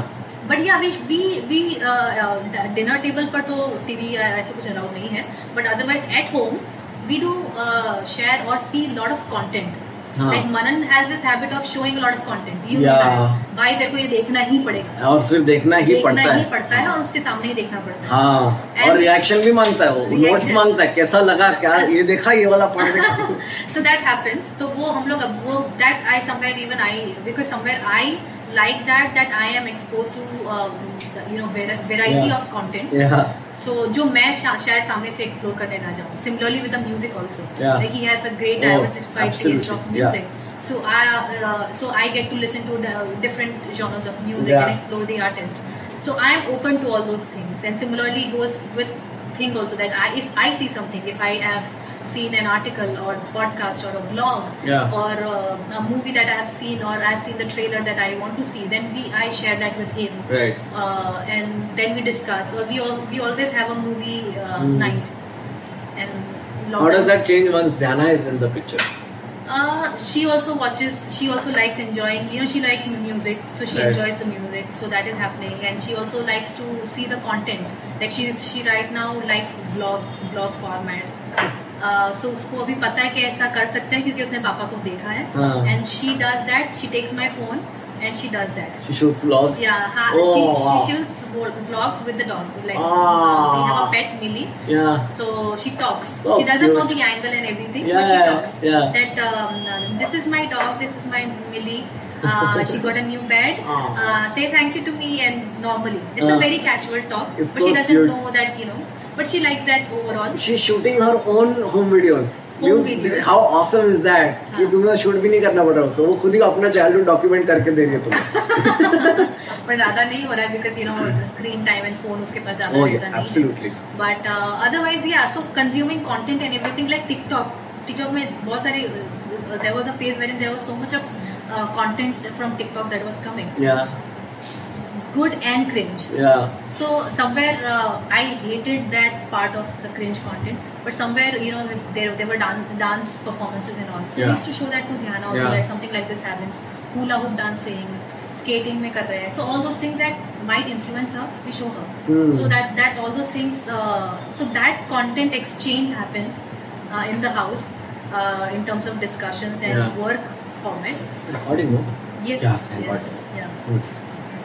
[SPEAKER 2] But yeah we we we uh, dinner table पर तो TV ऐसे कुछ allowed नहीं है but otherwise at home we do uh, share और see lot of content
[SPEAKER 1] हाँ.
[SPEAKER 2] Like Manan has this habit of showing lot of content you
[SPEAKER 1] Yeah.
[SPEAKER 2] भाई तेरे को ये देखना ही पड़ेगा
[SPEAKER 1] और फिर देखना ही
[SPEAKER 2] देखना
[SPEAKER 1] पड़ता
[SPEAKER 2] ही
[SPEAKER 1] है
[SPEAKER 2] पड़ता है और उसके सामने ही देखना पड़ता है
[SPEAKER 1] हाँ और
[SPEAKER 2] And-
[SPEAKER 1] रिएक्शन भी मांगता है वो
[SPEAKER 2] Reaction.
[SPEAKER 1] नोट्स मांगता है कैसा लगा क्या ये देखा ये वाला पढ़
[SPEAKER 2] [laughs]
[SPEAKER 1] देखा
[SPEAKER 2] so that happens तो वो हम लोग अब वो that I somewhere even I because somewhere I like that that I am exposed to um, you know var- variety
[SPEAKER 1] Yeah.
[SPEAKER 2] of content
[SPEAKER 1] yeah
[SPEAKER 2] so जो मैं शा, शायद सामने से explore करने ना जाऊँ similarly with the music also
[SPEAKER 1] Yeah.
[SPEAKER 2] like he has a great
[SPEAKER 1] Oh,
[SPEAKER 2] diversified taste of
[SPEAKER 1] absolutely.
[SPEAKER 2] music so I uh, so I get to listen to the uh, different genres of music
[SPEAKER 1] Yeah.
[SPEAKER 2] and explore the artist so I am open to all those things and similarly goes with thing also that I if I see something if I have seen an article or podcast or a blog
[SPEAKER 1] Yeah.
[SPEAKER 2] or uh, a movie that I have seen or I have seen the trailer that I want to see then we I share that with him
[SPEAKER 1] right
[SPEAKER 2] uh, and then we discuss. Or we all we always have a movie uh,
[SPEAKER 1] Hmm.
[SPEAKER 2] night. And
[SPEAKER 1] how does
[SPEAKER 2] lockdown-
[SPEAKER 1] that change once Dhyana is in the picture
[SPEAKER 2] Uh, she also watches. She also likes enjoying. You know, she likes music, so she
[SPEAKER 1] Right.
[SPEAKER 2] enjoys the music. So that is happening, and she also likes to see the content. Like she is, she right now likes vlog vlog format. Uh, so उसको अभी पता है कि ऐसा कर सकते हैं क्योंकि उसने पापा को देखा है.
[SPEAKER 1] हाँ.
[SPEAKER 2] And she does that. She takes my phone and she does that.
[SPEAKER 1] she shoots vlogs
[SPEAKER 2] Yeah, ha,
[SPEAKER 1] oh,
[SPEAKER 2] she,
[SPEAKER 1] wow.
[SPEAKER 2] she shoots vo- vlogs with the dog. Like
[SPEAKER 1] Ah.
[SPEAKER 2] uh, we have a pet Millie,
[SPEAKER 1] yeah
[SPEAKER 2] so she talks.
[SPEAKER 1] Oh,
[SPEAKER 2] she doesn't know
[SPEAKER 1] cute.
[SPEAKER 2] the angle and everything,
[SPEAKER 1] Yeah,
[SPEAKER 2] but she
[SPEAKER 1] yeah,
[SPEAKER 2] talks.
[SPEAKER 1] yeah.
[SPEAKER 2] That um, uh, this is my dog, this is my Millie.
[SPEAKER 1] [laughs]
[SPEAKER 2] Uh, she got a new bed.
[SPEAKER 1] Ah.
[SPEAKER 2] Uh, say thank you to me and normally it's
[SPEAKER 1] Ah.
[SPEAKER 2] a very casual talk,
[SPEAKER 1] It's
[SPEAKER 2] but
[SPEAKER 1] so
[SPEAKER 2] she doesn't
[SPEAKER 1] cute.
[SPEAKER 2] know that you know. But she likes that overall.
[SPEAKER 1] she's shooting her own home videos
[SPEAKER 2] Home videos.
[SPEAKER 1] how awesome is that
[SPEAKER 2] हाँ.
[SPEAKER 1] कि तुम्हें shoot भी नहीं करना पड़ रहा उसको वो खुद ही अपना चाइल्डहुड डॉक्यूमेंट करके दे रही है
[SPEAKER 2] [laughs]
[SPEAKER 1] तुम्हें
[SPEAKER 2] पर ज्यादा नहीं हो रहा है because you know screen time and phone उसके पास ज्यादा
[SPEAKER 1] oh
[SPEAKER 2] रहता
[SPEAKER 1] yeah
[SPEAKER 2] तो नहीं है
[SPEAKER 1] absolutely
[SPEAKER 2] but otherwise yeah so consuming content and everything like tiktok tiktok में बहुत सारे uh, there was uh, a phase where there was so much of content from tiktok that was coming
[SPEAKER 1] yeah
[SPEAKER 2] good and cringe.
[SPEAKER 1] Yeah.
[SPEAKER 2] So somewhere uh, I hated that part of the cringe content, but somewhere you know there, there were dan- dance performances and all. So
[SPEAKER 1] Yeah.
[SPEAKER 2] we used to show that to Dhyana also
[SPEAKER 1] Yeah.
[SPEAKER 2] that something like this happens. Hula hoop dancing, skating mein kar rahe hai. So all those things that might influence her, we show her.
[SPEAKER 1] Hmm.
[SPEAKER 2] So that that all those things. Uh, so that content exchange happened uh, in the house uh, in terms of discussions and
[SPEAKER 1] Yeah.
[SPEAKER 2] work formats.
[SPEAKER 1] It's recording, no?
[SPEAKER 2] Yes.
[SPEAKER 1] Yeah, I got
[SPEAKER 2] yes. Yeah.
[SPEAKER 1] Good.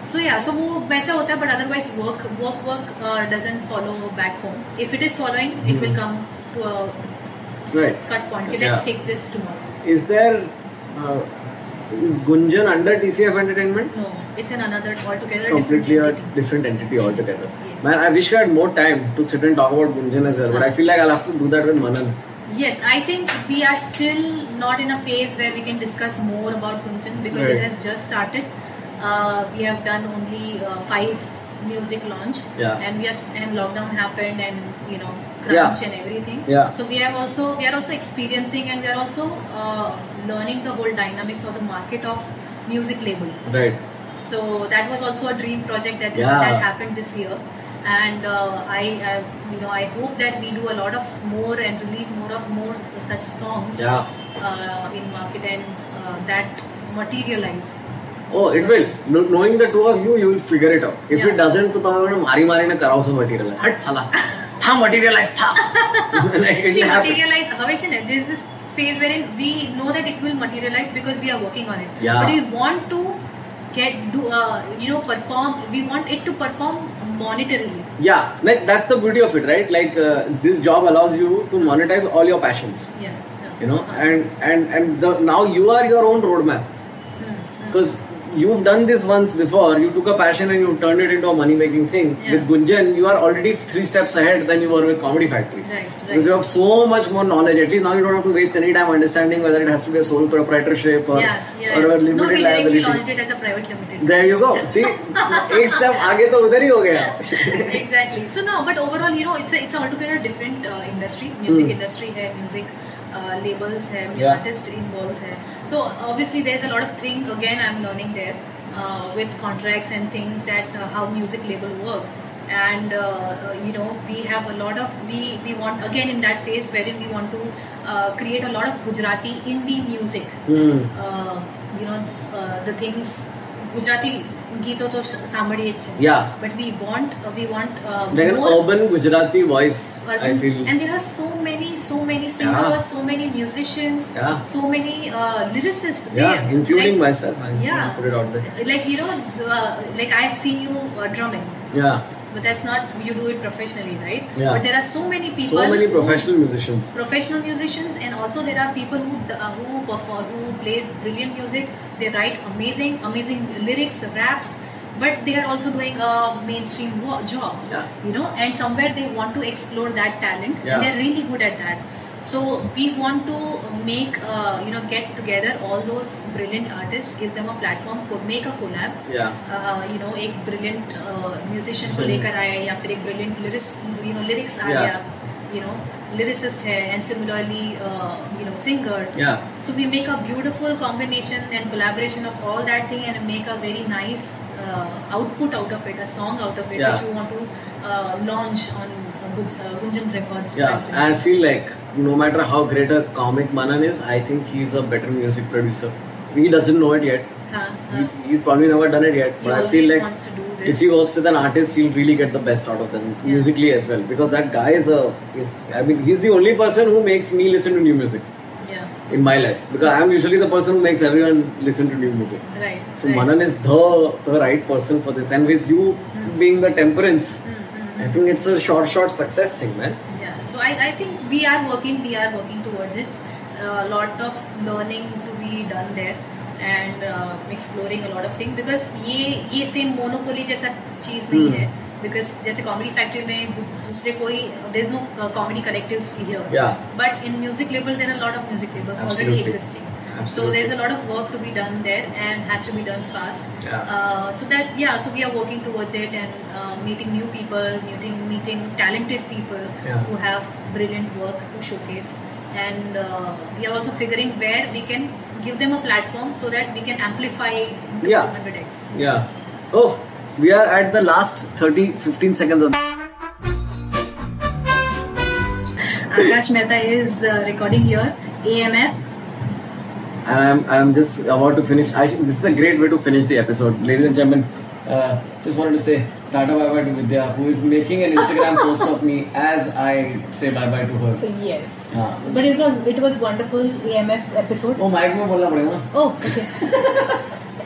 [SPEAKER 2] So yeah, so वो वैसा होता है but otherwise work work work uh, doesn't follow back home. If it is following, it will
[SPEAKER 1] Hmm.
[SPEAKER 2] come to a
[SPEAKER 1] Right.
[SPEAKER 2] cut point. Okay,
[SPEAKER 1] Yeah.
[SPEAKER 2] let's take this tomorrow.
[SPEAKER 1] Is there. Uh, is Gunjan under TCF Entertainment?
[SPEAKER 2] No, it's an another altogether
[SPEAKER 1] It's completely a
[SPEAKER 2] different. entity.
[SPEAKER 1] different entity altogether.
[SPEAKER 2] Yes.
[SPEAKER 1] Man, I wish I had more time to sit and talk about Gunjan as well, but I feel like I'll have to do that with Manan.
[SPEAKER 2] Yes, I think we are still not in a phase where we can discuss more about Kunchan because it
[SPEAKER 1] Right.
[SPEAKER 2] has just started. Uh, we have done only uh, five music launch,
[SPEAKER 1] Yeah.
[SPEAKER 2] and we are s- and lockdown happened, and you know
[SPEAKER 1] Yeah.
[SPEAKER 2] crunch and everything.
[SPEAKER 1] Yeah.
[SPEAKER 2] So we have also we are also experiencing and we are also uh, learning the whole dynamics of the market of music label.
[SPEAKER 1] Right.
[SPEAKER 2] So that was also a dream project that
[SPEAKER 1] Yeah.
[SPEAKER 2] that happened this year, and uh, I, i you know, I hope that we do a lot of more and release more of more such songs
[SPEAKER 1] Yeah.
[SPEAKER 2] uh, in market and uh, that materialize.
[SPEAKER 1] Oh, it will. No, knowing the two of you, you will figure it out. If
[SPEAKER 2] Yeah.
[SPEAKER 1] it doesn't, તો તમે મને મારી મારીને કરાવશો materialize. હટ [laughs] સાલા. થા materialize થા. [laughs] like it
[SPEAKER 2] See,
[SPEAKER 1] will happen.
[SPEAKER 2] materialize. હવે છે ને, there's this phase wherein we know that it will materialize because we are working on it.
[SPEAKER 1] Yeah.
[SPEAKER 2] But we want to get do uh, you know perform. We want it to perform monetarily.
[SPEAKER 1] Yeah, like that's the beauty of it, right? Like uh, this job allows you to monetize all your passions,
[SPEAKER 2] Yeah. Uh-huh. yeah.
[SPEAKER 1] you know, and and and the, now you are your own roadmap
[SPEAKER 2] Hmm, hmm.
[SPEAKER 1] because you've done this once before. You took a passion and you turned it into a money-making thing.
[SPEAKER 2] Yeah.
[SPEAKER 1] With Gunjan, you are already three steps ahead than you were with Comedy Factory.
[SPEAKER 2] Right. Right.
[SPEAKER 1] Because you have so much more knowledge. At least now you don't have to waste any time understanding whether it has to be a sole proprietorship or,
[SPEAKER 2] yeah, yeah.
[SPEAKER 1] or a
[SPEAKER 2] no, we
[SPEAKER 1] limited
[SPEAKER 2] directly launched
[SPEAKER 1] liability.
[SPEAKER 2] it as a private limited.
[SPEAKER 1] There you go. See, एक
[SPEAKER 2] [laughs]
[SPEAKER 1] step आगे तो उधर ही हो गया.
[SPEAKER 2] exactly. So no, but overall, you know, it's a, it's a altogether different uh, industry. Music
[SPEAKER 1] Hmm.
[SPEAKER 2] industry है, music uh, labels है,
[SPEAKER 1] Yeah.
[SPEAKER 2] artist involves है. So obviously, there's a lot of thing again I'm learning there uh, with contracts and things that uh, how music label work. And uh, uh, you know we have a lot of we we want again in that phase wherein we want to uh, create a lot of Gujarati indie music.
[SPEAKER 1] Hmm.
[SPEAKER 2] uh, you know uh, the things Gujarati ગીતો તો સાંભળીએ જ છે
[SPEAKER 1] Yeah.
[SPEAKER 2] but we want uh, we want uh,
[SPEAKER 1] Like an
[SPEAKER 2] more
[SPEAKER 1] urban Gujarati voice, I
[SPEAKER 2] urban-
[SPEAKER 1] feel.
[SPEAKER 2] and there are so many so many singers
[SPEAKER 1] Yeah.
[SPEAKER 2] so many musicians
[SPEAKER 1] Yeah.
[SPEAKER 2] so many uh, lyricists
[SPEAKER 1] Yeah,
[SPEAKER 2] there.
[SPEAKER 1] including
[SPEAKER 2] like,
[SPEAKER 1] myself. I just
[SPEAKER 2] Yeah.
[SPEAKER 1] wanna put it out there.
[SPEAKER 2] like you know uh, like I have seen you uh, drumming
[SPEAKER 1] Yeah.
[SPEAKER 2] but that's not you do it professionally right
[SPEAKER 1] Yeah.
[SPEAKER 2] but there are so many people
[SPEAKER 1] So many
[SPEAKER 2] who-
[SPEAKER 1] professional musicians.
[SPEAKER 2] professional musicians and also there are people who uh, who perform who plays brilliant music they write amazing amazing lyrics raps but they are also doing a mainstream wo- job
[SPEAKER 1] Yeah.
[SPEAKER 2] you know and somewhere they want to explore that talent
[SPEAKER 1] Yeah.
[SPEAKER 2] and they're really good at that so we want to make uh, you know get together all those brilliant artists give them a platform co- make a collab
[SPEAKER 1] Yeah.
[SPEAKER 2] You know एक brilliant musician को
[SPEAKER 1] Hmm.
[SPEAKER 2] लेकर आया या फिर एक brilliant lyrics you know lyrics आ
[SPEAKER 1] Yeah.
[SPEAKER 2] गया you know lyricist है and similarly you know singer
[SPEAKER 1] Yeah.
[SPEAKER 2] So we make a beautiful combination and collaboration of all that thing and make a very nice uh, output out of it a song out of it
[SPEAKER 1] Yeah.
[SPEAKER 2] Which you want to launch on Gunjan records
[SPEAKER 1] Yeah. I feel like no matter how great a comic Manan is, I think he's a better music producer. He doesn't know it yet.
[SPEAKER 2] हां
[SPEAKER 1] He, he's probably never done it yet, but I feel like
[SPEAKER 2] uh, Hmm. wants to do
[SPEAKER 1] if
[SPEAKER 2] this
[SPEAKER 1] he works with an artist he'll really get the best out of them
[SPEAKER 2] Yeah.
[SPEAKER 1] musically as well because that guy is a is, i mean he's the only person who makes me listen to new music
[SPEAKER 2] yeah
[SPEAKER 1] in my life because i'm usually the person who makes everyone listen to new music
[SPEAKER 2] right
[SPEAKER 1] so
[SPEAKER 2] right.
[SPEAKER 1] manan is the the right person for this and with you
[SPEAKER 2] Mm.
[SPEAKER 1] being the temperance
[SPEAKER 2] Hmm, hmm, hmm.
[SPEAKER 1] i think it's a short short success thing man
[SPEAKER 2] Yeah, so I, I think we are working, we are working towards it. A lot of learning to be done there and uh, exploring a lot of things because ये ये same monopoly जैसा चीज नहीं
[SPEAKER 1] Hmm.
[SPEAKER 2] है because जैसे comedy factory में दू- दूसरे कोई there is no uh, comedy collectives here
[SPEAKER 1] yeah
[SPEAKER 2] but in music label there are a lot of music labels
[SPEAKER 1] Absolutely.
[SPEAKER 2] already existing so
[SPEAKER 1] absolutely
[SPEAKER 2] there's a lot of work to be done there and has to be done fast
[SPEAKER 1] yeah
[SPEAKER 2] uh, so that yeah so we are working towards it and uh, meeting new people meeting meeting talented people
[SPEAKER 1] Yeah.
[SPEAKER 2] who have brilliant work to showcase and uh, we are also figuring where we can give them a platform so that we can amplify
[SPEAKER 1] Yeah.
[SPEAKER 2] 100x
[SPEAKER 1] yeah oh We are at the last 30, 15 seconds of.
[SPEAKER 2] Akash Mehta is uh, recording here. AMF.
[SPEAKER 1] And I'm, I'm just about to finish. I should, this is a great way to finish the episode. Ladies and gentlemen, uh, just wanted to say Tata bye bye to Vidya, who is making an
[SPEAKER 2] [laughs]
[SPEAKER 1] Instagram post of me as I say bye bye to her.
[SPEAKER 2] Yes.
[SPEAKER 1] Ah.
[SPEAKER 2] But it was, it was wonderful AMF episode.
[SPEAKER 1] वो mic Oh, में बोलना पड़ेगा ना
[SPEAKER 2] Oh, okay.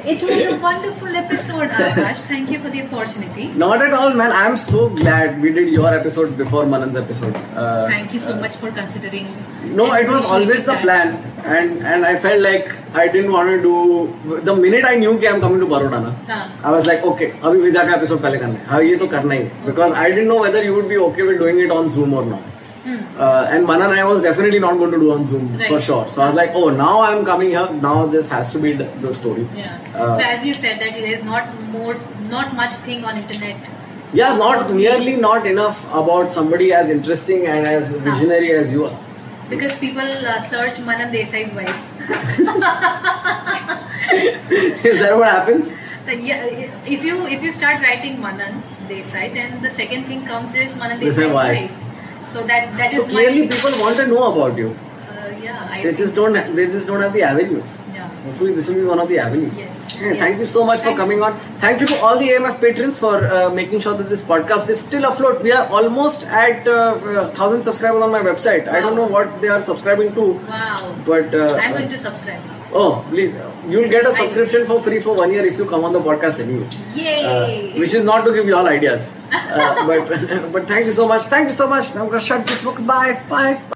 [SPEAKER 2] [laughs] it was a wonderful episode, Akash. Thank you for the opportunity.
[SPEAKER 1] Not at all, man. I'm so glad we did your episode before Manan's episode. Uh,
[SPEAKER 2] Thank you so much for considering.
[SPEAKER 1] No,
[SPEAKER 2] and
[SPEAKER 1] it was always
[SPEAKER 2] appreciating
[SPEAKER 1] the
[SPEAKER 2] that.
[SPEAKER 1] plan, and and I felt like I didn't want to do. The minute I knew कि I'm coming to Baroda ना,
[SPEAKER 2] हाँ.
[SPEAKER 1] I was like, okay, अभी विदा का episode पहले करना है. हाँ, ये तो करना ही है. Because I didn't know whether you would be okay with doing it on Zoom or not.
[SPEAKER 2] Hmm.
[SPEAKER 1] Uh, and Manan I was definitely not going to do on Zoom
[SPEAKER 2] Right.
[SPEAKER 1] for sure. So I was like, oh, now I'm coming here. Now this has to be the, the story.
[SPEAKER 2] Yeah.
[SPEAKER 1] Uh,
[SPEAKER 2] so as you said that there is not more, not much thing on internet.
[SPEAKER 1] Yeah, not nearly not enough about somebody as interesting and as visionary as you are. [laughs]
[SPEAKER 2] Because people uh, search Manan Desai's wife.
[SPEAKER 1] Is that what happens?
[SPEAKER 2] The- yeah, if you if you start writing Manan Desai, then the second thing comes is Manan
[SPEAKER 1] Desai
[SPEAKER 2] Desai's
[SPEAKER 1] wife.
[SPEAKER 2] wife. So that that is
[SPEAKER 1] So clearly,
[SPEAKER 2] why,
[SPEAKER 1] people want to know about you.
[SPEAKER 2] uh, yeah, I
[SPEAKER 1] They just don't. They just don't have the avenues.
[SPEAKER 2] yeah.
[SPEAKER 1] Hopefully, this will be one of the avenues.
[SPEAKER 2] Yes.
[SPEAKER 1] Yeah,
[SPEAKER 2] Yes.
[SPEAKER 1] Thank you so much for
[SPEAKER 2] Thank-
[SPEAKER 1] coming on. Thank you to all the AMF patrons for uh, making sure that this podcast is still afloat. We are almost at uh, uh, thousand subscribers on my website. I don't know what they are subscribing to,
[SPEAKER 2] Wow.
[SPEAKER 1] but uh,
[SPEAKER 2] I'm going to subscribe. now.
[SPEAKER 1] oh, please, you'll get a
[SPEAKER 2] I-
[SPEAKER 1] subscription for free for one year if you come on the podcast anyway.
[SPEAKER 2] Yay!
[SPEAKER 1] Uh, which is not to give
[SPEAKER 2] [laughs]
[SPEAKER 1] [laughs] you all ideas, uh, but but thank you so much. Thank you so much. I'm gonna shut this book. Bye. Bye.